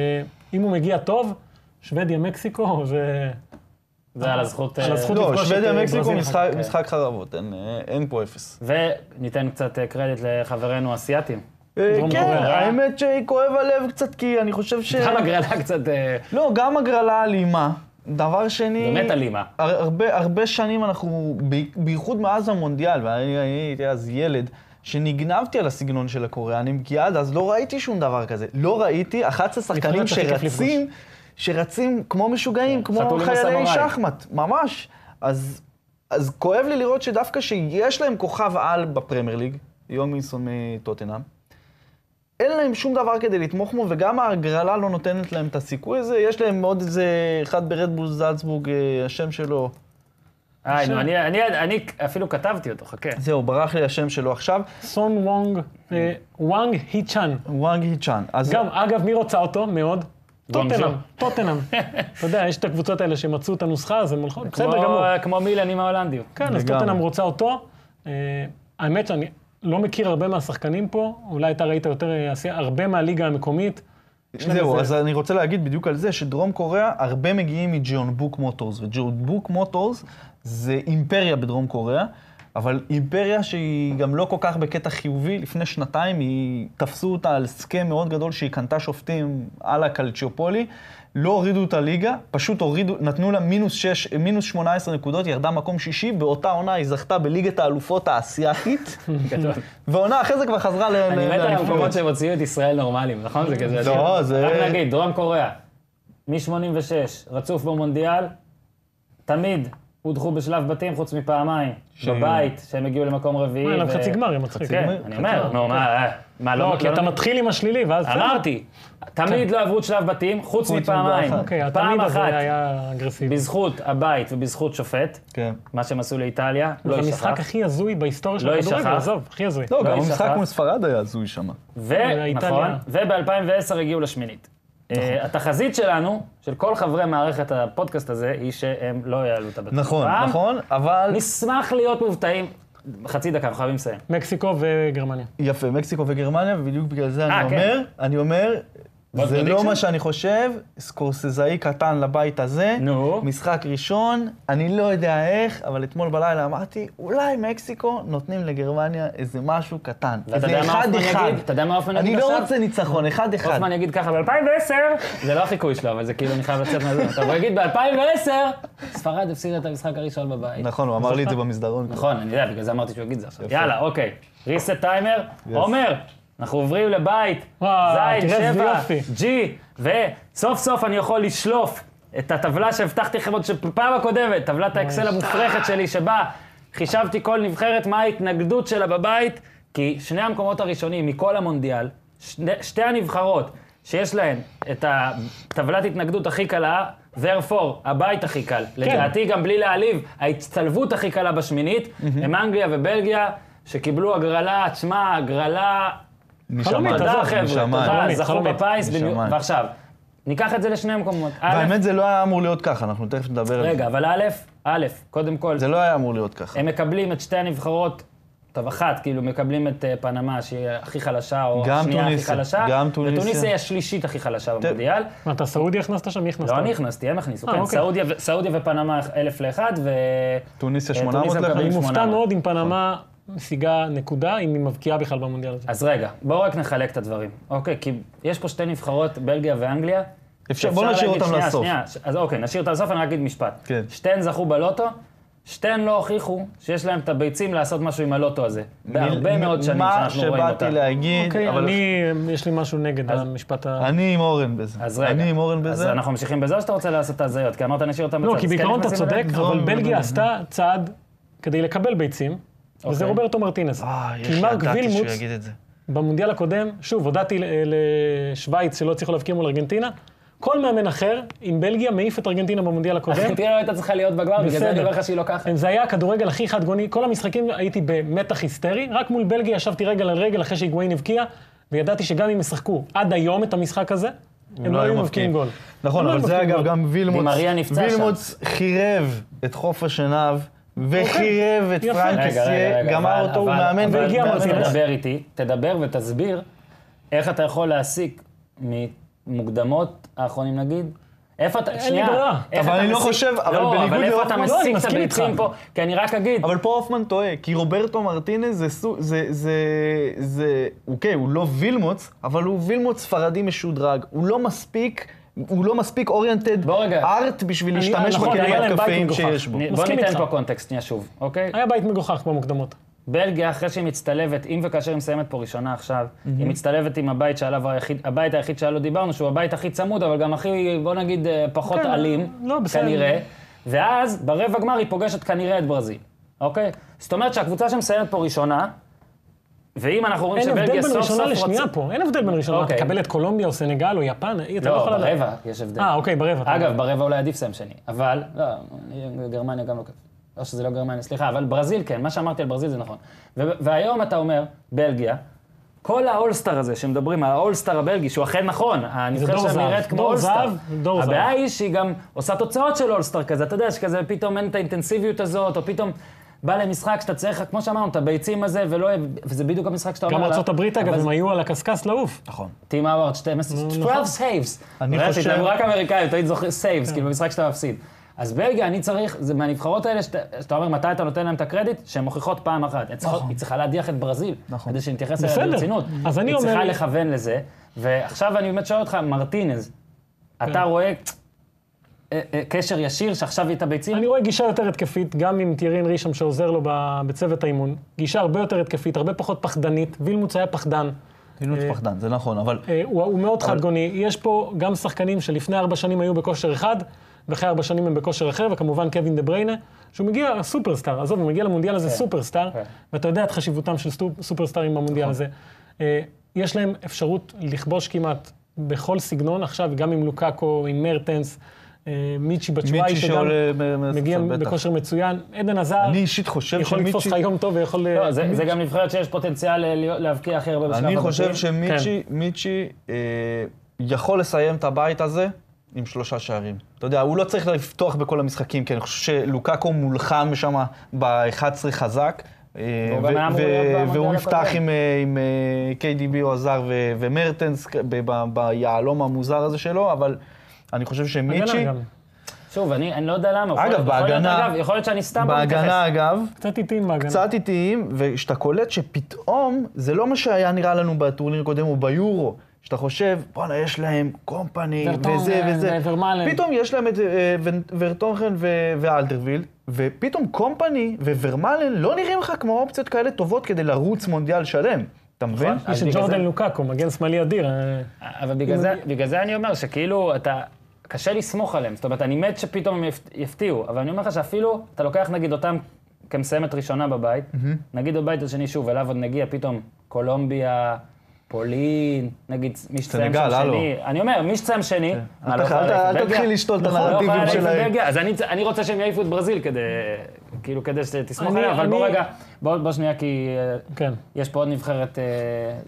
Speaker 3: אם הוא מגיע טוב, שוודיה, מקסיקו, זה...
Speaker 1: זה על הזכות...
Speaker 3: על
Speaker 1: אה,
Speaker 3: הזכות.
Speaker 2: לא,
Speaker 3: לפגוש את,
Speaker 2: שוודיה
Speaker 3: אה,
Speaker 2: מקסיקו
Speaker 3: ברזיל
Speaker 2: משחק- משחק חרבות, אין- אה, אין פה אפס.
Speaker 1: וניתן קצת אה, קרדיט לחברינו האסייתים.
Speaker 2: אה,
Speaker 1: לא
Speaker 3: דרום
Speaker 2: כן,
Speaker 3: קוריאה.
Speaker 2: האמת שכואב הלב קצת, כי אני חושב ש...
Speaker 1: גם הגרלה קצת... אה,
Speaker 2: לא, גם הגרלה אלימה. דבר שני...
Speaker 1: באמת אלימה.
Speaker 2: הר- הרבה, הרבה שנים אנחנו, ב- בייחוד מאז המונדיאל, ואני אני הייתי אז ילד, שנגנבתי על הסגנון של הקוריאנים, כי עד אז לא ראיתי שום דבר כזה. לא ראיתי 11 שחקנים
Speaker 3: נבחרת הכי כיף כן.
Speaker 2: שרצים, שרצים כמו משוגעים, כמו
Speaker 1: חתולים
Speaker 2: חיילי
Speaker 1: וסמוראי.
Speaker 2: שחמט, ממש. אז, אז כואב לי לראות שדווקא שיש להם כוכב על בפרמייר ליג, יונג מינסון מטוטנאם, אין להם שום דבר כדי לתמוך בו, וגם ההגרלה לא נותנת להם את הסיכוי הזה. יש להם עוד איזה אחד ברדבול זלצבורג, אה, השם שלו,
Speaker 1: היי, נו, אני- אני- אני אפילו כתבתי אותו, חכה.
Speaker 2: זהו, ברח לי השם שלו עכשיו,
Speaker 3: סון וונג, אה, וואנג הי צ'אן.
Speaker 2: וואנג היצ'אן. אז
Speaker 3: גם, אגב, מי רוצה אותו מאוד?
Speaker 1: גואנג'ו.
Speaker 3: טוטנאם, טוטנאם. אתה יודע, יש את הקבוצות האלה שמצאו את הנוסחה, אז הם הולכות, בסדר
Speaker 1: כמו- אה,
Speaker 3: גמור.
Speaker 1: כמו מילן עם ההולנדים.
Speaker 3: כן, אז
Speaker 2: לגמרי.
Speaker 3: טוטנאם רוצה אותו. אה, האמת שאני לא מכיר הרבה מהשחקנים פה, אולי אתה ראית יותר, אה, עשי- הרבה מהליגה המקומית. יש להם
Speaker 2: זהו,
Speaker 3: איזה-
Speaker 2: אז אני רוצה להגיד בדיוק על זה, שדרום קוריאה, הרבה מגיעים מג'ון בוק מוטורס, וג'ון בוק מוטורס זה אימפריה בדרום קוריאה. אבל אימפריה שהיא גם לא כל כך בקטע חיובי, לפני שנתיים היא תפסו אותה על סכם מאוד גדול שהיא קנתה שופטים על הקלצ'יופולי, לא הורידו את הליגה, פשוט הורידו, נתנו לה מינוס, שש, מינוס 18 נקודות, ירדה מקום שישי, באותה עונה היא זכתה בליגת האלופות האסייתית,
Speaker 1: גדול.
Speaker 2: ועונה אחרי זה כבר חזרה ל...
Speaker 1: אני
Speaker 2: ל-
Speaker 1: מת על
Speaker 2: לאליפויות.
Speaker 1: המקומות שהם הוציאו את ישראל נורמלים, נכון? זה כזה...
Speaker 2: לא, זה-
Speaker 1: רק נגיד, דרום קוריאה, מ-86, רצוף במונדיאל, תמיד הודחו בשלב בתים חוץ מפעמיים. בבית, שהם הגיעו למקום רביעי.
Speaker 3: היה להם
Speaker 1: ו-
Speaker 3: חצי גמר, הם מצחיק.
Speaker 1: כן,
Speaker 2: גמר,
Speaker 1: אני אומר, נו, מה, אה, מה,
Speaker 3: לא,
Speaker 1: לא...
Speaker 3: כי
Speaker 1: לא-
Speaker 3: אתה מתחיל עם השלילי, ואז...
Speaker 1: אמרתי, תמיד לא עברו את שלב בתים חוץ מפעמיים.
Speaker 3: אוקיי,
Speaker 1: פעם
Speaker 3: התמיד הזה
Speaker 1: אחת,
Speaker 3: היה אגרסיבי.
Speaker 1: בזכות הבית ובזכות שופט,
Speaker 2: כן.
Speaker 1: מה שהם עשו לאיטליה,
Speaker 3: זה
Speaker 1: לא
Speaker 3: המשחק
Speaker 1: יישכח.
Speaker 3: הכי הזוי בהיסטוריה של
Speaker 1: לא
Speaker 3: הכדורגל,
Speaker 1: יישכח.
Speaker 3: עזוב, הכי הזוי.
Speaker 2: לא,
Speaker 1: לא
Speaker 2: גם
Speaker 1: יישכח.
Speaker 2: המשחק מול ספרד היה הזוי שם.
Speaker 3: איטליה.
Speaker 1: ונכון, וב-2010 נכון, הגיעו לשמינית.
Speaker 2: נכון.
Speaker 1: אה, התחזית שלנו, של כל חברי מערכת הפודקאסט הזה, היא שהם לא יעלו את הבתים.
Speaker 2: נכון,
Speaker 1: פעם.
Speaker 2: נכון, אבל...
Speaker 1: נשמח להיות מופתעים. חצי דקה, אנחנו חייבים
Speaker 2: כן.
Speaker 1: לסיים.
Speaker 3: מקסיקו וגרמניה.
Speaker 2: יפה, מקסיקו וגרמניה, ובדיוק בגלל זה
Speaker 1: אה,
Speaker 2: אני
Speaker 1: כן.
Speaker 2: אומר, אני אומר,
Speaker 1: What
Speaker 2: זה לא
Speaker 1: prediction?
Speaker 2: מה שאני חושב, סקורסזאי קטן לבית הזה,
Speaker 1: נו.
Speaker 2: משחק ראשון, אני לא יודע איך, אבל אתמול בלילה אמרתי, אולי מקסיקו נותנים לגרמניה איזה משהו קטן.
Speaker 1: ואתה יודע
Speaker 2: איזה
Speaker 1: מה
Speaker 2: אחד
Speaker 1: הופמן
Speaker 2: אחד.
Speaker 1: יגיד? אתה יודע מה הופמן
Speaker 2: אני
Speaker 1: יגיד
Speaker 2: לא
Speaker 1: עכשיו?
Speaker 2: רוצה ניצחון, אחד אחד.
Speaker 1: הופמן יגיד ככה, ב-2010, זה לא החיקוי שלו, אבל זה כאילו אני חייב לצאת מהזמן. אבל הוא יגיד, ב-2010, ספרד הפסידה את המשחק הראשון בבית.
Speaker 2: נכון, הוא אמר לי את זה במסדרון.
Speaker 1: נכון, אני יודע, בגלל זה אמרתי שהוא יגיד את זה עכשיו. יאללה, אוקיי. reset טיימר, עומר, אנחנו עוברים לבית,
Speaker 3: וואו,
Speaker 1: זין,
Speaker 3: תראה איזה
Speaker 1: שבע,
Speaker 3: יופי.
Speaker 1: ג'י, וסוף סוף אני יכול לשלוף את הטבלה שהבטחתי לכם עוד בפעם הקודמת, טבלת האקסל המופרכת שלי, שבה חישבתי כל נבחרת מה ההתנגדות שלה בבית, כי שני המקומות הראשונים מכל המונדיאל, שני, שתי הנבחרות שיש להן את הטבלת התנגדות הכי קלה, therefore, הבית הכי קל.
Speaker 3: כן.
Speaker 1: לדעתי, גם בלי להעליב, ההצטלבות הכי קלה בשמינית, הם אנגליה ובלגיה, שקיבלו הגרלה, תשמע, הגרלה
Speaker 2: משמיים.
Speaker 1: תודה חבר'ה,
Speaker 2: משמיים.
Speaker 1: תודה,
Speaker 3: חלומית,
Speaker 1: זכו
Speaker 3: חלומית.
Speaker 1: בפיס, בדיו-
Speaker 2: משמיים.
Speaker 1: ועכשיו, ניקח את זה לשני מקומות. א',
Speaker 2: והאמת, זה לא היה אמור להיות ככה, אנחנו תכף נדבר על זה.
Speaker 1: רגע, אבל א', א', קודם כל,
Speaker 2: זה לא היה אמור להיות ככה.
Speaker 1: הם מקבלים את שתי הנבחרות, טוב, אחת, כאילו, מקבלים את אה, פנמה, שהיא הכי חלשה, או
Speaker 2: גם
Speaker 1: השנייה הכי
Speaker 2: טוניסיה,
Speaker 1: חלשה,
Speaker 2: גם טוניסיה.
Speaker 1: וטוניסיה היא השלישית הכי חלשה במונדיאל.
Speaker 3: מה, אתה סעודי הכנסת שם? מי הכנסת?
Speaker 1: לא אני הכנסתי, הם הכניסו,
Speaker 3: אה,
Speaker 1: כן,
Speaker 3: אוקיי.
Speaker 1: סעודיה ו- סעודיה ופנמה אלף לאחד, ו...
Speaker 2: טוניסיה
Speaker 1: אה,
Speaker 2: 800 לך?
Speaker 1: מקבלים
Speaker 3: אני מופתע
Speaker 1: 800.
Speaker 3: מאוד אם פנמה
Speaker 1: נכון.
Speaker 3: משיגה נקודה, אם היא מבקיעה בכלל במונדיאל הזה.
Speaker 1: אז רגע, בואו רק נחלק את הדברים. אוקיי, כי יש פה שתי נבחרות, בלגיה ואנגליה.
Speaker 2: אפשר- בוא נשאיר
Speaker 1: להגיד-
Speaker 2: אותם
Speaker 1: שנייה,
Speaker 2: לסוף.
Speaker 1: שנייה, ש- אז אוקיי, נשאיר אותם לסוף, אני רק אגיד משפט.
Speaker 2: כן.
Speaker 1: שתיהן זכו בלוטו, שתיהן לא הוכיחו שיש להם את הביצים לעשות משהו עם הלוטו הזה. בהרבה
Speaker 2: מ-
Speaker 1: מאוד שנים שאנחנו רואים
Speaker 2: מה
Speaker 1: אותם.
Speaker 2: שבאתי להגיד,
Speaker 3: אוקיי,
Speaker 2: אבל
Speaker 3: אני, יש לי משהו נגד המשפט ה...
Speaker 2: אני עם אורן בזה.
Speaker 1: אז רגע.
Speaker 2: אני עם אורן
Speaker 1: אז
Speaker 2: בזה.
Speaker 1: אנחנו ממשיכים בזה או שאתה רוצה לעשות את ההזיות? כי אמרת נשאיר אותם
Speaker 3: לא,
Speaker 1: בצד,
Speaker 3: כי
Speaker 1: אז כן
Speaker 3: בעיקרון אתה
Speaker 1: נכנסים
Speaker 3: צודק,
Speaker 1: אליהם?
Speaker 3: אבל
Speaker 2: לא,
Speaker 3: בלגיה
Speaker 2: לא,
Speaker 3: עשתה צעד כדי לקבל ביצים, וזה רוברטו מרטינס.
Speaker 2: אוקיי. אה, יש,
Speaker 3: כי מרק
Speaker 2: ידעתי שהוא
Speaker 3: וילמוץ
Speaker 2: יגיד את זה.
Speaker 3: במונדיאל הקודם, שוב, הודעתי ל- לשוויץ שלא הצליחו להבקיע מול ארגנטינה, כל מאמן אחר עם בלגיה מעיף את ארגנטינה במונדיאל הקודם.
Speaker 1: ארגנטינה לא הייתה צריכה להיות בגמר, בגלל זה אני אומר לך שהיא לא ככה.
Speaker 3: זה היה הכדורגל הכי חד גוני, כל המשחקים הייתי במתח היסטרי, רק מול בלגיה ישבתי רגל על רגל אחרי שהיגואין הבקיע, וידעתי שגם אם ישחקו עד היום את המשחק הזה, הם לא היו מבקיעים גול. הם
Speaker 2: נכון,
Speaker 3: לא
Speaker 2: אבל
Speaker 3: היו
Speaker 2: זה
Speaker 3: מבקיעים
Speaker 2: אגב
Speaker 3: גול.
Speaker 2: גם וילמוץ.
Speaker 1: מריה נפצע שם.
Speaker 2: וילמוץ חירב את חוף השנהב, וחירב את
Speaker 3: יפה.
Speaker 2: פרנק
Speaker 1: אוקיי. רגע, רגע,
Speaker 2: קסיה,
Speaker 1: רגע,
Speaker 2: גמר
Speaker 1: אבל-
Speaker 2: אותו, הוא
Speaker 1: אבל-
Speaker 2: מאמן
Speaker 1: אבל-
Speaker 3: והגיע
Speaker 1: אבל
Speaker 3: מרטינס.
Speaker 1: תדבר איתי, תדבר ותסביר איך אתה יכול להסיק ממוקדמות האחרונים נגיד. איפה אתה, שנייה.
Speaker 3: ברירה.
Speaker 1: איך
Speaker 2: אבל
Speaker 1: אתה
Speaker 2: אני לא
Speaker 1: מסיק-
Speaker 2: חושב- אבל
Speaker 1: לא,
Speaker 2: בניגוד
Speaker 1: אבל איפה אתה
Speaker 2: להופמן-
Speaker 3: לא, אני
Speaker 1: מסיק את
Speaker 3: מסכים
Speaker 1: הביצים
Speaker 3: איתך.
Speaker 1: פה? כי אני רק אגיד,
Speaker 2: אבל לא פה הופמן טועה, כי רוברטו מרטינז זה סוג, זה, זה, זה, אוקיי, הוא לא וילמוץ, אבל הוא וילמוץ ספרדי משודרג. הוא לא מספיק, הוא לא מספיק אוריינטד
Speaker 1: בוא רגע.
Speaker 2: ארט בשביל
Speaker 3: אני-
Speaker 2: להשתמש
Speaker 3: נכון,
Speaker 2: בכלים
Speaker 3: היה להם בית
Speaker 2: התקפיים
Speaker 3: מגוחך.
Speaker 2: שיש בו.
Speaker 1: נ- בוא
Speaker 3: מסכים
Speaker 1: ניתן
Speaker 3: איתך.
Speaker 1: פה קונטקסט שנייה שוב, אוקיי?
Speaker 3: היה בית מגוחך במוקדמות.
Speaker 1: בלגיה, אחרי שהיא מצטלבת, אם וכאשר היא מסיימת פה ראשונה עכשיו, היא מצטלבת עם הבית שעליו היחיד, הבית היחיד שעליו דיברנו, שהוא הבית הכי צמוד, אבל גם הכי, בוא נגיד, אה, פחות
Speaker 3: כן,
Speaker 1: אלים,
Speaker 3: לא, בסדר.
Speaker 1: כנראה. ואז, ברבע גמר היא פוגשת כנראה את ברזיל, אוקיי? זאת אומרת שהקבוצה שמסיימת פה ראשונה, ואם אנחנו רואים
Speaker 3: אין הבדל
Speaker 1: שבלגיה
Speaker 3: בין
Speaker 1: סוף סוף
Speaker 3: ראשונה לשנייה
Speaker 1: רוצה-
Speaker 3: פה, אין הבדל בין ראשונה. אתה
Speaker 1: אוקיי.
Speaker 3: תקבל את קולומביה או סנגל או יפן, אתה לא
Speaker 1: לא,
Speaker 3: יכול לדעת.
Speaker 1: ברבע יש הבדל.
Speaker 3: אה, אוקיי, ברבע. אתה
Speaker 1: אגב,
Speaker 3: אומר.
Speaker 1: ברבע אולי עדיף סיים שני, אבל, לא, גרמניה גם לא כזה. לא שזה לא גרמניה, סליחה, אבל ברזיל כן, מה שאמרתי על ברזיל זה נכון. ו- והיום אתה אומר, בלגיה, כל האולסטאר הזה שמדברים על האולסטאר הבלגי, שהוא אכן נכון, הנבחרת
Speaker 3: דור
Speaker 1: שלהם
Speaker 3: זהב.
Speaker 1: נראית כמו
Speaker 3: דור
Speaker 1: אולסטאר.
Speaker 3: זהב, דור
Speaker 1: הבעיה
Speaker 3: זהב.
Speaker 1: היא שהיא גם עושה תוצאות של אולסטאר כזה, אתה יודע, שכזה פתאום אין את האינטנסיביות הזאת, או פתאום... בא למשחק שאתה צריך, כמו שאמרנו, את הביצים הזה, ולא... וזה בדיוק המשחק שאתה אומר...
Speaker 3: גם
Speaker 1: עליו,
Speaker 3: ארצות הברית, אגב,
Speaker 1: אבל
Speaker 3: הם היו על הקשקש לעוף.
Speaker 2: נכון.
Speaker 1: טים האווארד 12, 12 סייבס.
Speaker 2: אני חושב- כן.
Speaker 1: רק אמריקאים, תמיד זוכר סייבס, כאילו במשחק שאתה מפסיד. אז בלגיה, אני צריך, זה מהנבחרות האלה, שאתה- שאתה אומר מתי אתה נותן להם את הקרדיט, שהן מוכיחות פעם אחת. הן צריכות-
Speaker 3: נכון.
Speaker 1: היא צריכה להדיח את ברזיל,
Speaker 2: נכון.
Speaker 1: כדי שנתייחס אליה
Speaker 3: בסדר.
Speaker 1: ברצינות.
Speaker 3: אז אני אומר-
Speaker 1: היא צריכה לכוון לזה, ועכשיו אני באמת שואל אותך, מרטינז,
Speaker 3: כן.
Speaker 1: אתה רואה אה, אה, קשר ישיר שעכשיו היא את הביצים?
Speaker 3: אני רואה גישה יותר התקפית, גם עם טירין רישם שעוזר לו ב- בצוות האימון. גישה הרבה יותר התקפית, הרבה פחות פחדנית. וילמוץ היה פחדן.
Speaker 2: אילוץ פחדן, זה נכון, אבל...
Speaker 3: אה, הוא, הוא מאוד חדגוני. יש פה גם שחקנים שלפני ארבע שנים היו בכושר אחד, ואחרי ארבע שנים הם בכושר אחר, וכמובן קווין דה בריינה, שהוא מגיע סופרסטאר, עזוב, הוא מגיע למונדיאל הזה סופרסטאר,
Speaker 1: כן.
Speaker 3: ואתה יודע את חשיבותם של סטו- סופרסטארים במונדיאל הזה. אה, יש להם אפשרות לכבוש כמעט בכל סגנון, עכשיו גם עם לוקאקו, עם מרטנס, אה, מיצ'י בצ'וואי,
Speaker 2: מיצ'י
Speaker 3: שגם
Speaker 2: שעולה מ- מהספסל,
Speaker 3: מגיע
Speaker 2: בטח.
Speaker 3: בכושר מצוין. עדן עזר,
Speaker 2: אני אישית חושב
Speaker 3: יכול לתפוס
Speaker 2: שמיצ'י...
Speaker 3: לך יום טוב ויכול... אה,
Speaker 1: לא, זה זה גם נבחרת שיש פוטנציאל אה, להיות- להבקיע הכי הרבה בשלב
Speaker 2: אני חושב
Speaker 1: הבתים.
Speaker 2: שמיצ'י
Speaker 1: כן.
Speaker 2: מיצ'י, אה, יכול לסיים את הבית הזה עם שלושה שערים. אתה יודע, הוא לא צריך לפתוח בכל המשחקים, כי אני חושב שלוקאקו מולחם שם ב-11 חזק. אה,
Speaker 1: והוא גם היה אמור
Speaker 2: ו-
Speaker 1: להיות במונדיאל
Speaker 2: והוא יפתח
Speaker 1: הקודם.
Speaker 2: עם, אה, עם אה, KDB או עזר ו- ומרטנס כ- ב- ב- ביהלום המוזר הזה שלו, אבל אני חושב שמיצ'י,
Speaker 3: מיצ'י?
Speaker 1: שוב, אני אני לא יודע למה. יכול
Speaker 2: אגב,
Speaker 1: להיות- יכול להיות,
Speaker 2: בהגנה-
Speaker 1: אגב, יכול להיות שאני סתם לא מתייחס.
Speaker 2: בהגנה אגב,
Speaker 3: קצת איטיים בהגנה.
Speaker 2: קצת איטיים, וכשאתה קולט שפתאום, זה לא מה שהיה נראה לנו בטורניר הקודם או ביורו, שאתה חושב, בואנה, יש להם קומפני,
Speaker 3: ורטונגן
Speaker 2: וזה וזה.
Speaker 3: וורמלן.
Speaker 2: פתאום יש להם את אה, ו- ורטונכן ו- ואלדרווילד, ופתאום קומפני וורמלן לא נראים לך כמו אופציות כאלה טובות כדי לרוץ מונדיאל שלם. אתה מבין?
Speaker 1: נכון, אז
Speaker 3: יש את
Speaker 1: בגלל
Speaker 3: ג'ורדן
Speaker 1: זה-
Speaker 3: לוקאקו, מגן שמאלי אדיר. אה,
Speaker 1: אבל בגלל זה- בגלל זה אני אומר שכאילו, אתה... קשה לסמוך עליהם. זאת אומרת, אני מת שפתאום הם יפ- יפתיעו, אבל אני אומר לך שאפילו, אתה לוקח נגיד אותם כמסיימת ראשונה בבית, נגיד בבית השני שוב, אליו עוד נגיע פתאום קולומביה, פולין, נגיד מי שתסיים שם
Speaker 2: סנגל, הלו. כן.
Speaker 1: שני. אני אומר, מי שתסיים שני, מה, לא
Speaker 2: אל ת-
Speaker 1: יכולה
Speaker 2: אל ת-
Speaker 1: להעיף את
Speaker 2: אל
Speaker 1: בלגיה?
Speaker 2: תתחיל לשתול את
Speaker 1: נכון, לא
Speaker 2: הנרטיבים
Speaker 1: יכולה להעיף את
Speaker 2: שלהם.
Speaker 1: בלגיה, אז אני צ- אני רוצה שהם יעיפו את ברזיל כדי, כאילו, כדי שתסמוך
Speaker 3: אני-
Speaker 1: עליה, אבל בוא
Speaker 3: אני-
Speaker 1: רגע, בוא בוא שנייה, כי אה,
Speaker 3: כן.
Speaker 1: יש פה עוד נבחרת אה,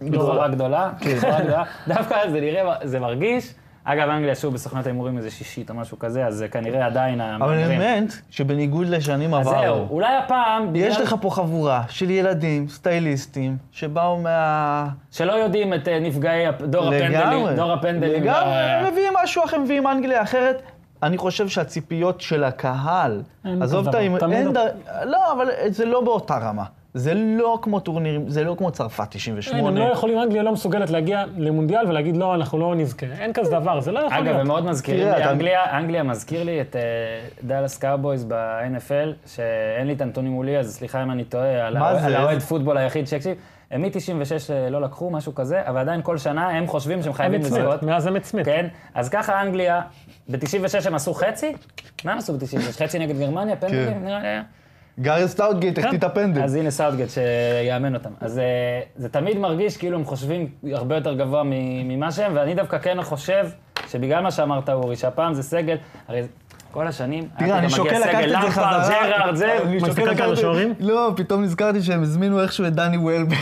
Speaker 2: לא.
Speaker 1: גדולה גדולה,
Speaker 2: כן.
Speaker 1: גדולה גדולה. דווקא זה נראה, זה מרגיש. אגב, אנגליה שוב בסוכנות ההימורים איזה שישית או משהו כזה, אז זה כנראה עדיין
Speaker 2: אבל
Speaker 1: המהמרים.
Speaker 2: האמת, שבניגוד לשנים
Speaker 1: אז זהו,
Speaker 2: עברו,
Speaker 1: אולי הפעם, בגלל
Speaker 2: יש לך פה חבורה של ילדים, סטייליסטים, שבאו מה...
Speaker 1: שלא יודעים את אה, נפגעי הפ- דור הפנדלים, דור הפנדלים.
Speaker 2: לגמרי,
Speaker 1: ב-
Speaker 2: הם מביאים משהו אחר, הם מביאים אנגליה אחרת. אני חושב שהציפיות של הקהל,
Speaker 3: אין
Speaker 2: עזוב
Speaker 3: כזה
Speaker 2: את
Speaker 3: דבר,
Speaker 2: האימון,
Speaker 3: תמיד
Speaker 2: אין
Speaker 3: אותו.
Speaker 2: דר... לא, אבל זה לא באותה רמה. זה לא כמו טורנירים, זה לא כמו צרפת
Speaker 3: אין, הם
Speaker 2: 98.
Speaker 3: לא יכולים, אנגליה לא מסוגלת להגיע למונדיאל ולהגיד לא, אנחנו לא נזכה. אין כזה דבר, זה לא יכול
Speaker 1: אגב, הם
Speaker 3: להיות.
Speaker 1: מאוד מזכירים
Speaker 2: תראה,
Speaker 1: לי,
Speaker 2: אתה-
Speaker 1: אנגליה, אנגליה מזכיר לי את אה, דאלאס קאובויז ב-NFL, שאין לי את הנתונים מולי, אז סליחה אם אני טועה, על
Speaker 2: מה
Speaker 1: האוה-
Speaker 2: זה?
Speaker 1: על האוהד פוטבול היחיד שהקשיב. הם מ-96 לא לקחו, משהו כזה, אבל עדיין כל שנה הם חושבים שהם חייבים
Speaker 3: אמת סמית,
Speaker 1: לזכות.
Speaker 3: מאז אמת סמית.
Speaker 1: כן, אז ככה אנגליה, ב-96 הם עשו חצי? מה הם עשו ב-96? חצי נגד גרמניה, פנדלים,
Speaker 2: כן.
Speaker 1: נראה לי היה.
Speaker 2: גארי סטאוטגייט החטיא את הפנדל.
Speaker 1: אז הנה סאוטגט שיאמן אותם. אז אה, זה תמיד מרגיש כאילו הם חושבים הרבה יותר גבוה מ- ממה שהם, ואני דווקא כן חושב שבגלל מה שאמרת, אורי, שהפעם זה סגל, הרי כל השנים,
Speaker 2: תראה, אני שוקל לקחת את זה חזרה.
Speaker 1: ג'רארד, זה,
Speaker 2: אני
Speaker 3: מה,
Speaker 2: שוקל
Speaker 3: הסתכלת על
Speaker 2: לקחת-
Speaker 3: השוערים?
Speaker 2: לא, פתאום נזכרתי שהם הזמינו איכשהו את דני וולבק.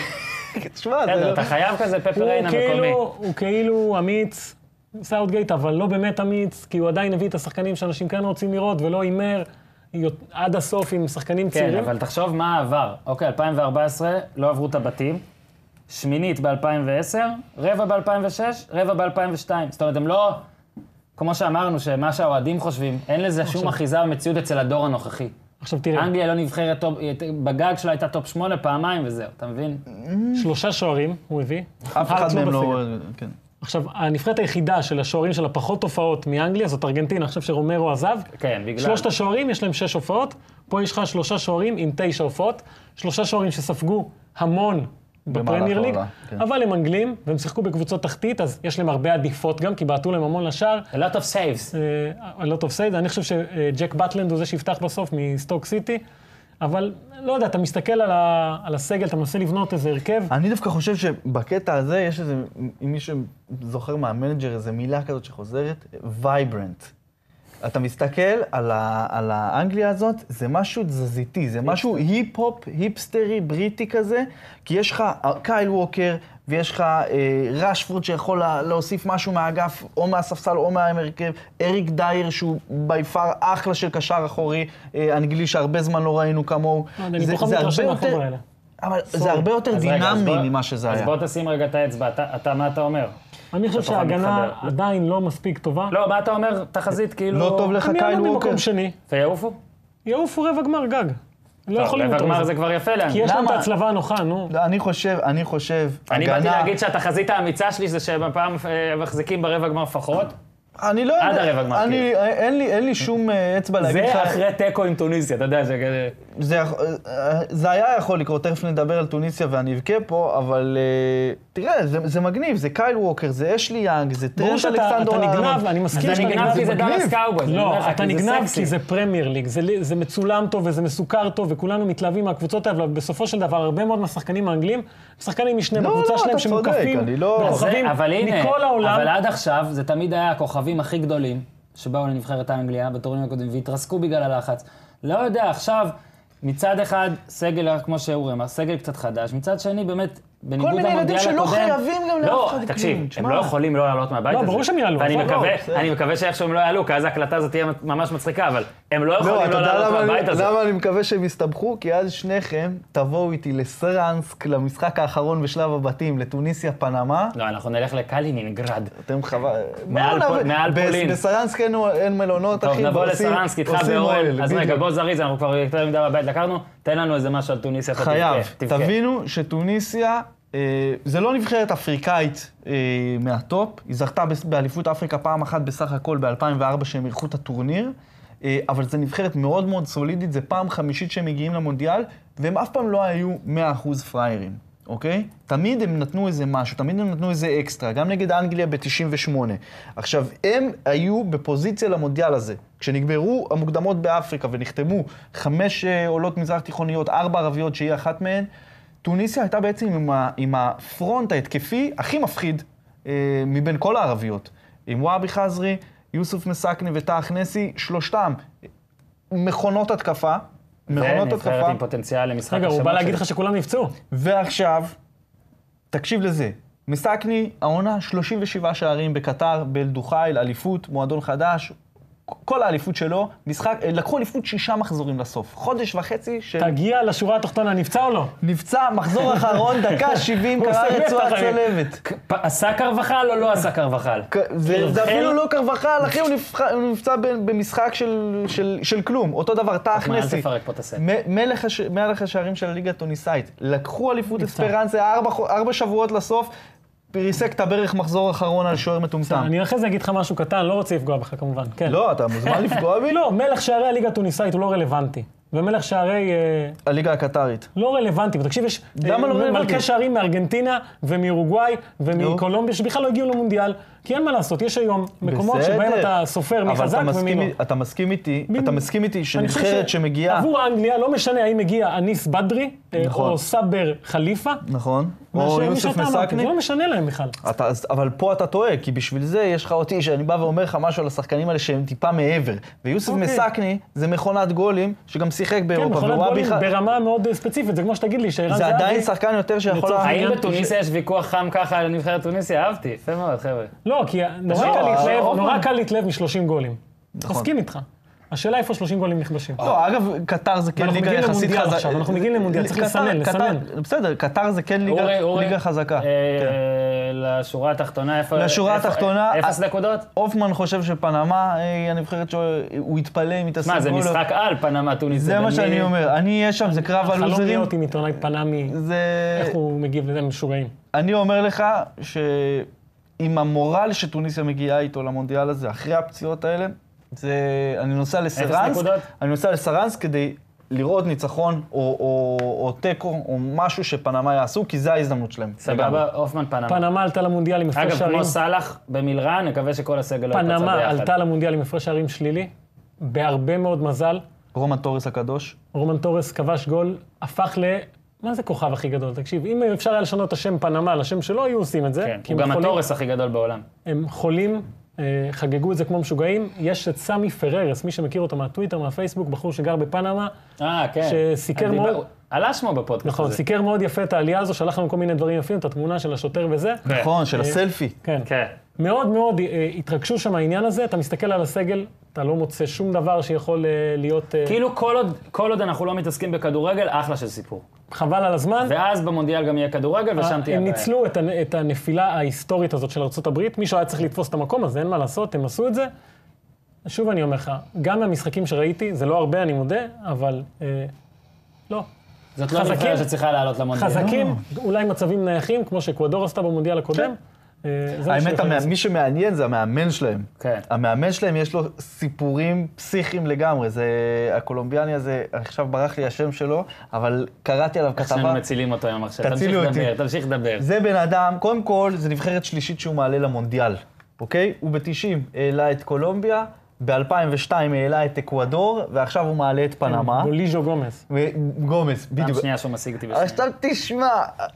Speaker 2: תשמע, זה...
Speaker 1: בסדר,
Speaker 2: לא-
Speaker 1: אתה חייב כזה
Speaker 3: הוא
Speaker 1: פפריין המקומי.
Speaker 3: כאילו- הוא כאילו אמיץ, סאוטגייט, אבל לא באמת אמיץ, כי הוא עדיין הביא את השחקנים שאנשים כן רוצים לראות, ולא הימר יות- עד הסוף עם שחקנים
Speaker 1: כן,
Speaker 3: צעירים.
Speaker 1: אבל תחשוב מה העבר. אוקיי, 2014, לא עברו את הבתים. שמינית ב-2010, רבע ב-2006, רבע ב-2002. זאת אומרת, הם לא... כמו שאמרנו, שמה שהאוהדים חושבים, אין לזה שום אחיזה במציאות אצל הדור הנוכחי.
Speaker 3: עכשיו
Speaker 2: כן.
Speaker 3: תראה,
Speaker 1: אנגליה לא נבחרת, טופ- בגג שלה הייתה טופ שמונה פעמיים וזהו, אתה מבין?
Speaker 3: שלושה שוערים הוא הביא.
Speaker 2: אף אחד
Speaker 3: הארט
Speaker 2: מהם
Speaker 3: בסגל.
Speaker 2: לא... כן.
Speaker 3: עכשיו, הנבחרת היחידה של השוערים של הפחות הופעות מאנגליה זאת ארגנטינה, עכשיו שרומרו עזב.
Speaker 1: כן, בגלל-
Speaker 3: שלושת השוערים, יש להם שש הופעות, פה יש לך שלושה שוערים עם תשע הופעות, שלושה שוערים שספגו המון בפרמייר ליג,
Speaker 2: העונה, כן.
Speaker 3: אבל הם אנגלים, והם שיחקו בקבוצות תחתית, אז יש להם הרבה עדיפות גם, כי בעטו להם המון לשער.
Speaker 1: A lot of saves.
Speaker 3: אה, לא טוב סייד, אני חושב שג'ק בטלנד הוא זה שיפתח בסוף מסטוק סיטי, אבל לא יודע, אתה מסתכל על, ה... על הסגל, אתה מנסה לבנות איזה
Speaker 1: אה,
Speaker 3: הרכב. לא
Speaker 2: אני דווקא חושב שבקטע הזה יש איזה, אם מישהו זוכר מהמנג'ר, איזו מילה כזאת שחוזרת, וייברנט. אתה מסתכל על, ה, על האנגליה הזאת, זה משהו תזזיתי, זה משהו היפ-הופ, היפסטרי, בריטי כזה, כי יש לך אה, קייל ווקר, ויש לך אה, ראשפורד שיכול לה, להוסיף משהו מהאגף, או מהספסל או מהמרכב, אריק דייר שהוא בי פאר אחלה של קשר אחורי, אה, אנגלי שהרבה זמן לא ראינו כמוהו.
Speaker 3: לא יודע, אני
Speaker 2: זה-
Speaker 3: פחות
Speaker 2: זה הרבה
Speaker 3: מתרשם
Speaker 2: יותר-
Speaker 3: מהחבר'ה האלה.
Speaker 2: אבל זה הרבה יותר
Speaker 1: אז רגע, אז בוא-
Speaker 2: דינמי ממה שזה
Speaker 1: אז
Speaker 2: היה.
Speaker 1: בוא תשים רגע את האצבע, אתה- אתה, מה אתה אומר?
Speaker 3: אני חושב
Speaker 1: אתה פחות
Speaker 3: שההגנה
Speaker 1: מתחבר.
Speaker 3: עדיין לא מספיק טובה.
Speaker 1: לא, מה אתה אומר? תחזית, כאילו...
Speaker 2: לא טוב לך
Speaker 3: הם
Speaker 2: קייל
Speaker 3: יעלו
Speaker 2: ווקר?
Speaker 3: ממקום שני.
Speaker 1: ויעופו?
Speaker 3: יעופו רבע גמר גג. לא
Speaker 1: טוב,
Speaker 3: יכולים
Speaker 1: רבע
Speaker 3: יותר
Speaker 1: גמר
Speaker 3: מזה.
Speaker 1: זה כבר יפה לנו.
Speaker 3: כי יש להם את
Speaker 2: למה?
Speaker 3: ההצלבה הנוחה, נו.
Speaker 2: לא, אני חושב, אני חושב,
Speaker 1: אני באתי
Speaker 2: הגנה-
Speaker 1: להגיד שהתחזית האמיצה שלי זה שבפעם אה, מחזיקים ברבע גמר פחות.
Speaker 2: אני לא יודע.
Speaker 1: עד הרבע גמר, כאילו.
Speaker 2: אני- אין לי- אין לי שום אה, אצבע להגיד לך.
Speaker 1: זה אחרי תיקו עם טוניסיה, אתה יודע, זה כזה...
Speaker 2: זה, יכ- אה, זה היה יכול לקרות, תכף נדבר על טוניסיה ואני אבכה פה, אבל אה, תראה, זה, זה מגניב, זה קייל ווקר, זה אשלי יאנג, זה
Speaker 3: ברור
Speaker 2: טרנט
Speaker 3: שאתה אתה
Speaker 2: אלכסנדור.
Speaker 3: נגנב,
Speaker 2: ארנולד.
Speaker 3: אני מסכים
Speaker 1: אתה
Speaker 3: שאתה
Speaker 1: נגנב כי זה דאלאס קאובויז. אני אומר לך,
Speaker 3: לא,
Speaker 1: כי
Speaker 3: אתה
Speaker 1: זה
Speaker 3: נגנב
Speaker 1: סקסי.
Speaker 3: כי זה פרמייר ליג, זה לי- זה מצולם טוב וזה מסוכר טוב, וכולנו מתלהבים מהקבוצות האלה, אבל בסופו של דבר הרבה מאוד מהשחקנים האנגלים, שחקנים משניהם
Speaker 2: לא,
Speaker 3: בקבוצה
Speaker 2: לא,
Speaker 3: שלהם
Speaker 2: אתה
Speaker 3: שמוקפים,
Speaker 2: צודק, אני לא-
Speaker 1: אז זה-
Speaker 3: בכוכבים
Speaker 1: אבל הנה,
Speaker 3: מכל העולם.
Speaker 1: אבל עד עכשיו זה תמיד היה הכוכבים הכי גדולים שבאו לנבחרת האנגליה בטורנים הקודמים והתרסקו בגלל הלחץ. לא יודע, עכשיו מצד אחד סגל, כמו שאורי אמר, סגל קצת חדש, מצד שני באמת, בניגוד
Speaker 2: מיני
Speaker 1: למונדיאל
Speaker 2: ילדים
Speaker 1: הקודם...
Speaker 2: שלא חייבים גם לאף אחד
Speaker 1: לא,
Speaker 2: כלום,
Speaker 1: תקשיב, הם
Speaker 2: תשמע.
Speaker 1: לא יכולים לא לעלות מהבית
Speaker 3: לא,
Speaker 1: הזה.
Speaker 3: ברור שהם יעלו,
Speaker 1: ואני
Speaker 3: נכון,
Speaker 1: מקווה-
Speaker 2: לא, בסדר.
Speaker 1: אני מקווה שאיכשהו הם לא יעלו, כי אז ההקלטה הזאת תהיה ממש מצחיקה, אבל הם לא
Speaker 2: לא,
Speaker 1: יכולים
Speaker 2: אתה
Speaker 1: לא
Speaker 2: יודע
Speaker 1: לעלות
Speaker 2: למה
Speaker 1: מהבית
Speaker 2: אני,
Speaker 1: הזה.
Speaker 2: למה אני מקווה שהם יסתבכו? כי אז שניכם תבואו איתי לסרנסק, למשחק האחרון בשלב הבתים, לטוניסיה, פנמה.
Speaker 1: לא, אנחנו נלך לקלינינגרד.
Speaker 2: אתם חבל...
Speaker 1: מעל
Speaker 2: בואו
Speaker 1: פול-
Speaker 2: נביא-
Speaker 1: מעל
Speaker 2: בס-
Speaker 1: פולין.
Speaker 2: בסרנסק אין, אין מלונות,
Speaker 1: טוב,
Speaker 2: אחי.
Speaker 1: נבוא
Speaker 2: ועושים-
Speaker 1: לסרנסק איתך
Speaker 2: עושים
Speaker 1: באוהל.
Speaker 2: אוהל,
Speaker 1: אז רגע,
Speaker 2: בדיוק.
Speaker 1: בוא זריז, אנחנו כבר יותר מדי בבית לקחנו, תן לנו איזה משהו על טוניסיה, אתה
Speaker 2: חייב.
Speaker 1: תבכה, תבכה.
Speaker 2: תבינו שטוניסיה, אה, זה לא נבחרת אפריקאית אה, מהטופ, היא זכתה בס- באליפות אפריקה פעם אחת בסך הכל ב-2004 שהם אירחו את הטורניר, אה, אבל זו נבחרת מאוד מאוד סולידית, זו פעם חמישית שהם מגיעים למונדיאל, והם אף פעם לא היו 100% פראיירים. אוקיי? תמיד הם נתנו איזה משהו, תמיד הם נתנו איזה אקסטרה, גם נגד אנגליה ב-98. עכשיו, הם היו בפוזיציה למונדיאל הזה. כשנגמרו המוקדמות באפריקה ונחתמו חמש אה, עולות מזרח תיכוניות, ארבע ערביות שהיא אחת מהן, טוניסיה הייתה בעצם עם, ה, עם הפרונט ההתקפי הכי מפחיד אה, מבין כל הערביות. עם וואבי חזרי, יוסוף מסקני וטאח נסי, שלושתם אה, מכונות התקפה. מכונות
Speaker 1: ונבחרת
Speaker 2: התקפה.
Speaker 1: כן, עם פוטנציאל למשחק
Speaker 3: רגע, הוא
Speaker 1: השמות
Speaker 3: בא
Speaker 1: שלה.
Speaker 3: להגיד לך שכולם נפצעו.
Speaker 2: ועכשיו, תקשיב לזה. מסקני, העונה 37 שערים בקטר, באלדוחייל, אליפות, מועדון חדש, כל האליפות שלו, משחק, אה, לקחו אליפות שישה מחזורים לסוף. חודש וחצי של...
Speaker 3: תגיע לשורה התחתונה, נפצע או לא?
Speaker 2: נפצע, מחזור אחרון, דקה 70,
Speaker 3: הוא
Speaker 2: קרה
Speaker 3: עושה
Speaker 2: רצועה
Speaker 3: מתח, אני-
Speaker 2: צלבת.
Speaker 1: פ- עשה קרבחל או לא עשה קרבחל?
Speaker 2: ק- זה זה
Speaker 1: קרבחל?
Speaker 3: כן.
Speaker 2: אפילו לא קרבחל, אחי, הוא נפח- הוא נפצע ב- במשחק של- של- של כלום. אותו דבר, תח
Speaker 1: מה, אל
Speaker 2: נסי.
Speaker 1: תפרק פה את הסט.
Speaker 2: מ- מלך הש- מלך השערים של הליגה הטוניסאית. לקחו אליפות אספרנסה, ארבע חו- ארבע שבועות לסוף, ריסק את הברך מחזור אחרון על שוער מטומטם.
Speaker 3: אני אחרי זה אגיד לך משהו קטן, לא רוצה לפגוע בך כמובן, כן.
Speaker 2: לא, אתה מוזמן לפגוע בי?
Speaker 3: לא, מלך שערי הליגה הטוניסאית הוא לא רלוונטי. ומלך שערי... אה,
Speaker 2: הליגה הקטרית.
Speaker 3: לא רלוונטי, ותקשיב, יש
Speaker 2: למה לא
Speaker 3: אה,
Speaker 2: רלוונטי?
Speaker 3: מלכי שערים מארגנטינה ומאורוגוואי ומקולומביה שבכלל לא הגיעו למונדיאל, כי אין מה לעשות, יש היום מקומות
Speaker 2: בסדר.
Speaker 3: שבהם אתה סופר מי
Speaker 2: אבל
Speaker 3: חזק
Speaker 2: אתה מסכים
Speaker 3: ומי לא.
Speaker 2: אי- אתה מסכים איתי,
Speaker 3: מי-
Speaker 2: אתה מסכים איתי
Speaker 3: אני חושב
Speaker 2: שנבחרת
Speaker 3: ש-
Speaker 2: שמגיעה...
Speaker 3: עבור האנגליה, לא משנה האם הגיע אניס בדרי, אה,
Speaker 2: נכון.
Speaker 3: או סאבר חליפה,
Speaker 2: נכון.
Speaker 3: מאשר
Speaker 2: או
Speaker 3: מי
Speaker 2: יוסף
Speaker 3: שאתה אמרת, זה
Speaker 2: מסקני.
Speaker 3: לא משנה להם בכלל.
Speaker 2: אתה, אז- אבל פה אתה טועה, כי בשביל זה יש לך אותי, שאני בא ואומר לך משהו על השחקנים האלה שהם טיפה מעבר. ויוסף
Speaker 3: אוקיי.
Speaker 2: מסקני זה מכונת גולים, שגם שיחק
Speaker 3: כן,
Speaker 2: באירופה.
Speaker 3: מכונת
Speaker 2: והוא
Speaker 3: גולים
Speaker 2: אביך-
Speaker 3: ברמה מאוד אה, ספציפית, זה כמו שתגיד לי שערן
Speaker 2: זה
Speaker 3: זהבי-
Speaker 2: עדיין שחקן יותר שיכול...
Speaker 3: לצורך
Speaker 2: לה-
Speaker 1: האם
Speaker 3: העניין-
Speaker 1: בטוניסיה יש ויכוח חם ככה על נבחרת טוניסיה? אהבתי, יפה מאוד, חבר'ה.
Speaker 3: לא, כי נורא
Speaker 2: לא,
Speaker 3: קל להתלהב,
Speaker 2: האופן-
Speaker 3: נורא קל להתלהב מ-30 גולים.
Speaker 2: נכון.
Speaker 3: מסכים איתך. השאלה איפה 30 גולים נכבשים.
Speaker 2: לא, אגב, קטר זה כן
Speaker 3: אנחנו
Speaker 2: ליגה
Speaker 3: מגיעים
Speaker 2: יחסית
Speaker 3: למונדיאל
Speaker 2: חזקה.
Speaker 3: עכשיו, אנחנו מגיעים למונדיאל, צריך
Speaker 2: קטר-
Speaker 3: לסנן,
Speaker 2: קטר-
Speaker 3: לסנן.
Speaker 2: בסדר, קטר זה כן ליגה-
Speaker 1: אורי, אורי.
Speaker 2: ליגה חזקה. כן.
Speaker 1: אה, אה, לשורה התחתונה, איפה...
Speaker 2: לשורה
Speaker 1: איפה-
Speaker 2: התחתונה,
Speaker 1: אה, אפס
Speaker 2: אה,
Speaker 1: נקודות?
Speaker 2: הופמן חושב שפנמה אה, היא הנבחרת שהוא התפלא אם היא תעשה
Speaker 1: מה, זה
Speaker 2: גול או-
Speaker 1: משחק על פנמה טוניסיה.
Speaker 2: זה מה
Speaker 1: בין מי-
Speaker 2: שאני אומר. אני אהיה שם, זה קרב
Speaker 3: חלום
Speaker 2: הלוזרים.
Speaker 3: להיות לא עם עיתונאי פנמי,
Speaker 2: זה...
Speaker 3: איך הוא מגיב לזה הם משוגעים.
Speaker 2: אני אומר לך שעם המורל שטוניסיה מגיעה איתו למונדיאל הזה, אחרי הפציעות האלה, זה... אני נוסע לסרנס,
Speaker 1: נקודות?
Speaker 2: אני נוסע לסרנס כדי לראות ניצחון או, או, או תיקו או משהו שפנמה יעשו, כי זה ההזדמנות שלהם. לגמרי.
Speaker 1: סבבה, הופמן פנמה.
Speaker 3: פנמה עלתה למונדיאל עם הפרש
Speaker 1: אגב,
Speaker 3: שערים.
Speaker 1: כמו סאלח במילרן, נקווה שכל הסגל לא ייפצע
Speaker 3: פנמה
Speaker 1: ביחד.
Speaker 3: עלתה למונדיאל עם הפרש שערים שלילי, בהרבה מאוד מזל.
Speaker 2: רומא תורס הקדוש.
Speaker 3: רומן תורס כבש גול, הפך ל... מה זה כוכב הכי גדול? תקשיב, אם אפשר היה לשנות את השם פנמה לשם שלו, היו עושים את זה.
Speaker 1: כן,
Speaker 3: כי
Speaker 1: הוא
Speaker 3: הם
Speaker 1: גם
Speaker 3: חולים-
Speaker 1: התורס הכי גדול בעולם.
Speaker 3: הם חולים, אה, חגגו את זה כמו משוגעים. יש את סמי פררס, מי שמכיר אותו מהטוויטר, מהפייסבוק, בחור שגר בפנמה.
Speaker 1: אה, כן.
Speaker 3: שסיקר
Speaker 1: אני-
Speaker 3: מאוד-
Speaker 1: עלה שמו בפודקאסט
Speaker 3: נכון,
Speaker 1: הזה.
Speaker 3: סיקר מאוד יפה את העלייה הזו, שלח לנו כל מיני דברים יפים, את התמונה של השוטר וזה.
Speaker 1: כן.
Speaker 2: נכון, של הסלפי.
Speaker 3: כן.
Speaker 1: כן.
Speaker 3: מאוד מאוד אה, התרגשו שם העניין הזה, אתה מסתכל על הסגל, אתה לא מוצא שום דבר שיכול אה, להיות... אה,
Speaker 1: כאילו כל עוד, כל עוד אנחנו לא מתעסקים בכדורגל, אחלה של סיפור.
Speaker 3: חבל על הזמן.
Speaker 1: ואז במונדיאל גם יהיה כדורגל, ושם תהיה
Speaker 3: אה, הם
Speaker 1: הבעיה.
Speaker 3: ניצלו את, הנ- את הנפילה ההיסטורית הזאת של ארה"ב, מישהו היה צריך לתפוס את המקום הזה, אין מה לעשות, הם עשו את זה. שוב אני אומר לך, גם מהמשחקים שראיתי, זה לא הרבה, אני מודה, אבל אה, לא.
Speaker 1: זאת לא
Speaker 3: חזקים.
Speaker 1: הנבחרת שצריכה לעלות למונדיאל.
Speaker 3: חזקים,
Speaker 2: לא.
Speaker 3: אולי מצבים נייחים, כמו שאקוודור עשתה במונדיאל הקודם. אה, זה מה
Speaker 2: כן. האמת,
Speaker 3: שיכולים
Speaker 2: המאמן-
Speaker 3: לעשות.
Speaker 2: מי שמעניין זה המאמן שלהם.
Speaker 1: כן.
Speaker 2: המאמן שלהם, יש לו סיפורים פסיכיים לגמרי. זה הקולומביאני הזה, עכשיו ברח לי השם שלו, אבל קראתי עליו
Speaker 1: שנינו
Speaker 2: כתבה.
Speaker 1: מצילים אותו עם המחשב.
Speaker 2: תצילו
Speaker 1: תמשיך
Speaker 2: אותי.
Speaker 1: לדבר, תמשיך לדבר.
Speaker 2: זה בן אדם, קודם כל, זה נבחרת שלישית שהוא מעלה למונדיאל, אוקיי? הוא ב-90 העלה את קולומביה, ב-2002 העלה את אקוודור, ועכשיו הוא מעלה את פנמה.
Speaker 3: גוליז'ו גומז.
Speaker 2: גומס,
Speaker 1: פעם
Speaker 2: בדיוק.
Speaker 1: כן, אה,
Speaker 2: אה,
Speaker 1: שנייה שהוא משיג אותי בשנייה.
Speaker 2: עכשיו תשמע,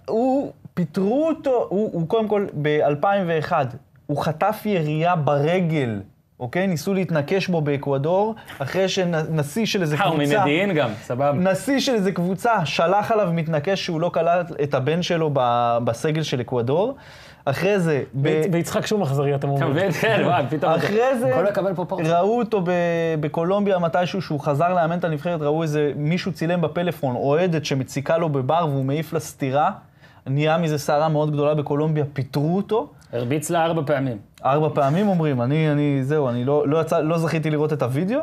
Speaker 2: הוא, פיטרו אותו, הוא, הוא קודם כל, ב-2001, הוא חטף ירייה ברגל, אוקיי? ניסו להתנקש בו באקוודור, אחרי שנשיא של איזה
Speaker 1: אה, הוא
Speaker 2: קבוצה... נכון.
Speaker 1: ממדיעין גם, סבבה.
Speaker 2: נשיא של איזה קבוצה שלח עליו מתנקש שהוא לא קלט את הבן שלו ב- בסגל של אקוודור. אחרי זה, ב-
Speaker 3: ויצחק שום אכזרי, אתם
Speaker 1: אתה
Speaker 3: אומרים.
Speaker 1: מבין? כן, וואי, פתאום...
Speaker 2: אחרי זה,
Speaker 1: הכל לא יקבל פרופורציה.
Speaker 2: ראו אותו ב- בקולומביה מתישהו, שהוא חזר לאמן את הנבחרת, ראו איזה, מישהו צילם בפלאפון, אוהדת שמציקה לו בבר והוא מעיף לה סטירה. נהיה מזה סערה מאוד גדולה בקולומביה, פיטרו אותו.
Speaker 1: הרביץ לה ארבע פעמים.
Speaker 2: ארבע פעמים אומרים, אני, אני, זהו, אני לא, לא, יצא, לא זכיתי לראות את הוידאו.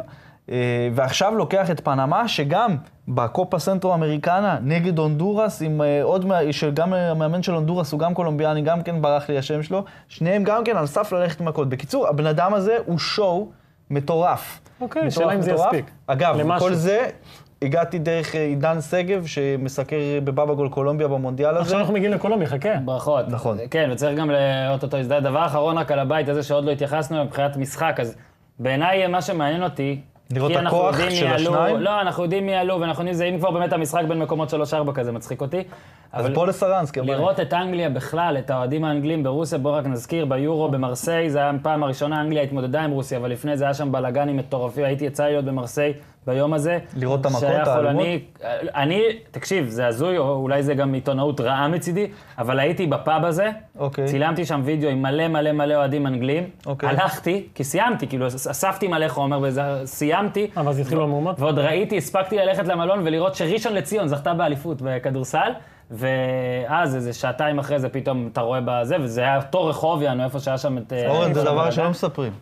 Speaker 2: אה, ועכשיו לוקח את פנמה, שגם בקופה סנטרו אמריקנה נגד הונדורס, עם אה, עוד, מה- שגם אה, המאמן של הונדורס הוא גם קולומביאני, גם כן ברח לי השם שלו, שניהם גם כן על סף ללכת מכות. בקיצור, הבן אדם הזה הוא שואו מטורף.
Speaker 3: אוקיי,
Speaker 2: מטורף,
Speaker 3: שאלה אם זה
Speaker 2: מטורף.
Speaker 3: יספיק.
Speaker 2: אגב,
Speaker 3: למשהו.
Speaker 2: כל זה, הגעתי דרך אה, עידן שגב, שמסקר אה, בבאבא גול קולומביה במונדיאל הזה.
Speaker 3: עכשיו אנחנו מגיעים לקולומביה, חכה.
Speaker 1: ברכות.
Speaker 2: נכון.
Speaker 1: כן, וצריך גם לאו-טו-טו הזדהה. דבר אחרון רק על הבית הזה שעוד לא התייחסנו אליו מבחינת משחק, אז בעיניי מה שמעניין אותי...
Speaker 2: לראות
Speaker 1: כי אנחנו
Speaker 2: הכוח
Speaker 1: יודעים מי
Speaker 2: של
Speaker 1: עלו-
Speaker 2: השניים?
Speaker 1: לא, אנחנו יודעים מי עלו, ואנחנו יודעים, זה אם כבר באמת המשחק בין מקומות 3-4 כזה מצחיק אותי.
Speaker 2: אז
Speaker 1: אבל-
Speaker 2: פה לסרנסקי. אבל-
Speaker 1: לראות את אנגליה בכלל, את האוהדים האנגלים ברוסיה, בואו רק נזכיר, ביורו, במרסיי, זה היה הפעם הראשונה, אנגליה התמודדה עם רוסיה, אבל לפני זה היה שם בלאגנים מטורפים, הייתי יצא לי להיות במרסיי ביום הזה.
Speaker 2: לראות את המכות,
Speaker 1: שהיה
Speaker 2: האלימות?
Speaker 1: חולני, אני, תקשיב, זה הזוי, או אולי זה גם עיתונאות רעה מצידי, אבל הייתי בפאב הזה,
Speaker 2: אוקיי.
Speaker 1: צילמתי שם וידאו עם מלא מלא מלא אוהדים אנגלים,
Speaker 2: אוקיי.
Speaker 1: הלכתי, כי סיימתי, כאילו, אס- אספתי מלא חומר, וסיימתי,
Speaker 3: אבל אז התחילו המהומות.
Speaker 1: ועוד ראיתי, הספקתי ללכת למלון ולראות שראשון לציון זכתה באליפות בכדורסל, ואז איזה שעתיים אחרי זה פתאום אתה רואה בזה, וזה היה אותו רחוב, יענו, איפה שהיה שם את... אה,
Speaker 2: אורן, זה
Speaker 1: איפה
Speaker 2: דבר
Speaker 1: הבן
Speaker 2: שלא
Speaker 1: אדם.
Speaker 2: מספרים.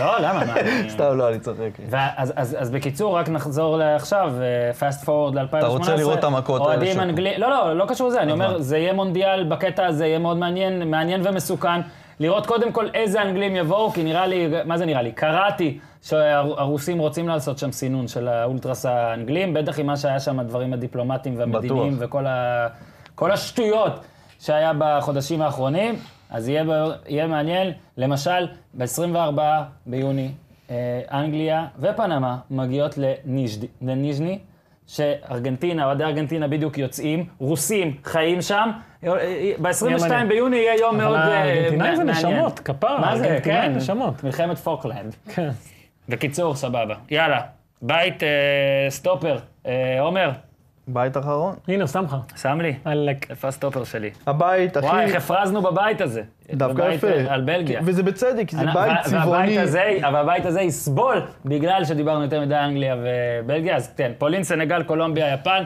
Speaker 1: לא, למה? מה, אני-
Speaker 2: סתם, לא, אני צוחק.
Speaker 1: ואז, אוקיי. אז, אז בקיצור, רק נחזור לעכשיו, אה, פאסט פורוד ל-2018.
Speaker 2: רוצה לראות את המכות האלה
Speaker 1: אוהדים
Speaker 2: שם.
Speaker 1: אנגלים, לא, לא, לא קשור לזה, אני אומר, זה יהיה מונדיאל בקטע הזה, יהיה מאוד מעניין, מעניין ומסוכן. לראות קודם כל איזה אנגלים יבואו, כי נראה לי, מה זה נראה לי? קראתי שהרוסים רוצים לעשות שם סינון של האולטרס האנגלים, בטח עם מה שהיה שם, הדברים הדיפלומטיים והמדיניים
Speaker 2: בטוח.
Speaker 1: וכל ה... כל השטויות שהיה בחודשים האחרונים, אז יהיה, ב- יהיה מעניין. למשל, ב-24 ביוני, אה, אנגליה ופנמה מגיעות לניז'ד- לניז'ני, שארגנטינה, אוהדי ארגנטינה בדיוק יוצאים, רוסים חיים שם. אה, ב-22
Speaker 3: מעניין.
Speaker 1: ביוני יהיה יום
Speaker 3: אבל
Speaker 1: מאוד אה,
Speaker 3: הארגנטינאים זה
Speaker 1: מעניין.
Speaker 3: נשמות, כפרה,
Speaker 1: מה זה,
Speaker 3: הארגנטינאים
Speaker 1: כן,
Speaker 3: נשמות.
Speaker 1: מלחמת פוקלנד.
Speaker 3: כן.
Speaker 1: בקיצור, סבבה. יאללה, בית אה, סטופר. אה, עומר,
Speaker 2: בית אחרון.
Speaker 3: הנה, אה, הוא שם לך.
Speaker 1: שם לי.
Speaker 3: עלק.
Speaker 1: איפה הסטופר שלי?
Speaker 2: הבית, אחי,
Speaker 1: וואי, איך הפרזנו בבית הזה.
Speaker 2: דווקא
Speaker 1: בבית,
Speaker 2: יפה. כן,
Speaker 1: אה, על בלגיה.
Speaker 2: וזה בצדק, כי זה
Speaker 1: אנ-
Speaker 2: בית
Speaker 1: וה-
Speaker 2: צבעוני.
Speaker 1: והבית הזה, אבל הבית הזה יסבול בגלל שדיברנו יותר מדי אנגליה ובלגיה, אז כן, פולין, סנגל, קולומביה, יפן.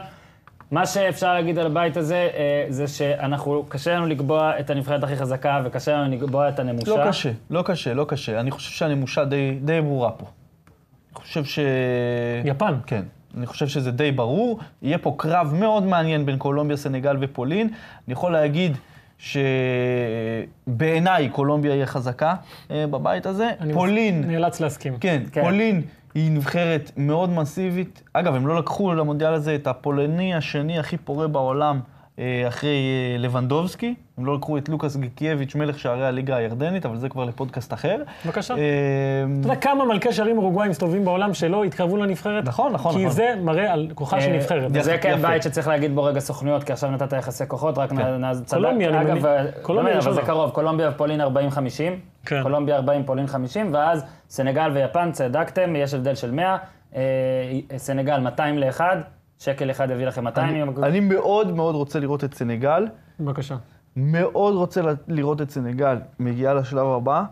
Speaker 1: מה שאפשר להגיד על הבית הזה, אה, זה שאנחנו, קשה לנו לקבוע את הנבחרת הכי חזקה, וקשה לנו לקבוע את הנמושה.
Speaker 2: לא קשה, לא קשה, לא קשה. אני חושב שהנמושה די, די ברורה פה. אני חושב ש...
Speaker 3: יפן.
Speaker 2: כן. אני חושב שזה די ברור. יהיה פה קרב מאוד מעניין בין קולומביה, סנגל ופולין. אני יכול להגיד שבעיניי קולומביה היא החזקה אה, בבית הזה.
Speaker 3: אני
Speaker 2: פולין...
Speaker 3: נאלץ להסכים.
Speaker 2: כן,
Speaker 1: כן.
Speaker 2: כן, פולין היא נבחרת מאוד מסיבית. אגב, הם לא לקחו למונדיאל הזה את הפולני השני הכי פורה בעולם אה, אחרי אה, לבנדובסקי. הם לא לקחו את לוקאס גיקייביץ', מלך שערי הליגה הירדנית, אבל זה כבר לפודקאסט אחר.
Speaker 3: בבקשה.
Speaker 2: אה,
Speaker 3: אתה יודע כמה מלכי שערים אורוגוואים מסתובבים בעולם שלא התקרבו לנבחרת?
Speaker 2: נכון, נכון,
Speaker 3: כי
Speaker 2: נכון.
Speaker 3: זה מראה על כוחה של
Speaker 1: אה,
Speaker 3: נבחרת.
Speaker 1: זה
Speaker 2: יפה. כן.
Speaker 1: כן בית שצריך להגיד בו רגע סוכנויות, כי עכשיו נתת יחסי כוחות, רק נעז...
Speaker 3: קולומביה, אני
Speaker 1: אגב,
Speaker 3: מבין.
Speaker 1: אה,
Speaker 3: קולומביה
Speaker 1: באמת, אבל זה
Speaker 3: ראשונה.
Speaker 1: קרוב, קולומביה ופולין 40-50.
Speaker 3: כן.
Speaker 1: קולומביה 40, פולין 50, ואז סנגל ויפן, צדקתם, יש הבדל של 100. אה, סנגל 200 ל-1, שקל אחד יביא לכם 200.
Speaker 3: לא
Speaker 1: אם-
Speaker 2: אני מאוד מאוד רוצה לראות את סנגל.
Speaker 3: בבקשה.
Speaker 2: מאוד רוצה ל- לראות את סנגל מגיעה לשלב הבא,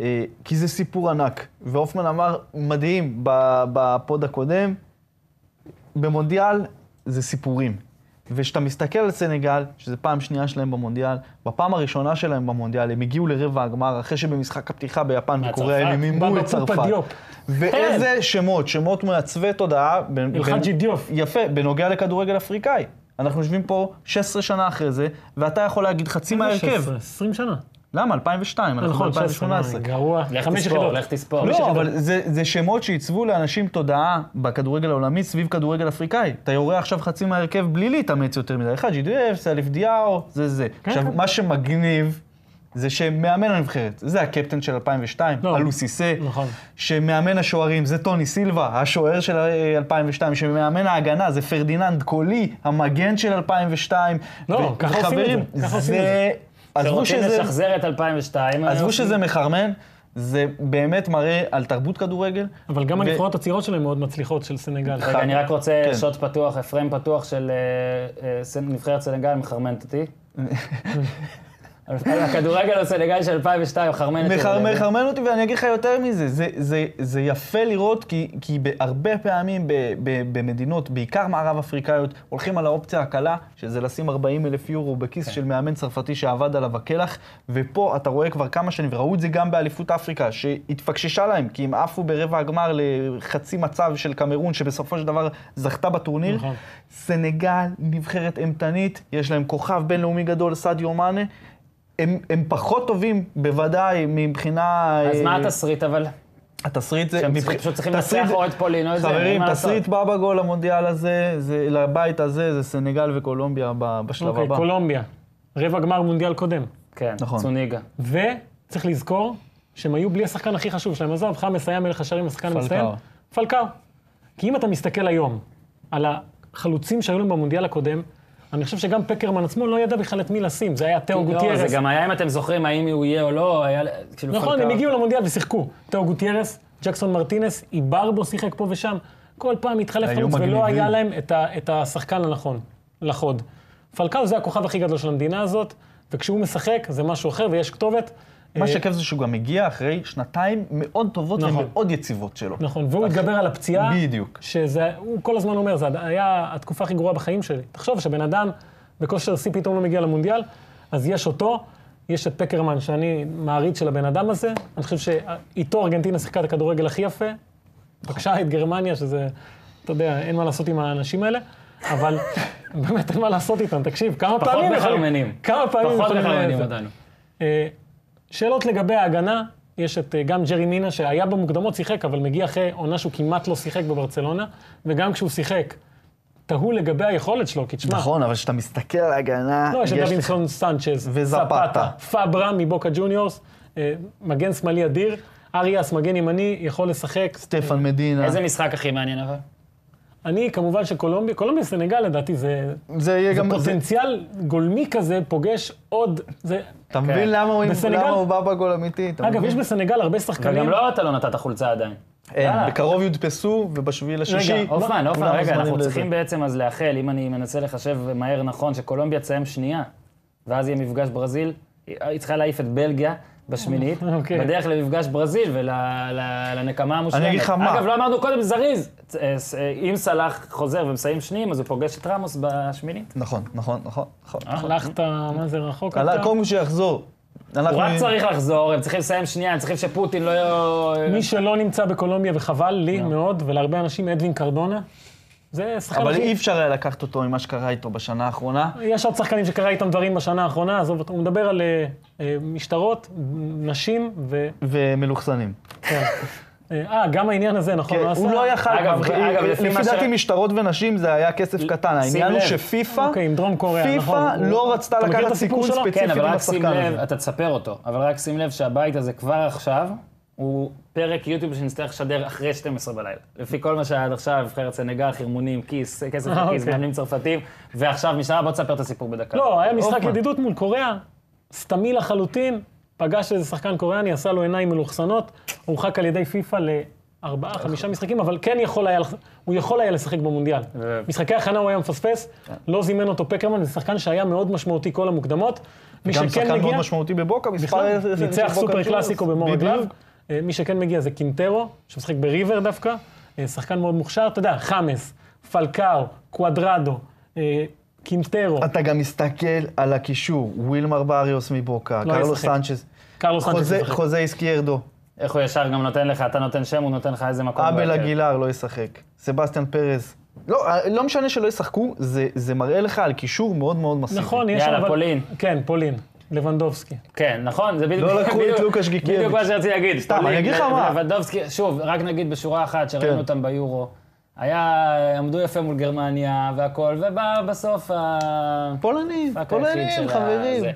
Speaker 2: אה, כי זה סיפור ענק. והופמן אמר, מדהים, ב- בפוד הקודם, במונדיאל זה סיפורים. וכשאתה מסתכל על סנגל, שזו פעם שנייה שלהם במונדיאל, בפעם הראשונה שלהם במונדיאל, הם הגיעו לרבע הגמר, אחרי שבמשחק הפתיחה ביפן
Speaker 1: מה,
Speaker 2: וקוריאה הם
Speaker 1: צרפת?
Speaker 2: מימו
Speaker 3: בבא
Speaker 2: את
Speaker 3: פופה
Speaker 2: צרפת.
Speaker 3: דיופ.
Speaker 2: ואיזה שמות, שמות מעצבי תודעה. ב-
Speaker 3: אלחאג'י
Speaker 2: ב-
Speaker 3: דיוף.
Speaker 2: יפה, בנוגע לכדורגל אפריקאי. אנחנו יושבים פה 16 שנה אחרי זה, ואתה יכול להגיד חצי מההרכב.
Speaker 3: 20 שנה.
Speaker 2: למה? 2002, אנחנו
Speaker 3: נכון, 16
Speaker 2: ב-2018.
Speaker 3: שנה, גרוע.
Speaker 1: לך
Speaker 3: חמש
Speaker 1: תספור,
Speaker 3: יחידות.
Speaker 1: לך תספור.
Speaker 2: לא, אבל זה, זה שמות שעיצבו לאנשים תודעה בכדורגל העולמי סביב כדורגל אפריקאי. אתה יורה עכשיו חצי מההרכב בלי להתאמץ יותר מדי. אחד GDF, סליף דיאו, זה זה. עכשיו,
Speaker 3: כן.
Speaker 2: מה שמגניב זה שמאמן הנבחרת, זה הקפטן של 2002,
Speaker 3: לא.
Speaker 2: אלוסיסה,
Speaker 3: נכון.
Speaker 2: שמאמן השוערים זה טוני סילבה, השוער של אה, 2002, שמאמן ההגנה זה פרדיננד קולי, המגן של 2002.
Speaker 3: לא,
Speaker 2: ו-
Speaker 3: ככה עושים את
Speaker 2: וחברים,
Speaker 3: זה, ככה עושים את
Speaker 2: זה...
Speaker 3: זה.
Speaker 2: עזבו
Speaker 1: שרוצים
Speaker 2: שזה...
Speaker 1: לשחזר את אה, 2002. הם
Speaker 2: עזבו
Speaker 1: עושים-
Speaker 2: שזה מחרמן, זה באמת מראה על תרבות כדורגל.
Speaker 3: אבל גם
Speaker 2: ו-
Speaker 3: הנבחרות הצעירות שלהם מאוד מצליחות, של סנגל.
Speaker 1: רגע, אני רק רוצה
Speaker 2: כן.
Speaker 1: שוט פתוח, הפריים פתוח של אה, אה, סנ- נבחרת סנגל מחרמנת אותי. אבל הכדורגל הסנגל של 2002 מחרמן אותי.
Speaker 2: מחר- מחרמן אותי, ואני אגיד לך יותר מזה, זה, זה, זה יפה לראות, כי, כי הרבה פעמים ב, ב, במדינות, בעיקר מערב אפריקאיות, הולכים על האופציה הקלה, שזה לשים 40 אלף יורו בכיס של מאמן צרפתי שעבד עליו הקלח, ופה אתה רואה כבר כמה שנים, וראו את זה גם באליפות אפריקה, שהתפקששה להם, כי הם עפו ברבע הגמר לחצי מצב של קמרון, שבסופו של דבר זכתה בטורניר.
Speaker 3: נכון.
Speaker 2: סנגל, נבחרת אימתנית, יש להם כוכב בינלאומי גדול, סעדיו מאנה. הם, הם פחות טובים בוודאי מבחינה...
Speaker 1: אז
Speaker 2: אה,
Speaker 1: מה התסריט אבל?
Speaker 2: התסריט זה...
Speaker 1: שהם
Speaker 2: מבח-
Speaker 1: צריכים- פשוט צריכים
Speaker 2: תסריט-
Speaker 1: לנצח או את פולין או את זה, אין
Speaker 2: חברים,
Speaker 1: מה
Speaker 2: תסריט בא בגול למונדיאל הזה, זה, לבית הזה, זה סנגל וקולומביה ב- בשלב
Speaker 3: אוקיי,
Speaker 2: הבא.
Speaker 3: קולומביה. רבע גמר מונדיאל קודם.
Speaker 1: כן,
Speaker 2: נכון.
Speaker 1: צוניגה.
Speaker 3: וצריך לזכור שהם היו בלי השחקן הכי חשוב שלהם. עזוב, חמאס היה מלך השערים, השחקן
Speaker 2: פלקאו.
Speaker 3: המצטיין. פלקאו. כי אם אתה מסתכל היום על החלוצים שהיו להם במונדיאל הקודם, אני חושב שגם פקרמן עצמו לא ידע בכלל את מי לשים. זה היה תיאו
Speaker 1: לא,
Speaker 3: גוטיירס.
Speaker 1: זה גם היה אם אתם זוכרים האם הוא יהיה או לא, היה... כאילו,
Speaker 3: נכון,
Speaker 1: חלקה-
Speaker 3: הם הגיעו למונדיאל ושיחקו. תאו גוטיירס, ג'קסון מרטינס, איברבו שיחק פה ושם. כל פעם התחלף
Speaker 2: היו
Speaker 3: חלוץ, ולא
Speaker 2: מגניבים.
Speaker 3: היה להם את, ה, את השחקן הנכון, לחוד. פלקאו זה הכוכב הכי גדול של המדינה הזאת, וכשהוא משחק זה משהו אחר ויש כתובת.
Speaker 2: מה
Speaker 3: אה,
Speaker 2: שכיף זה שהוא גם הגיע אחרי שנתיים מאוד טובות
Speaker 3: נכון.
Speaker 2: ומאוד יציבות שלו.
Speaker 3: נכון, והוא התגבר על הפציעה.
Speaker 2: בדיוק.
Speaker 3: שזה, הוא כל הזמן אומר, זה היה התקופה הכי גרועה בחיים שלי. תחשוב שבן אדם בכושר שיא פתאום לא מגיע למונדיאל, אז יש אותו, יש את פקרמן, שאני מעריץ של הבן אדם הזה. אני חושב שאיתו ארגנטינה שיחקה את הכדורגל הכי יפה. פגשה את גרמניה, שזה, אתה יודע, אין מה לעשות עם האנשים האלה. אבל באמת אין מה לעשות איתם, תקשיב, כמה
Speaker 1: פחות
Speaker 3: פעמים
Speaker 1: מחרמנים.
Speaker 3: כמה פעמים
Speaker 1: פחות
Speaker 3: יכולים-
Speaker 1: מחרמנים
Speaker 3: זה.
Speaker 1: אותנו.
Speaker 3: אה, שאלות לגבי ההגנה, יש את אה, גם ג'רי מינה שהיה במוקדמות, שיחק, אבל מגיע אחרי עונה שהוא כמעט לא שיחק בברצלונה, וגם כשהוא שיחק, תהו לגבי היכולת שלו, כי תשמע,
Speaker 2: נכון, אבל כשאתה מסתכל על ההגנה,
Speaker 3: לא, יש את
Speaker 2: יש לך-
Speaker 3: דווינסון סנצ'ז,
Speaker 2: וזפתה.
Speaker 3: פאברה מבוקה ג'וניורס, אה, מגן שמאלי אדיר, אריאס מגן ימני, יכול לשחק.
Speaker 2: סטפן מדינה.
Speaker 1: איזה משחק הכי מעניין אבל?
Speaker 3: אני כמובן שקולומביה, קולומביה סנגל לדעתי זה,
Speaker 2: זה יהיה
Speaker 3: זה
Speaker 2: גם... זה-
Speaker 3: פוטנציאל גולמי כזה פוגש עוד, זה,
Speaker 2: אתה מבין למה הוא-
Speaker 3: כן. בסנגל-
Speaker 2: למה הוא בא בגול אמיתי? אתה
Speaker 3: אגב
Speaker 2: מבין?
Speaker 3: יש בסנגל הרבה שחקנים,
Speaker 1: וגם לא אתה לא נתת חולצה עדיין.
Speaker 2: אין,
Speaker 1: יאללה.
Speaker 2: בקרוב יודפסו, ובשביעי לשישי...
Speaker 3: רגע, לא,
Speaker 1: הופמן, הופמן,
Speaker 2: כולם
Speaker 1: רגע,
Speaker 2: מוזמנים
Speaker 1: אנחנו
Speaker 2: לזה.
Speaker 1: צריכים בעצם אז לאחל, אם אני מנסה לחשב מהר נכון, שקולומביה תסיים שנייה, ואז יהיה מפגש ברזיל, היא היא צריכה להעיף את בלגיה בשמינית,
Speaker 3: אוקיי.
Speaker 1: בדרך למפגש ברזיל ולנקמה המושלמת.
Speaker 2: אני אגיד לך מה.
Speaker 1: אגב, לא אמרנו קודם, זריז, אה, ס- אה, אם סלאח חוזר ומסיים שניים, אז הוא פוגש את רמוס בשמינית.
Speaker 2: נכון, נכון, נכון, נכון.
Speaker 3: הלכת, מה זה רחוק,
Speaker 2: עלה-
Speaker 3: אתה?
Speaker 2: קודם כל שיחזור.
Speaker 1: הוא
Speaker 3: אה,
Speaker 1: רק צריך לחזור, הם צריכים לסיים שנייה, הם צריכים שפוטין לא...
Speaker 2: כן.
Speaker 1: יהיה-
Speaker 3: מי שלא נמצא בקולומביה, וחבל לי
Speaker 2: לא.
Speaker 3: מאוד, ולהרבה אנשים, אדווין קרדונה, זה שחקן...
Speaker 2: אבל
Speaker 3: הכי-
Speaker 2: אי אפשר היה לקחת אותו עם מה שקרה איתו בשנה האחרונה.
Speaker 3: יש עוד שחקנים שקרה איתם דברים בשנה האחרונה, עזוב אותו, הוא מדבר על אה, אה, משטרות, נשים, ו...
Speaker 2: ומלוכסנים.
Speaker 3: כן. אה, גם העניין הזה, נכון?
Speaker 2: כן, הוא
Speaker 3: עשה-
Speaker 2: לא יכל...
Speaker 1: אגב,
Speaker 2: כבר-
Speaker 1: אגב, לפי מה
Speaker 2: לפי
Speaker 1: ש-
Speaker 2: דעתי משטרות ונשים זה היה כסף קטן. העניין הוא
Speaker 1: לב.
Speaker 2: שפיפ"א,
Speaker 3: אוקיי, עם דרום קוריאה, נכון.
Speaker 2: פיפ"א
Speaker 3: הוא-
Speaker 2: לא רצתה
Speaker 3: אתה מכיר את
Speaker 2: לקחת
Speaker 3: הסיפור
Speaker 2: סיכון
Speaker 3: שלו?
Speaker 2: ספציפי
Speaker 1: כן, אבל
Speaker 2: עם
Speaker 1: רק שים
Speaker 2: השחקן
Speaker 1: לב,
Speaker 2: הזה.
Speaker 1: אתה תספר אותו, אבל רק שים לב שהבית הזה כבר עכשיו, הוא פרק יוטיוב שנצטרך לשדר אחרי 12 בלילה. לפי כל מה שהיה עד עכשיו, נבחרת סנגל, חרמונים, כיס, כסף
Speaker 3: אה,
Speaker 1: לכיס,
Speaker 3: אוקיי.
Speaker 1: מאמנים צרפתים, ועכשיו משנה, בוא תספר את הסיפור בדקה.
Speaker 3: לא, היה משחק
Speaker 2: הופמן.
Speaker 3: ידידות מול קוריאה, סתמי לחלוטין, פגש איזה שחקן קוריאני, עשה לו עיניים מלוכסנות, הורחק על ידי פיפ"א לארבעה, חמישה משחקים, אבל כן יכול היה, לח- הוא יכול היה לשחק במונדיאל.
Speaker 1: ו-
Speaker 3: משחקי הכנה הוא היה מפספס, לא זימן אותו פקרמן, זה שחקן שהיה מאוד משמעותי כל המוקדמות. מי
Speaker 2: גם
Speaker 3: שכן
Speaker 2: שחקן מאוד
Speaker 3: מגיע-
Speaker 2: משמעותי בבוקה, מספר...
Speaker 3: בכלל,
Speaker 2: עשר של
Speaker 3: ניצח
Speaker 2: בוקה
Speaker 3: סופר
Speaker 2: ג'וניורס.
Speaker 3: קלאסיקו במו
Speaker 2: בדיוק.
Speaker 3: רגליו. אה, מי שכן מגיע זה קינטרו, שמשחק בריבר דווקא, אה, שחקן מאוד מוכשר, אתה יודע, חמאס, פלקאו, קוואדרדו, אה, קינטרו,
Speaker 2: אתה גם מסתכל על הקישור, ווילמר בריוס מבוקה,
Speaker 3: לא
Speaker 2: קרלו
Speaker 3: ישחק.
Speaker 2: סנצ'ס,
Speaker 3: קרלוס סנצ'ס
Speaker 2: חוזה-
Speaker 3: ישחק.
Speaker 2: חוזה איסקיירדו,
Speaker 1: איך הוא ישר גם נותן לך, אתה נותן שם, הוא נותן לך איזה מקום.
Speaker 2: אבל
Speaker 1: בהרכב.
Speaker 2: הגילר לא ישחק, סבסטיאן פרז. לא, אה, לא משנה שלא ישחקו, זה, זה מראה לך על קישור מאוד מאוד מסיבי.
Speaker 3: נכון, יש...
Speaker 1: יאללה,
Speaker 3: אבל-
Speaker 1: פולין.
Speaker 3: כן, פולין. לבנדובסקי.
Speaker 1: כן, נכון, זה בדיוק...
Speaker 2: לא לקחו את
Speaker 1: בדיוק-
Speaker 2: לוקאש גיקיאביץ'.
Speaker 1: בדיוק מה שרציתי להגיד.
Speaker 2: סתם,
Speaker 1: פולין
Speaker 2: אני אגיד לך
Speaker 1: ו-
Speaker 2: מה.
Speaker 1: ולבנדובסקי, שוב, רק נגיד בשורה אחת,
Speaker 2: כן.
Speaker 1: שראינו אותם ביורו. היה, עמדו יפה מול גרמניה והכל, ובסוף ה...
Speaker 2: פולנים,
Speaker 1: פאק היחיד של
Speaker 2: פולנים,
Speaker 1: ה-
Speaker 2: חברים.
Speaker 1: זה.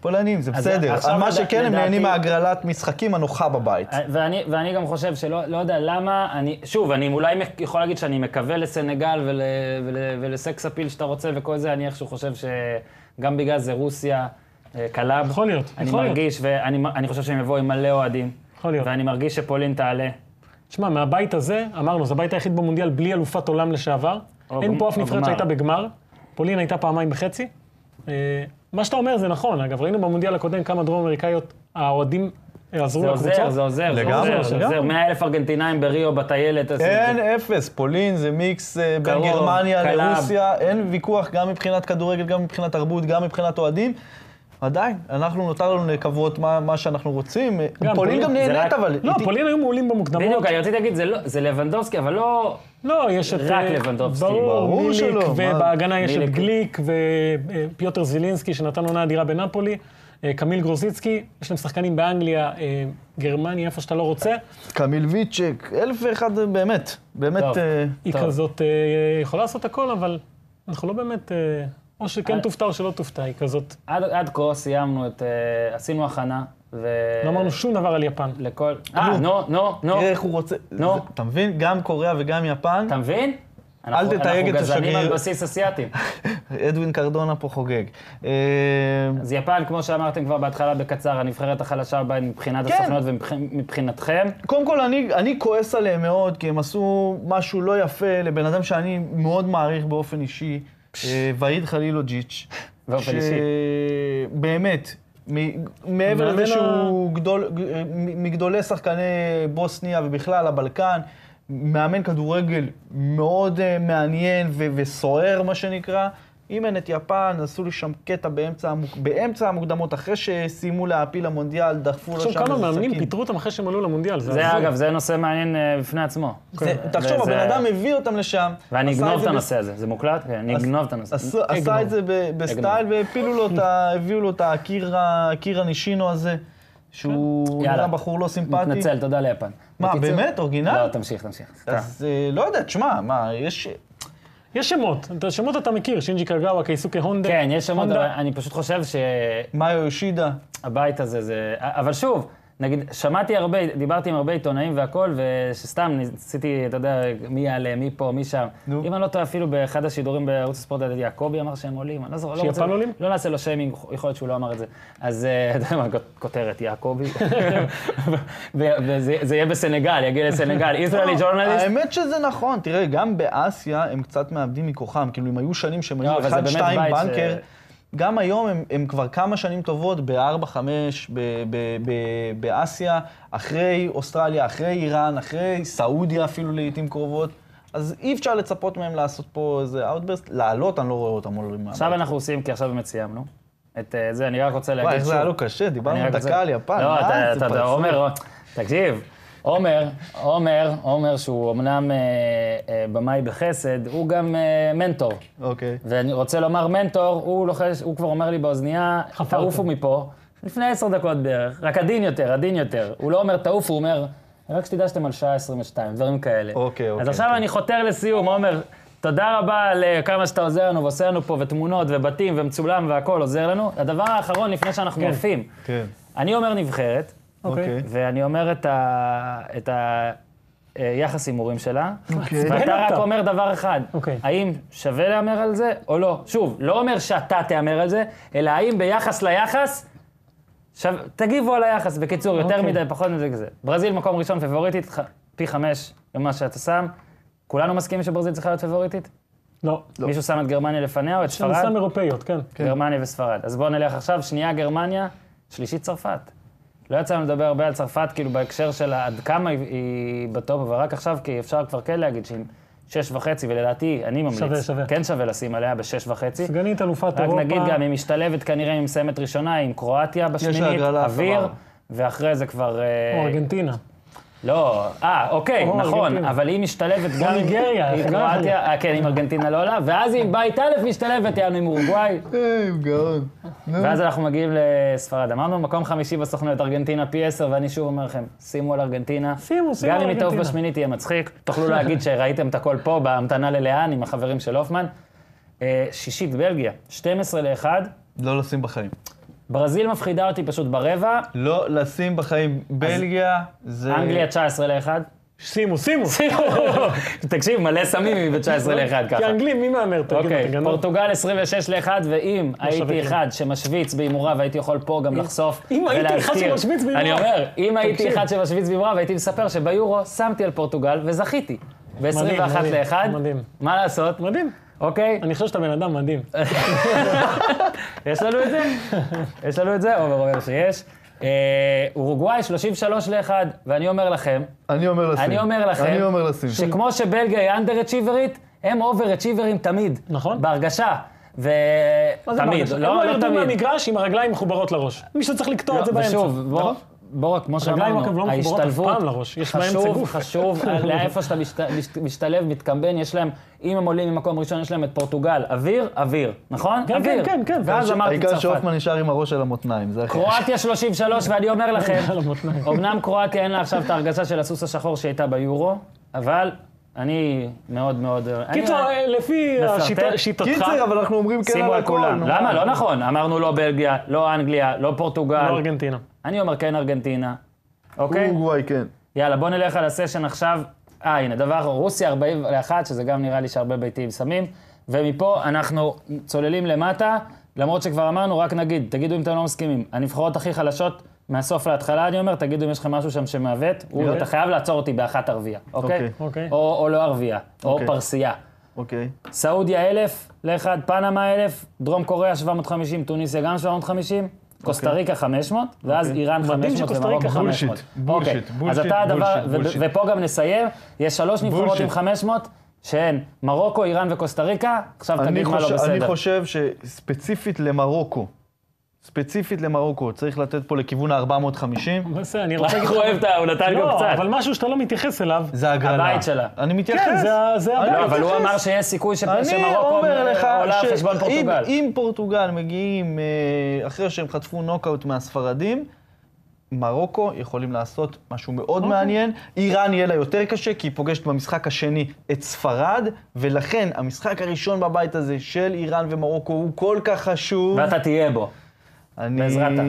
Speaker 2: פולנים, זה
Speaker 1: אז
Speaker 2: בסדר.
Speaker 1: עכשיו
Speaker 2: על מה
Speaker 1: לד-
Speaker 2: שכן, הם נהנים
Speaker 1: לדעתי-
Speaker 2: מהגרלת משחקים הנוחה בבית.
Speaker 1: ואני, ואני גם חושב שלא לא יודע למה, אני, שוב, אני אולי מק- יכול להגיד שאני מקווה לסנגל ול, ול, ולסקס אפיל שאתה רוצה וכל זה, אני איכשהו חושב שגם בגלל זה רוסיה, אה, קלאב.
Speaker 3: יכול להיות,
Speaker 1: אני
Speaker 3: יכול להיות.
Speaker 1: מרגיש, ואני מ- אני חושב שהם יבואו עם מלא אוהדים.
Speaker 3: יכול להיות.
Speaker 1: ואני מרגיש שפולין תעלה.
Speaker 3: תשמע, מהבית הזה, אמרנו, זה הבית היחיד במונדיאל בלי אלופת עולם לשעבר.
Speaker 1: או
Speaker 3: אין
Speaker 1: גמ-
Speaker 3: פה אף
Speaker 1: או
Speaker 3: נבחרת
Speaker 1: גמר.
Speaker 3: שהייתה בגמר. פולין הייתה פעמיים וחצי. אה, מה שאתה אומר זה נכון, אגב, ראינו במונדיאל הקודם כמה דרום אמריקאיות, האוהדים אה, עזרו
Speaker 1: זה
Speaker 3: לקבוצות.
Speaker 1: עוזר, זה עוזר, זה
Speaker 2: לגמרי, כן,
Speaker 1: עוזר, זה
Speaker 3: לגמרי.
Speaker 1: עוזר. 100 אלף ארגנטינאים בריו בטיילת. עשו את זה.
Speaker 2: אין אפס, פולין זה מיקס אה, בין
Speaker 1: קרוב,
Speaker 2: גרמניה
Speaker 1: קלב.
Speaker 2: לרוסיה, אין ויכוח גם מבחינת כדורגל, גם מבחינת תרבות, גם מבחינת אוהדים. עדיין, אנחנו נותר לנו לקוות מה, מה שאנחנו רוצים. פולין
Speaker 3: גם פולין,
Speaker 2: גם
Speaker 3: זה
Speaker 1: רק-
Speaker 2: נהנית, אבל...
Speaker 3: לא,
Speaker 2: היא-
Speaker 3: פולין היו מעולים במוקדמות.
Speaker 1: בדיוק, אני רציתי להגיד, זה לא- זה לבנדובסקי, אבל לא...
Speaker 3: לא, יש את...
Speaker 1: רק לבנדובסקי.
Speaker 3: ברור,
Speaker 2: ברור
Speaker 3: מיליק,
Speaker 2: שלא, מה?
Speaker 3: ובהגנה יש את
Speaker 1: מיליק.
Speaker 3: גליק ופיוטר זילינסקי, שנתן עונה אדירה בנפולי, אה, קמיל גרוזיצקי, יש להם שחקנים באנגליה, אה, גרמניה, איפה שאתה לא רוצה.
Speaker 2: קמיל ויצ'ק, אלף ואחד, אה, באמת, באמת...
Speaker 1: טוב.
Speaker 2: אה,
Speaker 3: היא
Speaker 1: טוב.
Speaker 3: כזאת אה, יכולה לעשות הכל, אבל אנחנו לא באמת... אה, או שכן
Speaker 1: אה.
Speaker 3: תופתע או שלא תופתע, היא כזאת.
Speaker 1: עד- עד כה סיימנו את... אה, עשינו הכנה, ו...
Speaker 3: לא אמרנו שום דבר על יפן.
Speaker 1: לכל... אה, נו, נו, נו.
Speaker 2: תראה איך הוא רוצה...
Speaker 1: נו.
Speaker 2: זה- אתה מבין? גם קוריאה וגם יפן,
Speaker 1: אתה מבין? אנחנו-
Speaker 2: תתייג את
Speaker 1: אנחנו גזענים
Speaker 2: השגריר.
Speaker 1: על בסיס אסייתים.
Speaker 2: אדווין קרדונה פה חוגג. אה,
Speaker 1: אז יפן, כמו שאמרתם כבר בהתחלה בקצר, הנבחרת החלשה בהן מבחינת
Speaker 2: כן.
Speaker 1: הסוכנות ומבחינתכם.
Speaker 2: קודם כל, אני, אני כועס עליהם מאוד, כי הם עשו משהו לא יפה לבן אדם שאני מאוד מעריך באופן אישי, אה, ואיד חלילוג'יץ'.
Speaker 1: באופן אישי.
Speaker 2: שבאמת, מ- מעבר לזה
Speaker 3: המאמן ה-
Speaker 2: שהוא גדול, ג- אה, מ- מגדולי שחקני בוסניה ובכלל הבלקן, מאמן כדורגל מאוד אה, מעניין ו- וסוער, מה שנקרא. אימן את יפן, עשו לי שם קטע באמצע, המוק... באמצע המוקדמות, אחרי שסיימו להעפיל למונדיאל, דחפו לו שם
Speaker 3: תחשוב
Speaker 2: איזה
Speaker 3: כמה מאמנים
Speaker 2: סכין.
Speaker 3: פיטרו אותם אחרי שהם עלו למונדיאל.
Speaker 1: זה
Speaker 3: הזוי.
Speaker 1: אגב, זה נושא מעניין אה, בפני עצמו.
Speaker 2: זה- תחשוב,
Speaker 1: וזה-
Speaker 2: הבן אדם הביא אותם לשם.
Speaker 1: ואני
Speaker 2: עשה
Speaker 1: אגנוב את
Speaker 2: זה בס-
Speaker 1: הנושא הזה, זה מוקלט? כן, אני
Speaker 2: עש-
Speaker 1: אגנוב את הנושא.
Speaker 2: עשו- עשה
Speaker 1: אגנוב.
Speaker 2: את זה ב- בסטייל,
Speaker 1: אגנוב.
Speaker 2: והפילו לו את ה... הביאו לו את הקיר ה- הקיר הנישינו הזה, שהוא
Speaker 1: יאללה.
Speaker 2: נראה בחור לא סימפטי.
Speaker 1: מתנצל, תודה ליפן.
Speaker 2: מה,
Speaker 1: בקיצור-
Speaker 2: באמת? אורגינל?
Speaker 1: לא, תמשיך, תמשיך.
Speaker 2: אז אה, לא יודע, תשמע, מה, יש...
Speaker 3: יש שמות, את השמות אתה מכיר, שינג'י קגאווה, קייסוקי הונדה.
Speaker 1: כן, יש שם עוד,
Speaker 3: הונדה.
Speaker 1: אבל אני פשוט חושב שהבית
Speaker 2: מאיו יושידה.
Speaker 1: הזה זה... אבל שוב, נגיד, שמעתי הרבה, דיברתי עם הרבה עיתונאים והכול, ושסתם ניסיתי, אתה יודע, מי יעלה, מי פה, מי שם.
Speaker 2: נו.
Speaker 1: אם אני לא טועה, אפילו באחד השידורים בערוץ הספורט הדדי, יעקבי אמר שהם עולים, אני לא זוכר, לא
Speaker 3: שיפן
Speaker 1: רוצה...
Speaker 3: עולים?
Speaker 1: לא נעשה לו שיימינג, יכול להיות שהוא לא אמר את זה. אז, אה, אתה יודע מה, כותרת, יעקבי. ו- וזה זה יהיה בסנגל, יגיע לסנגל. ישראלי ג'ורנליסט.
Speaker 2: לא, האמת שזה נכון, תראה, גם באסיה הם קצת מאבדים מכוחם, כאילו אם היו שנים שהם
Speaker 1: לא,
Speaker 2: היו
Speaker 1: אבל זה באמת
Speaker 2: 1-2
Speaker 1: בית ש-
Speaker 2: בנקר, גם היום הם, הם כבר כמה שנים טובות ב-4-5 ב- ב- ב- באסיה, אחרי אוסטרליה, אחרי איראן, אחרי סעודיה אפילו לעיתים קרובות, אז אי אפשר לצפות מהם לעשות פה איזה אאוטברסט, לעלות אני לא רואה אותם עולים מהבית.
Speaker 1: עכשיו אנחנו עושים, כי עכשיו באמת סיימנו. את אה, זה, אני רק רוצה להגיד
Speaker 2: וואי,
Speaker 1: שוב.
Speaker 2: איך זה היה לו קשה,
Speaker 1: אני רק
Speaker 2: דיברנו
Speaker 1: רוצה-
Speaker 2: דקה על יפן,
Speaker 1: לא,
Speaker 2: מה?
Speaker 1: אתה-
Speaker 2: זה
Speaker 1: אתה אתה
Speaker 2: פרצוף.
Speaker 1: עומר, לא? תקשיב. עומר, עומר, עומר שהוא אמנם אה, אה, במאי בחסד, הוא גם אה, מנטור.
Speaker 2: אוקיי.
Speaker 1: ואני רוצה לומר מנטור, הוא לוחש, הוא כבר אומר לי באוזנייה,
Speaker 3: חפרת.
Speaker 1: תעופו מפה, לפני עשר דקות בערך, רק עדין יותר, עדין יותר. הוא לא אומר תעופו, הוא אומר, רק שתדע שאתם על שעה 22, דברים כאלה.
Speaker 2: אוקיי, אוקיי,
Speaker 1: אז עכשיו
Speaker 2: אוקיי.
Speaker 1: אני חותר לסיום, עומר, תודה רבה על אה, כמה שאתה עוזר לנו ועושה לנו פה, ותמונות, ובתים, ומצולם, והכול עוזר לנו. הדבר האחרון, לפני שאנחנו
Speaker 3: כן.
Speaker 1: עופים,
Speaker 2: כן.
Speaker 1: אני אומר נבחרת,
Speaker 3: אוקיי.
Speaker 1: ואני אומר את ה... את ה... אה, יחס הימורים שלה,
Speaker 2: אוקיי.
Speaker 1: ואתה
Speaker 3: מעצבן
Speaker 1: רק
Speaker 3: אותה.
Speaker 1: אומר דבר אחד,
Speaker 3: אוקיי.
Speaker 1: האם שווה להמר על זה או לא? שוב, לא אומר שאתה תהמר על זה, אלא האם ביחס ליחס, שו... תגיבו על היחס. בקיצור, יותר
Speaker 3: אוקיי.
Speaker 1: מדי, פחות מזה כזה. ברזיל מקום ראשון פבוריטית, ח... פי חמש למה שאתה שם. כולנו מסכימים שברזיל צריכה להיות פבוריטית?
Speaker 3: לא.
Speaker 1: מישהו שם את גרמניה לפניה או את
Speaker 3: יש לנו סתם
Speaker 1: ספרד?
Speaker 3: אירופאיות, כן.
Speaker 1: גרמניה וספרד. אז בואו נלך עכשיו, שנייה גרמניה, שלישית צרפת. לא יצא לנו לדבר הרבה על צרפת, כאילו בהקשר של עד כמה היא- היא בטופ, אבל רק עכשיו, כי אפשר כבר כן להגיד שהיא שש וחצי, ולדעתי, אני ממליץ.
Speaker 3: שווה, שווה.
Speaker 1: כן שווה לשים עליה בשש וחצי.
Speaker 3: סגנית אלופת
Speaker 1: רק
Speaker 3: אירופה.
Speaker 1: נגיד גם, היא משתלבת כנראה, היא מסיימת ראשונה עם קרואטיה בשמינית,
Speaker 2: הגרלה,
Speaker 1: אוויר,
Speaker 2: סבבה.
Speaker 1: ואחרי זה כבר...
Speaker 3: או
Speaker 1: אה,
Speaker 3: ארגנטינה.
Speaker 1: לא, אה, אוקיי,
Speaker 3: או
Speaker 1: נכון,
Speaker 3: ארגנטינה.
Speaker 1: אבל היא משתלבת גם עם...
Speaker 3: ניגריה,
Speaker 1: עם
Speaker 3: אתה לא יכול.
Speaker 1: קרואטיה, אה, כן, עם ארגנטינה לא עולה, ואז היא עם בית א' משתלבת, יענו עם אורוגוואי,
Speaker 2: היי, גאון.
Speaker 1: ואז אנחנו מגיעים לספרד. אמרנו, מקום חמישי בסוכנות, ארגנטינה פי עשר, ואני שוב אומר לכם, שימו על ארגנטינה.
Speaker 3: שימו, שימו
Speaker 1: גם
Speaker 3: על
Speaker 1: אם היא תעוף
Speaker 3: ארגנטינה.
Speaker 1: בשמינית, יהיה מצחיק. תוכלו להגיד שראיתם את הכל פה, בהמתנה ללאן, עם החברים של הופמן. אה, שישית, בלגיה, 12 ל-1.
Speaker 2: לא לשים בחיים.
Speaker 1: ברזיל מפחידה אותי פשוט ברבע,
Speaker 2: לא לשים בחיים. בלגיה
Speaker 3: אה.
Speaker 2: זה...
Speaker 1: אנגליה 19 ל-1.
Speaker 3: שימו, שימו.
Speaker 1: תקשיב, מלא סמים היא ב-19 ל-1 ככה.
Speaker 3: כי האנגלים, מי מהמר? תגידו,
Speaker 1: אוקיי,
Speaker 3: תגנו.
Speaker 1: פורטוגל 26 ל-1, ואם הייתי
Speaker 3: שווה כלום.
Speaker 1: אחד שמשוויץ בהימוריו, הייתי יכול פה גם לחשוף
Speaker 3: כן. אם הייתי אחד
Speaker 1: ולהזכיר.
Speaker 3: שמשוויץ בהימוריו.
Speaker 1: אני אומר, אם הייתי
Speaker 3: תקשיב.
Speaker 1: אחד שמשוויץ בהימוריו, הייתי מספר שביורו שמתי על פורטוגל וזכיתי. ב-21
Speaker 3: מדהים,
Speaker 1: ל-1,
Speaker 3: מדהים.
Speaker 1: מה לעשות?
Speaker 3: מדהים.
Speaker 1: אוקיי,
Speaker 3: אני חושב שאתה בן אדם מדהים.
Speaker 1: יש לנו את זה? יש לנו את זה? עומר אומר שיש. אה, אורוגוואי 33 ל-1, ואני אומר לכם,
Speaker 2: אני אומר לשים.
Speaker 1: אני אומר לכם,
Speaker 2: אני אומר לשים.
Speaker 1: שכמו שבלגיה היא אנדר-אצ'יברית, הם אובר-אצ'יברים תמיד.
Speaker 3: נכון.
Speaker 1: בהרגשה. ו...
Speaker 3: מה זה
Speaker 1: תמיד,
Speaker 3: בהרגשה?
Speaker 1: לא,
Speaker 3: הם לא
Speaker 1: לא
Speaker 3: ירדו
Speaker 1: תמיד. לא,
Speaker 3: מהמגרש עם הרגליים מחוברות לראש. מישהו צריך לקטוע את זה באמצע. נכון?
Speaker 1: ושוב,
Speaker 2: נכון.
Speaker 1: בוא, בוא, כמו
Speaker 3: הרגליים, אגב,
Speaker 1: שאמרנו,
Speaker 3: לא מחוברות אף פעם לראש, יש באמצע
Speaker 1: חשוב,
Speaker 3: גוף.
Speaker 1: חשוב, לאיפה שאתה משת- משת- משתלב, מתקמבן, יש להם, אם הם עולים ממקום ראשון, יש להם את פורטוגל, אוויר, אוויר, נכון?
Speaker 3: כן,
Speaker 1: אוויר.
Speaker 3: כן, כן, כן.
Speaker 1: ואז אמרתי
Speaker 2: העיקר
Speaker 1: צרפת.
Speaker 2: שהופמן נשאר עם הראש על המותניים, זה הכי...
Speaker 1: קרואטיה 33, ואני אומר לכם,
Speaker 3: על המותניים.
Speaker 1: אמנם קרואטיה אין לה עכשיו את ההרגשה של הסוס השחור שהייתה ביורו, אבל אני מאוד מאוד... אני-
Speaker 3: קיצור, אה, לפי
Speaker 1: מפלרטט.
Speaker 3: השיטה- שיטתך,
Speaker 2: קיצר, אבל אנחנו אומרים כן
Speaker 1: שימו
Speaker 2: על
Speaker 1: על
Speaker 2: הכל.
Speaker 1: כולם.
Speaker 2: נו.
Speaker 1: למה? לא נכון. אמרנו לא בלגיה, לא אנגליה, לא
Speaker 3: לא
Speaker 1: פורטוגל.
Speaker 3: ארגנטינה.
Speaker 1: אני אומר כן ארגנטינה. אוקיי?
Speaker 2: אורוגוואי, כן.
Speaker 1: יאללה, בוא נלך על הסשן עכשיו. אה, הנה, דבר אחרון, רוסיה 41, שזה גם נראה לי שהרבה ביתיים שמים. ומפה אנחנו צוללים למטה, למרות שכבר אמרנו, רק נגיד, תגידו אם אתם לא מסכימים. הנבחרות הכי חלשות, מהסוף להתחלה, אני אומר, תגידו אם יש לכם משהו שם שמעוות. אורי, אתה חייב לעצור אותי באחת ערבייה, אוקיי?
Speaker 2: אוקיי.
Speaker 3: אוקיי.
Speaker 1: או או לא ערבייה, או
Speaker 2: אוקיי.
Speaker 1: פרסייה.
Speaker 2: אוקיי.
Speaker 1: סעודיה 1,000 לאחד, פנמה 1,000, דרום קוריאה 750, טוניסיה גם 750,
Speaker 2: אוקיי.
Speaker 1: קוסטה ריקה 500, ואז איראן
Speaker 3: מדהים
Speaker 1: 500
Speaker 3: שקוסטה
Speaker 1: ומרוקו
Speaker 3: ריקה
Speaker 1: 500.
Speaker 2: בולשיט, בולשיט,
Speaker 1: אוקיי, אז
Speaker 2: בולשיט,
Speaker 1: אתה הדבר,
Speaker 2: בולשיט,
Speaker 1: ו-
Speaker 2: בולשיט.
Speaker 1: ופה גם נסיים, יש שלוש נבחרות
Speaker 2: בולשיט.
Speaker 1: עם 500, שהן מרוקו, איראן וקוסטה ריקה, עכשיו
Speaker 2: אני
Speaker 1: תגיד מה לא
Speaker 2: חושב- אני
Speaker 1: בסדר.
Speaker 2: חושב שספציפית למרוקו, ספציפית למרוקו, צריך לתת פה לכיוון ה-450.
Speaker 3: בסדר, אני רוצה להגיד
Speaker 1: הוא אוהב את ה... הוא נתן גם
Speaker 3: לא,
Speaker 1: קצת.
Speaker 3: אבל משהו שאתה לא מתייחס אליו.
Speaker 2: זה הגרלה.
Speaker 1: הבית שלה.
Speaker 2: אני מתייחס.
Speaker 3: כן, זה- זה
Speaker 2: אני
Speaker 3: הבית.
Speaker 1: לא, אבל הוא
Speaker 2: מתייחס.
Speaker 1: אמר שיש סיכוי ש-
Speaker 2: אני
Speaker 1: שמרוקו
Speaker 2: אומר לך
Speaker 1: עולה על
Speaker 2: ש-
Speaker 1: חשבון
Speaker 2: אם-
Speaker 1: פורטוגל.
Speaker 2: אם פורטוגל מגיעים אה, אחרי שהם חטפו נוקאוט מהספרדים, מרוקו יכולים לעשות משהו מאוד
Speaker 1: אוקיי.
Speaker 2: מעניין. איראן יהיה לה יותר קשה, כי היא פוגשת במשחק השני את ספרד, ולכן המשחק הראשון בבית הזה של איראן ומרוקו הוא כל כך חשוב.
Speaker 1: ואתה תהיה בו.
Speaker 2: אני...
Speaker 1: בעזרת ה-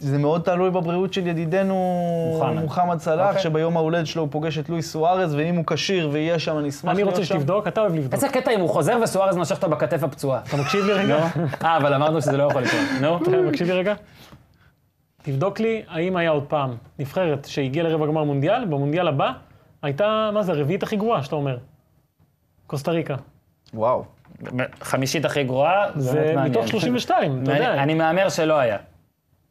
Speaker 2: זה מאוד תלוי בבריאות של ידידנו
Speaker 1: מוחמד.
Speaker 2: מוחמד סלאח,
Speaker 1: אוקיי.
Speaker 2: שביום ההולד שלו הוא פוגש את לואיס סוארז, ואם הוא כשיר ויהיה שם, אני אשמח
Speaker 3: אני
Speaker 2: להיות
Speaker 3: רוצה
Speaker 2: שם.
Speaker 3: שתבדוק, אתה אוהב לבדוק.
Speaker 1: איזה קטע אם הוא חוזר וסוארז נושך אותו בכתף הפצועה.
Speaker 3: אתה מקשיב לי רגע?
Speaker 1: אה, אבל אמרנו שזה לא יכול לקרות. נו.
Speaker 2: כן.
Speaker 3: אתה מקשיב לי רגע? תבדוק לי האם היה עוד פעם נבחרת שהגיעה לרבע גמר מונדיאל, במונדיאל הבא הייתה, מה זה, הרביעית הכי גרועה, שאתה אומר. קוסטה ריקה.
Speaker 2: וואו.
Speaker 1: חמישית הכי גרועה,
Speaker 3: זה מתוך 32, אתה יודע.
Speaker 1: אני, אני מהמר שלא היה.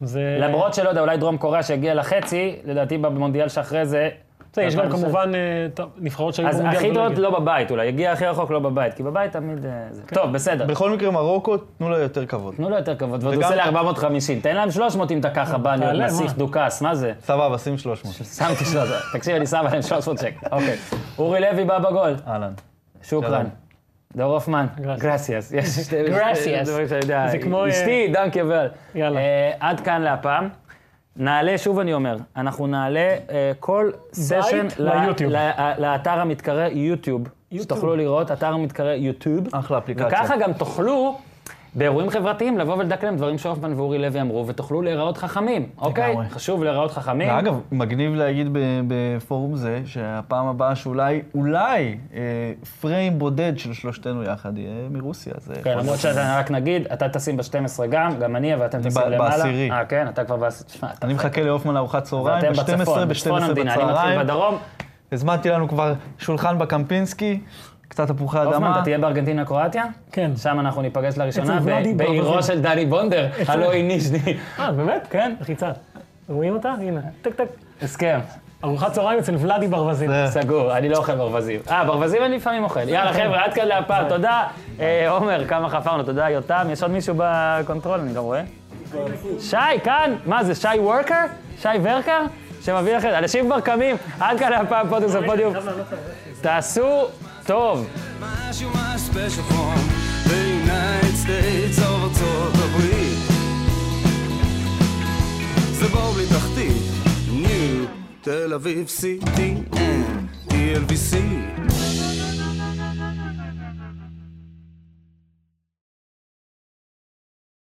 Speaker 3: זה...
Speaker 1: למרות שלא יודע, אולי דרום קוריאה שהגיעה לחצי, לדעתי במונדיאל שאחרי זה...
Speaker 3: זה, יש גם
Speaker 1: 2006.
Speaker 3: כמובן אה, טוב, נבחרות שהיו
Speaker 1: אז
Speaker 3: במונדיאל.
Speaker 1: הכי
Speaker 3: ולא
Speaker 1: טוב
Speaker 3: הגיעו.
Speaker 1: לא בבית אולי, הגיע הכי רחוק לא בבית, כי בבית תמיד... אה,
Speaker 3: כן.
Speaker 1: זה. טוב, בסדר.
Speaker 2: בכל מקרה, מרוקו, תנו לה יותר כבוד.
Speaker 1: תנו לו יותר כבוד, ועוד
Speaker 2: וגם-
Speaker 1: עושה ל-450. תן להם 300 אם אתה ככה בא
Speaker 3: תעלה,
Speaker 1: להיות
Speaker 3: מה?
Speaker 1: נסיך דוכס, מה זה?
Speaker 2: סבבה, שים 300.
Speaker 1: שמתי 300. תקשיב, אני שם עליהם 300 שקל. אוקיי. אורי לוי בא בגול.
Speaker 2: אהלן.
Speaker 1: שוקרן.
Speaker 2: שלום.
Speaker 1: דור הופמן,
Speaker 3: Gracias.
Speaker 1: גרסיאס. יש שתי
Speaker 3: Gracias.
Speaker 1: דברים שאני יודע.
Speaker 3: זה כמו,
Speaker 1: אשתי, דנק יבל.
Speaker 3: יאללה.
Speaker 1: אה, עד כאן להפעם. נעלה, שוב אני אומר, אנחנו נעלה אה, כל סשן ל-
Speaker 3: ליוטיוב.
Speaker 1: ל- לאתר המתקרא יוטיוב. שתוכלו לראות, אתר המתקרא יוטיוב.
Speaker 2: אחלה אפליקציה.
Speaker 1: וככה גם תוכלו... באירועים חברתיים, לבוא ולדקלם דברים שהופמן ואורי לוי אמרו, ותוכלו להיראות חכמים, אוקיי?
Speaker 2: לגמרי.
Speaker 1: חשוב להיראות חכמים.
Speaker 2: אגב, מגניב להגיד ב- בפורום זה, שהפעם הבאה שאולי, אולי, אה, פריים בודד של שלושתנו יחד יהיה מרוסיה. זה יכול
Speaker 1: כן,
Speaker 2: להיות.
Speaker 1: למרות שאתה רק נגיד, אתה תשים ב-12 גם, גם אני, אבל אתם תשימו
Speaker 2: נכון. ב-
Speaker 1: למעלה.
Speaker 2: בעשירי.
Speaker 1: אה, כן, אתה כבר בעשירי. תשמע, אתה-
Speaker 2: אני מחכה להופמן לארוחת צהריים,
Speaker 1: ואתם
Speaker 2: ב-12,
Speaker 1: בצפון,
Speaker 2: ב-12
Speaker 1: בצפון המדינה, אני מתחיל
Speaker 2: בצהריים.
Speaker 1: בדרום.
Speaker 2: הזמנתי לנו כבר שולחן בקמפינסקי, קצת תפוחי
Speaker 1: הופמן,
Speaker 2: אדמה.
Speaker 1: אתה תהיה בארגנטינה קרואטיה?
Speaker 3: כן.
Speaker 1: שם אנחנו ניפגש לראשונה,
Speaker 3: אצל
Speaker 1: ב-
Speaker 3: ולדי
Speaker 1: בעירו
Speaker 3: ברווזין.
Speaker 1: של דני בונדר, הלוא היא ניז'ני.
Speaker 3: אה, באמת?
Speaker 1: כן.
Speaker 3: לחיצה. רואים אותה? הנה. טק טק.
Speaker 1: הסכם.
Speaker 3: ארוחת צהריים אצל ולאדי ברווזים.
Speaker 1: סגור, אני לא אוכל ברווזים. אה, ברווזים אני לפעמים אוכל. יאללה, חבר'ה, עד כאן להפעם, תודה. אה, עומר, כמה חפרנו, תודה, יותם. יש עוד מישהו בקונטרול, אני גם רואה. שי, כאן? מה זה, שי וורקר? שי ורקר? שמביא לכם, אנשים כבר קמים, עד כאן להפעם פודקאסט הפודיום. תעשו טוב.
Speaker 4: משהו מה special from the United States of ארצות הברית. זה בור בלי תחתית, ניו, תל אביב, CTN, TLVC.